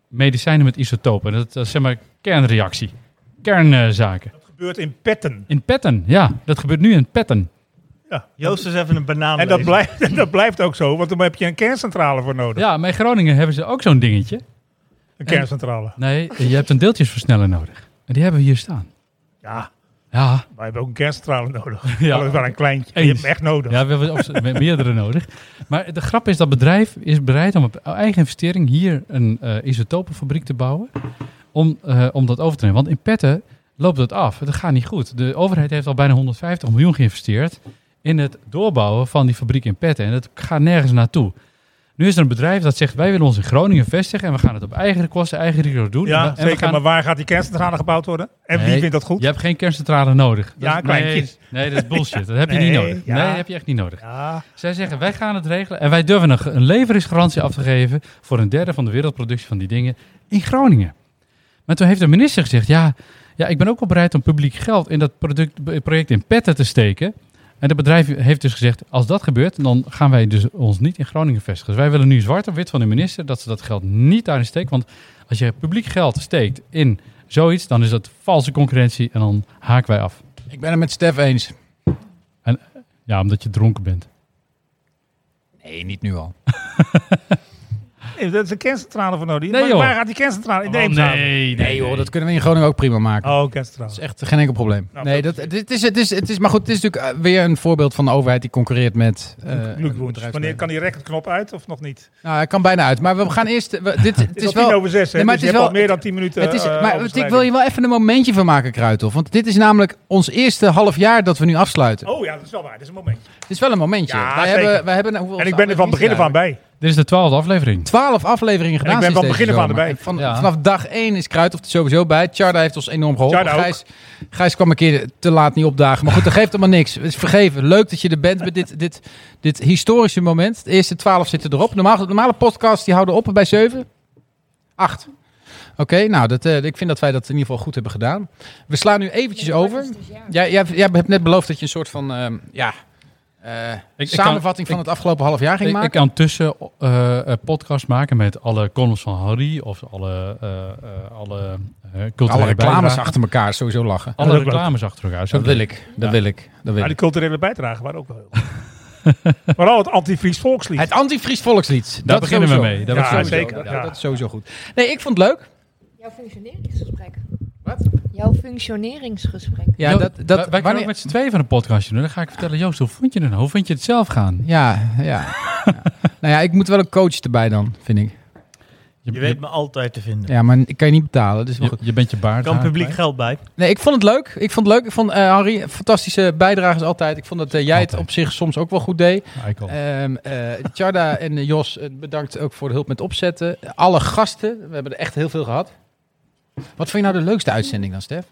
E: medicijnen met isotopen. Dat, dat is zeg maar kernreactie, kernzaken.
H: Dat gebeurt in petten.
E: In petten, ja. Dat gebeurt nu in petten.
F: Joost is even een banaan.
H: En dat
F: lezen.
H: blijft, dat blijft ook zo, want dan heb je een kerncentrale voor nodig.
E: Ja, maar in Groningen hebben ze ook zo'n dingetje.
H: Een kerncentrale.
E: Nee, je hebt een deeltjesversneller nodig. En die hebben we hier staan.
H: Ja,
E: Ja,
H: wij hebben ook een kerncentrale nodig.
E: Ja.
H: Ja. Dat is wel een kleintje. Je
E: Eens.
H: hebt hem echt nodig.
E: ja we hebben ook met meerdere nodig. Maar de grap is dat bedrijf is bereid om op eigen investering hier een eh, isotopenfabriek te bouwen. Om, eh, om dat over te nemen. Want in petten loopt het af. Dat gaat niet goed. De overheid heeft al bijna 150 miljoen geïnvesteerd in het doorbouwen van die fabriek in petten. En dat gaat nergens naartoe. Nu is er een bedrijf dat zegt, wij willen ons in Groningen vestigen en we gaan het op eigen kosten, eigen risico doen. en we-
H: Ja,
E: en we
H: zeker.
E: gaan-
H: Maar waar gaat die kerncentrale gebouwd worden? En wie
E: Nee,
H: vindt dat goed?
E: Je hebt geen kerncentrale nodig. Dat-
H: Ja, een klein
E: nee,
H: kind.
E: Nee, dat is bullshit. Dat heb je
H: Nee,
E: niet nodig.
H: ja.
E: Nee, dat heb je echt niet nodig.
H: Ja.
E: Zij zeggen, wij gaan het regelen en wij durven een, een leveringsgarantie af te geven voor een derde van de wereldproductie van die dingen in Groningen. Maar toen heeft de minister gezegd, ja, ja ik ben ook wel bereid om publiek geld in dat product, project in petten te steken. En het bedrijf heeft dus gezegd, als dat gebeurt, dan gaan wij dus ons niet in Groningen vestigen. Dus wij willen nu zwart op wit van de minister dat ze dat geld niet daarin steekt. Want als je publiek geld steekt in zoiets, dan is dat valse concurrentie en dan haken wij af.
C: Ik ben het met Stef eens.
E: Ja, omdat je dronken bent.
C: Nee, niet nu al.
H: Nee, dat is een kerncentrale voor nodig.
E: Nee,
H: Maar
E: joh.
H: waar gaat die kerncentrale? In de
C: Oh,
E: Oh,
C: Nee joh, dat kunnen we in Groningen ook prima maken.
H: Oh,
C: Dat
H: kerncentrale.
C: is echt geen enkel probleem.
H: Nou,
C: nee, dat, dit is, het, is, het is, maar goed, het is natuurlijk eh, weer een voorbeeld van de overheid die concurreert met eh, een
H: Glukwoens.
C: bedrijfsleven.
H: Wanneer kan die recordknop uit of nog niet?
C: Nou, hij kan bijna uit. Maar we gaan eerst... we- dit, het
H: Het
C: is
H: is al tien
C: wel...
H: over zes, hè?
C: Nee, maar
H: dus
C: het
H: je
C: is
H: hebt al
C: wel-
H: meer dan tien minuten
C: Het is,
H: eh,
C: maar ik
H: overschrijding.
C: wil hier wel even een momentje van maken, Kruidhof. Want dit is namelijk ons eerste half jaar dat we nu afsluiten.
H: Oh ja, dat is wel waar. Dat is een momentje.
C: Het is wel een momentje.
H: Ja,
C: wij,
H: zeker.
C: hebben, wij hebben, nou, hoeveel
H: En ik ben er van begin af aan bij.
E: Dit is de twaalfde aflevering.
C: Twaalf afleveringen gedaan.
H: ik ben
C: sinds
H: van
C: deze
H: begin af aan
C: zomer.
H: erbij.
C: Van,
E: Ja.
C: Vanaf dag één is Kruidhof er sowieso bij. Charda heeft ons enorm geholpen.
H: Tjarda ook.
C: Gijs, Gijs kwam een keer te laat niet opdagen. Maar goed, dat geeft allemaal niks. Het is vergeven. Leuk dat je er bent met dit, dit, dit historische moment. De eerste twaalf zitten erop. Normaal, normale podcasts die houden op bij zeven. Acht. Oké, nou, dat, eh, ik vind dat wij dat in ieder geval goed hebben gedaan. We slaan nu eventjes over. Jij, jij, jij hebt net beloofd dat je een soort van ehm, ja, eh,
E: ik
C: samenvatting van het afgelopen half jaar ging
E: Ik, ik
C: maken.
E: kan tussen eh, eh, podcasts maken met alle columns van Harry of alle, eh, eh, alle eh, culturele
C: Alle reclames
E: bijdragen.
C: achter elkaar, sowieso lachen.
E: Alle
H: Dat is ook
E: reclames achter elkaar. Zo
C: Oh, Dat wil ik, dat
E: Ja.
C: wil ik, dat wil
H: Maar de
C: ik.
H: culturele bijdragen waren ook wel heel goed. Vooral het antivries volkslied.
C: Het antivries volkslied.
E: Daar
C: dat
E: beginnen we
C: sowieso.
E: mee. Daar
H: Ja,
E: beginnen we mee.
H: zeker.
C: Dat,
H: Ja.
C: dat is sowieso goed. Nee, ik vond het leuk.
G: Jouw functioneringsgesprek.
C: Wat?
G: Jouw functioneringsgesprek.
C: Ja,
E: Jo-
C: dat, dat,
E: wij wij kunnen
C: wanneer-
E: ook met z'n tweeën van een podcastje doen. Dan ga ik vertellen, Joost, hoe vond je het nou? Hoe vind je het zelf gaan?
C: ja, ja. Ja. Nou ja, ik moet wel een coach erbij dan, vind ik.
F: Je weet me altijd te vinden.
C: Ja, maar ik kan je niet betalen, dus wel
E: je,
C: goed.
E: je bent je baard.
F: Kan publiek geld bij.
C: Nee, ik vond het leuk. Ik vond het leuk. Ik vond eh, Harry, fantastische bijdragers altijd. Ik vond dat eh, jij het
E: Altijd.
C: op zich soms ook wel goed deed.
E: Eikel.
C: Ehm eh, Tjarda en eh, Jos, eh, bedankt ook voor de hulp met opzetten. Alle gasten, we hebben er echt heel veel gehad. Wat vond je nou de leukste uitzending dan, Stef?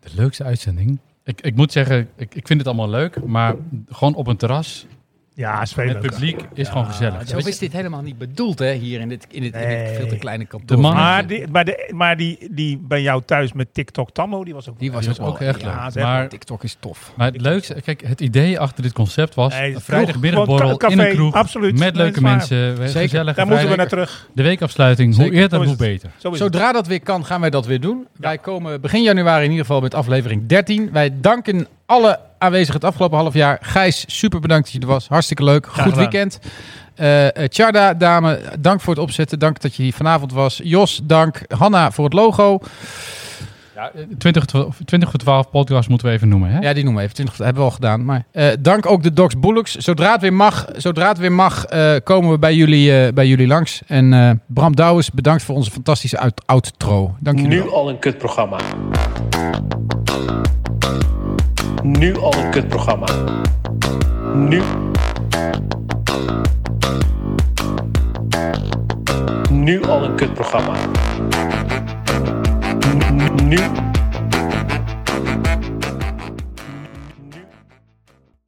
E: De leukste uitzending. Ik, ik moet zeggen, ik, ik vind het allemaal leuk, maar gewoon op een terras
H: Ja,
E: met
H: spelen.
E: publiek is gewoon gezellig.
C: Ah, Zo
E: Weet je,
C: is dit helemaal niet bedoeld, hè, hier in dit, in dit, in dit
H: Nee.
C: veel te kleine kantoor.
E: De man-
H: Maar, die, maar, de, maar die, die bij jou thuis met TikTok Tammo, die was ook
C: die was,
E: die was ook echt
C: Oh, ja,
E: leuk.
H: zeg
E: Maar
C: TikTok is tof.
E: Maar het leukste, kijk, het idee achter dit concept was
H: Nee,
E: een
H: kroeg,
E: vrijdagmiddagborrel
H: gewoon ka-
E: in een
H: café,
E: kroeg
H: absoluut.
E: met
H: Nee,
E: leuke
H: dat is waar.
E: mensen, we-
C: Zeker.
E: gezellige
H: Daar moeten we naar
E: vrijdag.
H: terug.
E: De weekafsluiting, hoe
C: Zeker.
E: eerder,
H: Zo is
E: hoe
H: het.
E: beter.
H: Zo Oh, is het.
C: Zodra dat weer kan, gaan wij dat weer doen. Wij komen begin januari in ieder geval met aflevering 13. Wij danken alle aanwezigen het afgelopen half jaar. Gijs, super bedankt dat je er was. Hartstikke leuk. Goed
H: gedaan.
C: weekend. Eh eh, Tjarda, dame, dank voor het opzetten. Dank dat je hier vanavond was. Jos, dank. Hanna voor het logo.
E: 20, voor 12 podcast moeten we even noemen, hè?
C: Ja, die noemen we even. 20 hebben we al gedaan. Maar, eh, dank ook de Docs Bullocks. Zodra het weer mag, zodra het weer mag eh, komen we bij jullie, eh, bij jullie langs. En eh, Bram Douwens, bedankt voor onze fantastische out- outro. Dank jullie wel.
K: Nu al een kutprogramma. Nu al een kutprogramma. Nu. Nu al een kutprogramma. Nu.